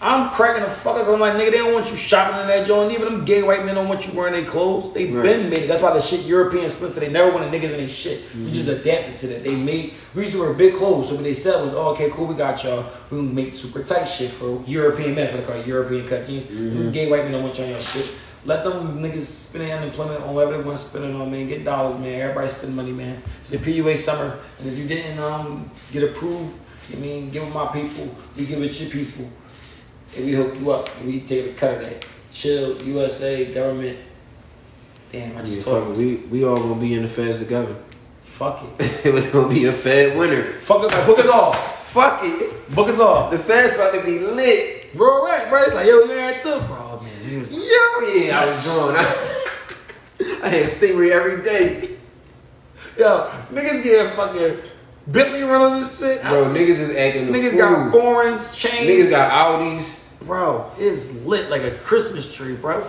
S1: I'm cracking the fuck up. I'm like, nigga, they don't want you shopping in that joint. Even them gay white men don't want you wearing their clothes. They
S2: Right.
S1: been made. it. That's why the shit European slipped. They never wanted niggas in their shit. We just adapted to that. They made we used to wear big clothes, so what they said was, oh, okay, cool, we got y'all. We gonna make super tight shit for European men. That's what they call European cut jeans. Them Gay white men don't want y'all in your shit. Let them niggas spend their unemployment on whatever they want to spend it on, man. Get dollars, man. Everybody spend money, man. It's the PUA summer, and if you didn't um get approved, I mean, give it my people. We give it your people and we hook you up and we take a cut of that. Chill, USA, government. Damn, I just told you.
S2: we we all gonna be in the feds together.
S1: Fuck it.
S2: it was gonna be a Fed winner.
S1: Fuck it. Like, book us all.
S2: Fuck it.
S1: Book us all.
S2: The Fed's about to be lit.
S1: Bro, right, right. Like, yo, man, too. Bro, man. he was-
S2: Yo, yeah, I was drunk. I, I had stingray every day.
S1: Yo, niggas getting fucking Bentley rentals and shit. I
S2: Bro,
S1: see-
S2: niggas is acting. a
S1: niggas
S2: fool.
S1: got foreigns, chains.
S2: niggas got Audis.
S1: Bro, it's lit like a Christmas tree, bro.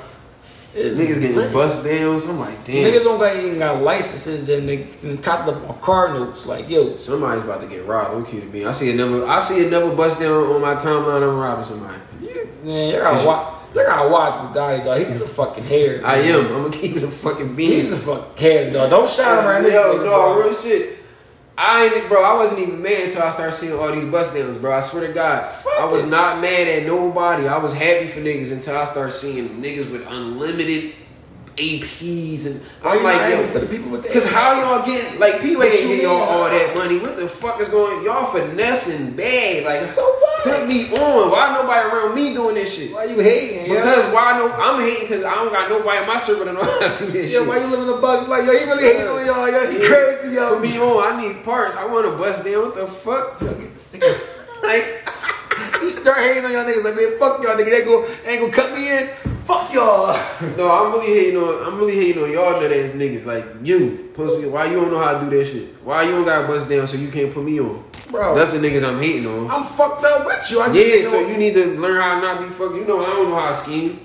S1: It's
S2: Niggas getting
S1: lit.
S2: bust downs. I'm like, damn.
S1: Niggas don't got, even got licenses, then they can cop up on car notes. Like, yo,
S2: Somebody's about to get robbed. I'm kidding me. I see another. I see another bust down on my timeline. I'm robbing somebody.
S1: Man, you gotta watch. You gotta watch Bugatti, dog. He's a fucking hair.
S2: I am. I'm gonna keep it a fucking bean.
S1: He's a fucking hair, dog. Don't shine around this
S2: Yo,
S1: nigga,
S2: no,
S1: bro.
S2: real shit. I ain't, bro. I wasn't even mad until I started seeing all these bus downs, bro. I swear to God, I was not mad at nobody. I was happy for niggas until I started seeing niggas with unlimited APs, and
S1: Why
S2: I'm
S1: you not happy
S2: like,
S1: for
S2: yo,
S1: the people with the
S2: because how y'all get like P Way
S1: What
S2: ain't
S1: you
S2: getting y'all
S1: mean?
S2: all that money? What the fuck is going? Y'all finessing bad, like
S1: So what?
S2: Put me on. Why nobody around me doing this shit?
S1: Why you hating? yo?
S2: Because why no? I'm hating because I don't got nobody in my circle that know how to do this
S1: Yeah,
S2: shit.
S1: why you living the bugs? Like, yo, he really hating on y'all. Yo, he crazy, yo.
S2: Put me on. I need parts. I want to bust down. What the fuck? Like,
S1: You start hating on y'all niggas. Like, man, fuck y'all niggas. They go, ain't gonna cut me in.
S6: Fuck y'all.
S2: No, I'm really hating on I'm really hating on y'all nut ass niggas like you, pussy. Why you don't know how to do that shit? Why you don't got bust down so you can't put me on?
S7: Bro.
S2: that's the niggas I'm hating on.
S7: I'm fucked up with you. I just
S2: Yeah,
S7: didn't
S2: so
S7: know-
S2: you need to learn how to not be fucking. You know, I don't know how to scheme.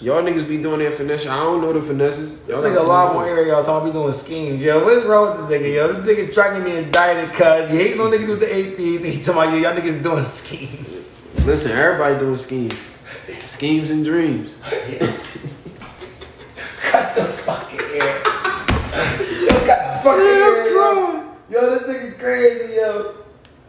S2: Y'all niggas be doing that finesse. I don't know the finesses. Y'all
S7: This nigga
S2: gotta-
S7: live on air, y'all. So I'll be doing schemes, yo. What's wrong with this nigga, yo? This nigga's tracking me indicted, cuz. He hating on niggas with the APs. And he talking about, yo, y'all niggas doing schemes.
S2: Listen, everybody doing schemes, schemes and dreams.
S1: Fuck Yo, this nigga crazy, yo.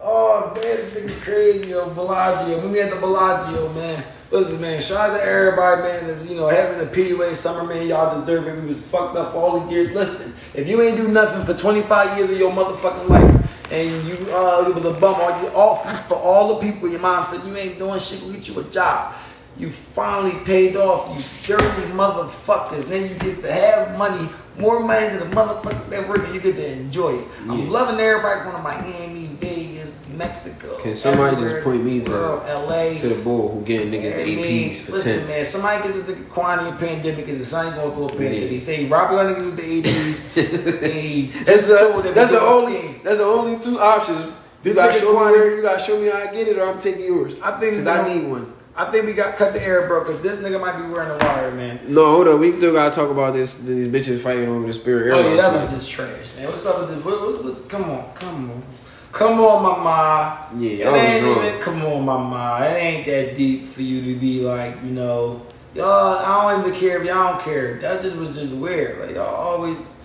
S1: Oh man, this nigga crazy, yo. Bellagio, meet me at the Bellagio, man. Listen, man, shout out to everybody, man, that's, you know, having a PUA summer, man. Y'all deserve it. We was fucked up for all the years. Listen, if you ain't do nothing for 25 years of your motherfucking life and you uh it was a bum on your office for all the people, your mom said you ain't doing shit, we'll get you a job. You finally paid off, you dirty motherfuckers. Then you get to have money, more money than the motherfuckers that work, and you get to enjoy it. I'm loving everybody going to Miami, Vegas, Mexico.
S2: Can somebody just
S1: everywhere in
S2: point me
S1: the
S2: to-
S1: world, LA.
S2: To the bull who getting niggas
S1: I mean,
S2: APs for
S1: listen,
S2: ten.
S1: man, somebody give this nigga Kwani a pandemic because his son ain't going through a pandemic.
S2: Yeah.
S1: He say he robbed y'all niggas with the APs. and he just
S2: That's
S1: told
S2: the,
S1: them
S2: that's
S1: to
S2: the
S1: do
S2: only
S1: things.
S2: that's the only two options. You
S1: This
S2: gotta
S1: nigga
S2: show me
S1: Kwani-
S2: where you gotta show me how I get it, or I'm taking yours.
S1: I think this
S2: Cause I
S1: nigga-
S2: need one.
S1: I think we got cut the air, bro, because this nigga might be wearing a wire, man.
S2: No, hold up. We still gotta talk about this. These bitches fighting over the spirit.
S1: Oh yeah,
S2: Airlines.
S1: that was just trash, man. What's up with this? What, what, what's, come on, come on, come on, mama.
S2: Yeah,
S1: it
S2: y'all
S1: ain't
S2: was wrong.
S1: even. Come on, mama. It ain't that deep for you to be like, you know, y'all. I don't even care if y'all don't care. That just was just weird. Like y'all always,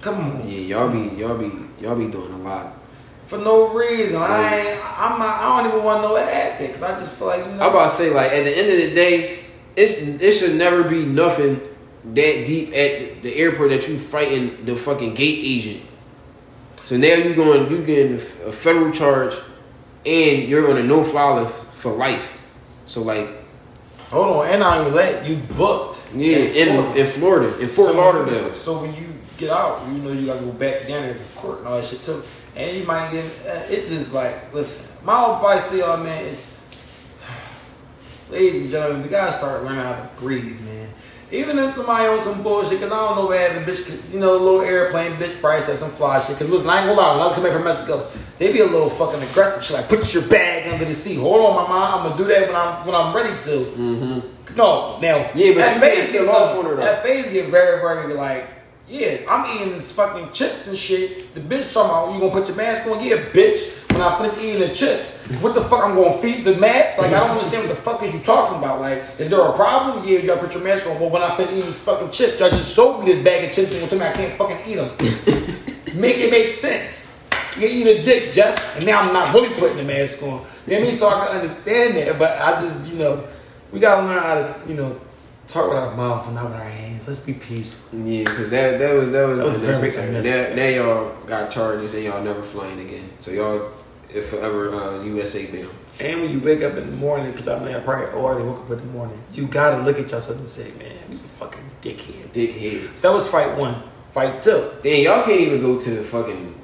S1: come on,
S2: Yeah, y'all be y'all be y'all be doing a lot.
S1: for no reason. I ain't. I'm not. I don't even want no ethics. I just feel like you know.
S2: I'm about to say like at the end of the day, it's it should never be nothing that deep at the airport that you fighting the fucking gate agent. So now you going you getting a federal charge, and you're on a no fly list for life. So like
S1: Hold on, and I ain't let you booked.
S2: yeah, in
S1: Florida.
S2: in, Florida, in Fort
S1: so,
S2: Lauderdale.
S1: So when you get out, you know you gotta go back down there for court and all that shit too. And you might get. uh, It's just like, listen, my advice to y'all, man, is, ladies and gentlemen, we gotta start learning how to grieve, man. Even if somebody on some bullshit, cause I don't know what happened, bitch. 'cause, You know, little airplane, bitch. Price said some fly shit. Cause listen, I ain't gonna lie. When I was coming from Mexico, they be a little fucking aggressive. She like, put your bag under the seat. Hold on, my mom. I'm gonna do that when I'm when I'm ready to. No, now
S2: Yeah, but
S1: that
S2: you can't
S1: phase
S2: still
S1: get
S2: love for her, though.
S1: That phase get very, very like, yeah, I'm eating this fucking chips and shit. The bitch talking about you gonna put your mask on? Yeah, bitch. When I finish eating the chips, what the fuck I'm gonna feed the mask? Like I don't understand what the fuck is you talking about. Like, is there a problem? Yeah, you gotta put your mask on. Well, when I finish eating these fucking chips, y'all just sold me this bag of chips and told me I can't fucking eat them. make it make sense. You eat a dick, Jeff, and now I'm not really putting the mask on. You know what I mean? So I can understand that, but I just, you know, we gotta learn how to, you know, talk with our mouth and not with our hands. Let's be peaceful.
S2: Yeah, because that that was that was,
S1: That was very
S2: unnecessary.
S1: unnecessary.
S2: Now, now y'all got charges and y'all never flying again. So y'all if forever uh, USA bound.
S1: And when you wake up in the morning, because I mean, I probably already woke up in the morning, you gotta look at yourself and say, man, we some fucking dickheads.
S2: Dickheads.
S1: That was fight one. Fight two.
S2: Damn, y'all can't even go to the fucking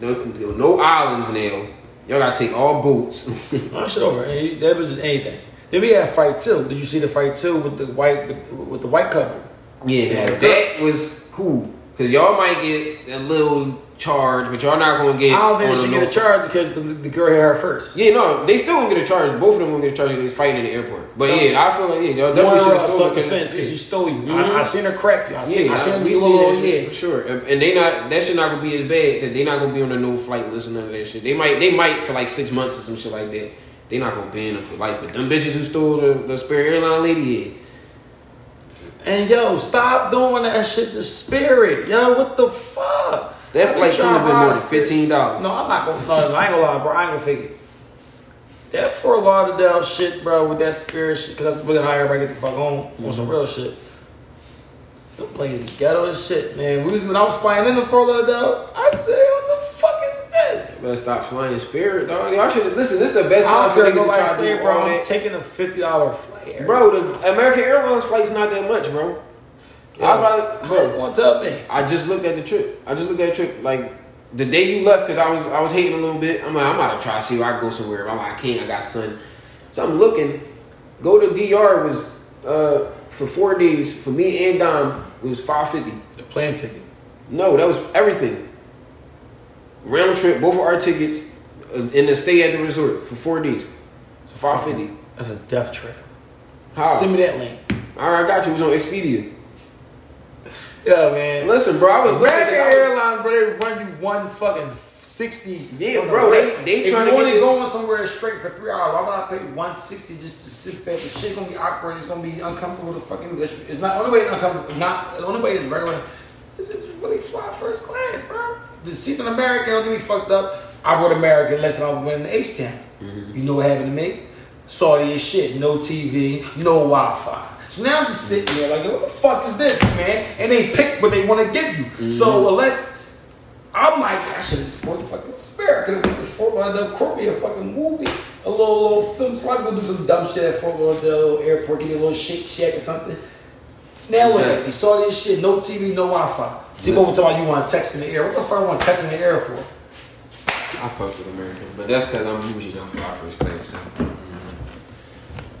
S2: no, no islands now. Y'all gotta take all boats.
S1: I'm sure. And you- that was just anything. Then we had fight two. Did you see the fight two with the white with, with the white couple?
S2: yeah, now that was cool because y'all might get a little charge, but y'all not gonna get.
S1: I don't think
S2: on
S1: they should
S2: no-
S1: get a charge because the, the girl had her first.
S2: Yeah, no, they still gonna get a charge. Both of them gonna get a charge. They was fighting in the airport, but
S1: So-
S2: yeah, I feel like yeah, y'all
S1: One
S2: definitely should
S1: round
S2: have
S1: of
S2: stolen
S1: self-defense because she stole you.
S2: Mhm.
S1: I, I seen her crack you. I seen,
S2: Yeah,
S1: I seen her
S2: we
S1: do a
S2: see
S1: little,
S2: that shit,
S1: yeah.
S2: for sure. And and they not that shit not gonna be as bad because they not gonna be on a no flight list and none of that shit. They might they might for like six months or some shit like that. They not gonna ban them for life. But them bitches who stole the, the Spirit airline lady, yeah.
S1: And yo, stop doing that shit to Spirit. Yo, what the fuck?
S2: That
S1: I
S2: flight should
S1: trying
S2: have
S1: to
S2: been
S1: ride
S2: more than
S1: Spirit.
S2: fifteen dollars.
S1: No, I'm not gonna start. I ain't gonna lie, bro. I ain't gonna fake it. That Fort Lauderdale shit, bro, with that Spirit shit, because that's really how everybody get the fuck on on
S2: Mm-hmm.
S1: some real shit. Don't play the ghetto and shit, man. We was when I was flying in the Fort Lauderdale. I said, what the fuck is this?
S2: Better stop flying Spirit, dog. Y'all should listen. This is the best
S1: I
S2: time
S1: don't
S2: for
S1: care
S2: niggas to
S1: nobody
S2: try to
S1: say,
S2: do
S1: bro.
S2: all
S1: I'm
S2: that.
S1: taking a fifty dollar flight,
S2: Bro, the American Airlines flight's not that much, bro. I was about to,
S1: Bro,
S2: bro.
S1: you gonna tell me?
S2: I just looked at the trip. I just looked at the trip like the day you left because I was I was hating a little bit. I'm like I'm about to try to see if I can go somewhere. If I'm like, I can't. I got sun. So I'm looking. Go to DR was uh, for four days for me and Dom was five fifty.
S1: The plane ticket.
S2: No, that was everything. Round trip, both of our tickets, uh, and the stay at the resort for four days. So five fifty.
S1: That's a death trip.
S2: How?
S1: Send me that link.
S2: All right, I got you. It was on Expedia.
S1: Yeah, man.
S2: Listen, bro, I was looking
S1: American
S2: at that-
S1: Airlines, bro, they run you one fucking sixty.
S2: Yeah, bro, they they
S1: If
S2: trying
S1: you
S2: to
S1: only
S2: get
S1: going somewhere straight for three hours, why would I pay one sixty just to sit back? The shit gonna be awkward. It's gonna be uncomfortable to fucking. It's, it's not only way it's uncomfortable. Not the only way is regular. Is it really fly first class, bro? The season American don't get me fucked up. I wrote American less than I went in H Town.
S2: Mm-hmm.
S1: You know what happened to me? Saudi as shit. No TV. No Wi Fi. So now I'm just sitting there like, what the fuck is this, man? And they pick what they want to give you.
S2: Mm-hmm.
S1: So unless I'm like, I should have supported fucking Spirit. Could have went to Fort Lauderdale, court me a fucking movie, a little little film. So I could go do some dumb shit at Fort Lauderdale Airport, give me a little shake shack or something. Now look at
S2: Yes.
S1: me, saw this shit, no TV, no Wi-Fi. T-Mobile talking about you want to text in the air. What the fuck I want to text in the air for?
S2: I fuck with American, but that's because I'm usually not fly first class. So.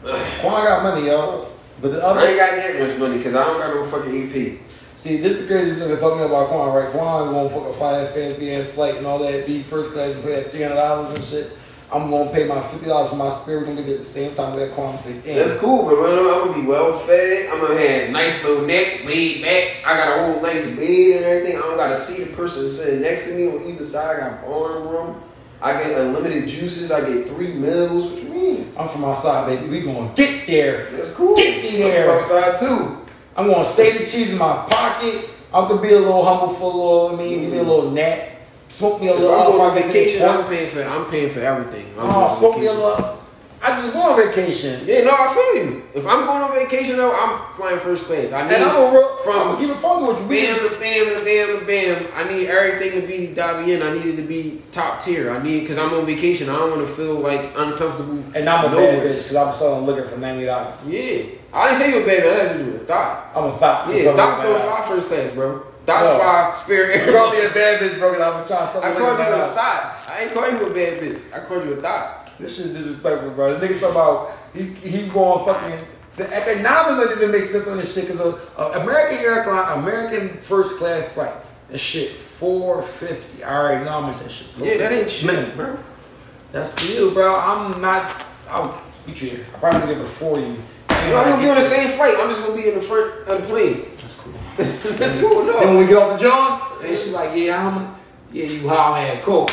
S1: Quan got money, y'all.
S3: But the
S2: I
S3: other,
S2: ain't got that much money because I don't got no fucking E EP.
S3: see, this is the craziest thing that fucked me up about Quan, right? Quan gonna fucking fly that fancy ass flight and all that, be first class and pay that three hundred dollars and shit. I'm gonna pay my fifty dollars for my spirit. We're gonna get there at the same time with that Quan. Say, damn,
S2: That's cool, but when I'm, I'm gonna be well fed. I'm gonna have a nice little neck, laid back. I got a whole nice bed and everything. I don't gotta see the person sitting next to me on either side. I got arm room. I get unlimited juices. I get three meals. What you mean?
S3: I'm from outside, baby. We gonna get there.
S2: That's cool.
S3: Get me
S2: I'm
S3: there.
S2: from outside too.
S3: I'm gonna save the cheese in my pocket. I'm gonna be a little humble for a little. I mean, give me a little nap. Smoke me a
S2: If I'm
S3: little.
S2: going
S3: uh,
S2: on
S3: fucking
S2: vacation,
S3: pork.
S2: I'm paying for. I'm paying for everything. I'm going
S3: Oh,
S2: on
S3: smoke me a
S2: vacation.
S3: little. I just go on vacation.
S2: Yeah, no, I feel you. If I'm going on vacation though, I'm flying first class. I need
S3: And I'm a real
S2: from
S3: Keep it funky with you. We
S2: Bam, bam, bam, bam, bam. I need everything to be diving in. I need it to be top tier. I need because I'm on vacation. I don't want to feel like uncomfortable.
S3: And I'm a
S2: nowhere.
S3: bad bitch because I'm selling liquor for ninety dollars.
S2: Yeah, I didn't say you a bad bitch. That's what you a thought.
S3: I'm a thought. for
S2: Yeah,
S3: selling
S2: thoughts
S3: liquor
S2: don't
S3: for $9.
S2: fly first class, bro. Thoughts
S3: No.
S2: fly spirit.
S3: You called
S2: I
S3: me a bad bitch, bro, and I'm trying to sell liquor
S2: called you
S3: for $9.
S2: a thought. I ain't called you a bad bitch. I called you a thought.
S3: This shit disrespectful, bro. The nigga talking about he he going fucking. The economics don't even make sense on this shit because of uh, American airline, American first class flight. That shit four fifty. I already know how much that shit.
S2: Yeah, that ain't
S3: $4.50.
S2: shit,
S3: Minimum.
S2: bro.
S3: That's to you, bro. I'm not. I'll beat you. I probably did it before you.
S2: You know, I'm gonna be on the same flight. I'm just gonna be in the front of the plane.
S3: That's cool.
S2: That's cool.
S3: Then
S2: No,
S3: when we get off the job, and she's like, yeah, how much? Yeah, you how man, cool.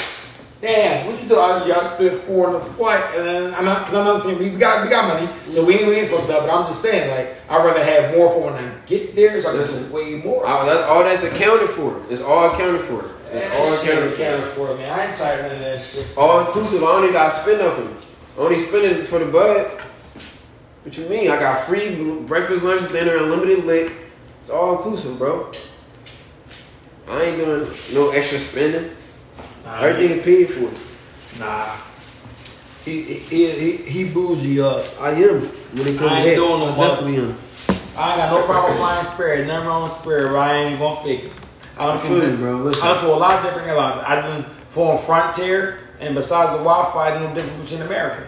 S3: Damn, what you do? I, yeah, I spent four on the flight, and then I'm not, cause I'm not saying we got we got money, so we ain't we ain't fucked up. But I'm just saying, like, I'd rather have more for when I get there, so I can
S2: Listen.
S3: spend way more.
S2: all, that, all that's accounted for. It's all accounted for. It's all
S3: That shit
S2: accounted for.
S3: accounted for, man. I ain't tired of none of that shit.
S2: All inclusive. I only got to spend nothing. I Only spending for the bud. What you mean? I got free breakfast, lunch, dinner, unlimited lit. It's all inclusive, bro. I ain't doing no extra spending.
S1: Nah,
S2: Everything is paid for.
S1: Nah. He he he, he bougie up.
S2: uh, I am. When it comes
S1: I ain't
S2: to that,
S1: doing no
S2: I definitely am.
S1: I ain't got no problem flying Spirit. Nothing wrong with Spirit, but I ain't even gonna fake it. I
S2: I
S1: don't
S2: feel you,
S1: feel
S2: bro.
S1: I
S2: Listen,
S1: done for a lot of different airlines. I done for Frontier, and besides the Wi-Fi, I done different between America.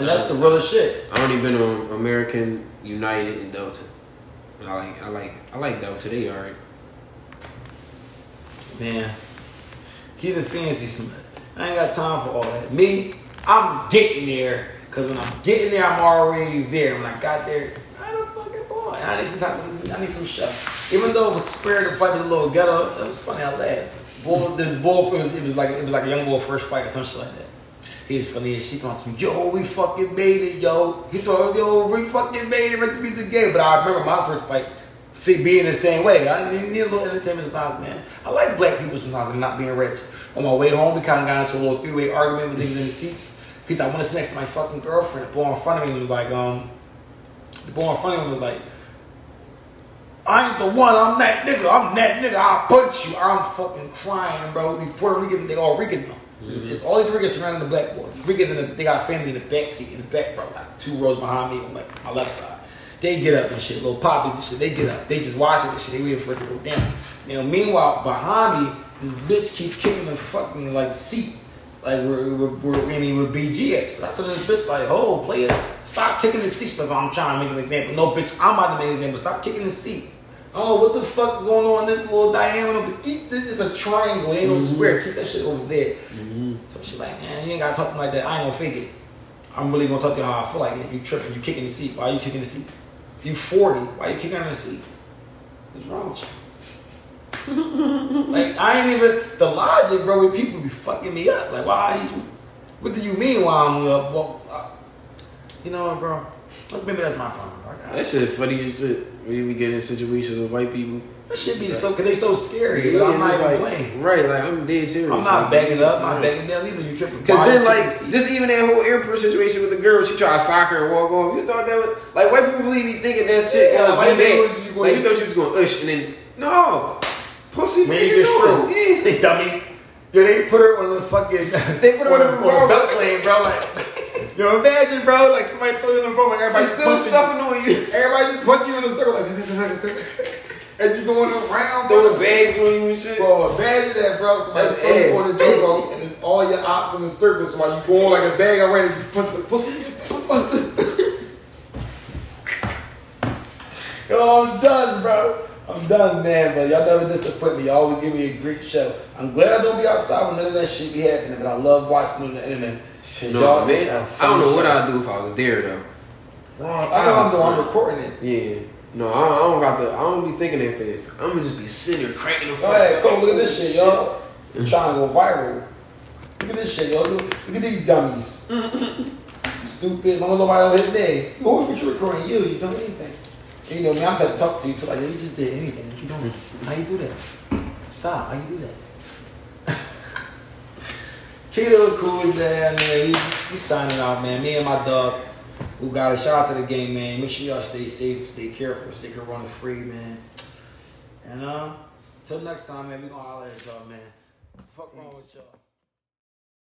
S1: And that's the realest shit.
S2: I only been on American, United, and Delta. I like, I like, I like Delta. They alright.
S1: Man, keep it fancy, Smith. I ain't got time for all that. Me, I'm getting there. Cause when I'm getting there, I'm already there. When I got there, I don't fucking boy. I need some time. I need some shut. Even though the spirit of fight was a little ghetto, it was funny. I laughed. Bull, the bull, it was, it was like it was like a young boy first fight or some shit like that. He was funny as she talking to me, yo, we fucking made it, yo. He told me, yo, we fucking made it, rest in peace to the game. But I remember my first fight, see, being the same way. I need, need a little entertainment sometimes, man. I like black people sometimes and not being rich. On my way home, we kind of got into a little three-way argument with niggas in the seats. He's like, I want to sit next to my fucking girlfriend. The boy in front of me was like, um, the boy in front of me was like, I ain't the one, I'm that nigga, I'm that nigga, I'll punch you. I'm fucking crying, bro. These Puerto Ricans, they all Rican though. It's, it's all these Ricans surrounding the black boy. Ricans, in the, they got family in the back seat, in the back, bro, like two rows behind me on like my left side. They get up and shit, little poppies and shit, they get up. They just watching this shit, they waiting for it to go down. Now, meanwhile, behind me, this bitch keep kicking the fucking like seat. Like we're, we're, we're I mean, we're BGX. I told this bitch like, oh, player, stop kicking the seat. Like, I'm trying to make an example. No, bitch, I'm about to make an example. Stop kicking the seat. Oh, what the fuck going on? This little diameter, but keep this is a triangle. Ain't no square. Keep that shit over there. So she like, man, you ain't gotta talk to me like that. I ain't gonna fake it. I'm really gonna talk to you how I feel like it. You tripping? You kicking the seat? Why you kicking the seat? You 40? Why you kicking on the seat? What's wrong with you? Like I ain't even the logic, bro. With people be fucking me up. Like why? You, what do you mean why I'm up? Well, uh, you know what, bro? Like, Maybe that's my problem. bro. I-
S2: That shit funny as shit. We we get in situations with white people.
S1: That should be so because they so scary. but I'm not even
S2: like,
S1: playing.
S2: Right, like I'm dead serious.
S1: I'm not
S2: Like,
S1: backing up. I'm
S2: right.
S1: not backing down either. You tripping?
S2: Cause
S1: Why
S2: then,
S1: you
S2: like,
S1: kicking the seat?
S2: just even that whole airport situation with the girl, she tried to sock her and walk off. You thought that was like white people really be thinking that shit.
S1: Yeah,
S2: Yeah,
S1: like,
S2: like,
S1: white people
S2: you
S1: just go-
S2: like you thought you was gonna ush and then no, pussy.
S1: Man,
S2: what
S1: you
S2: you
S1: get
S2: doing? Yeah.
S1: They dummy. Yeah, they put her on the fucking.
S2: They put her on
S1: on a-
S2: the
S1: on a
S2: revolver.
S1: belt plane, bro. Like, yo, imagine, bro. Like somebody threw you in the room and
S2: I'm
S1: everybody's
S2: still
S1: still
S2: stuffing on you,
S1: Everybody just punching you in a circle, like, as you going around.
S2: throwing
S1: bro.
S2: bags on you and shit.
S1: Bro, imagine that, bro. Somebody's
S2: That's
S1: putting
S2: ass.
S1: on the dildo, and it's all your ops in the circle. So while you going like a bag already, just punch the pussy. Yo, I'm done, bro. I'm done, man. But y'all never disappoint me. Y'all always give me a great show. I'm glad I don't be outside when none of that shit be happening. But I love watching it on the internet. 'Cause
S2: No,
S1: y'all
S2: man,
S1: just have
S2: I don't know
S1: fun
S2: what
S1: shit.
S2: I'd do if I was there though.
S1: Wrong. I don't know. I'm recording it.
S2: Yeah. No, I I don't got the. I don't be thinking that fast. I'm gonna just be sitting there cracking the fuck.
S1: All right,
S2: up.
S1: cool. Look at this shit, y'all. I'm trying to go viral. Look at this shit, yo. Look, look at these dummies. Stupid. Don't let nobody hit me. Who would you recording? You. You don't do anything. And you know me. I'm trying to talk to you too. Like you just did anything. What you doing? How you do that? Stop. How you do that? Keto cool down, man. We, we signing out, man. Me and my dog, who got a shout out to the game, man. Make sure y'all stay safe, stay careful, stay corona free, man. And uh, till next time, man. We gonna holler at y'all, man. Fuck wrong with y'all.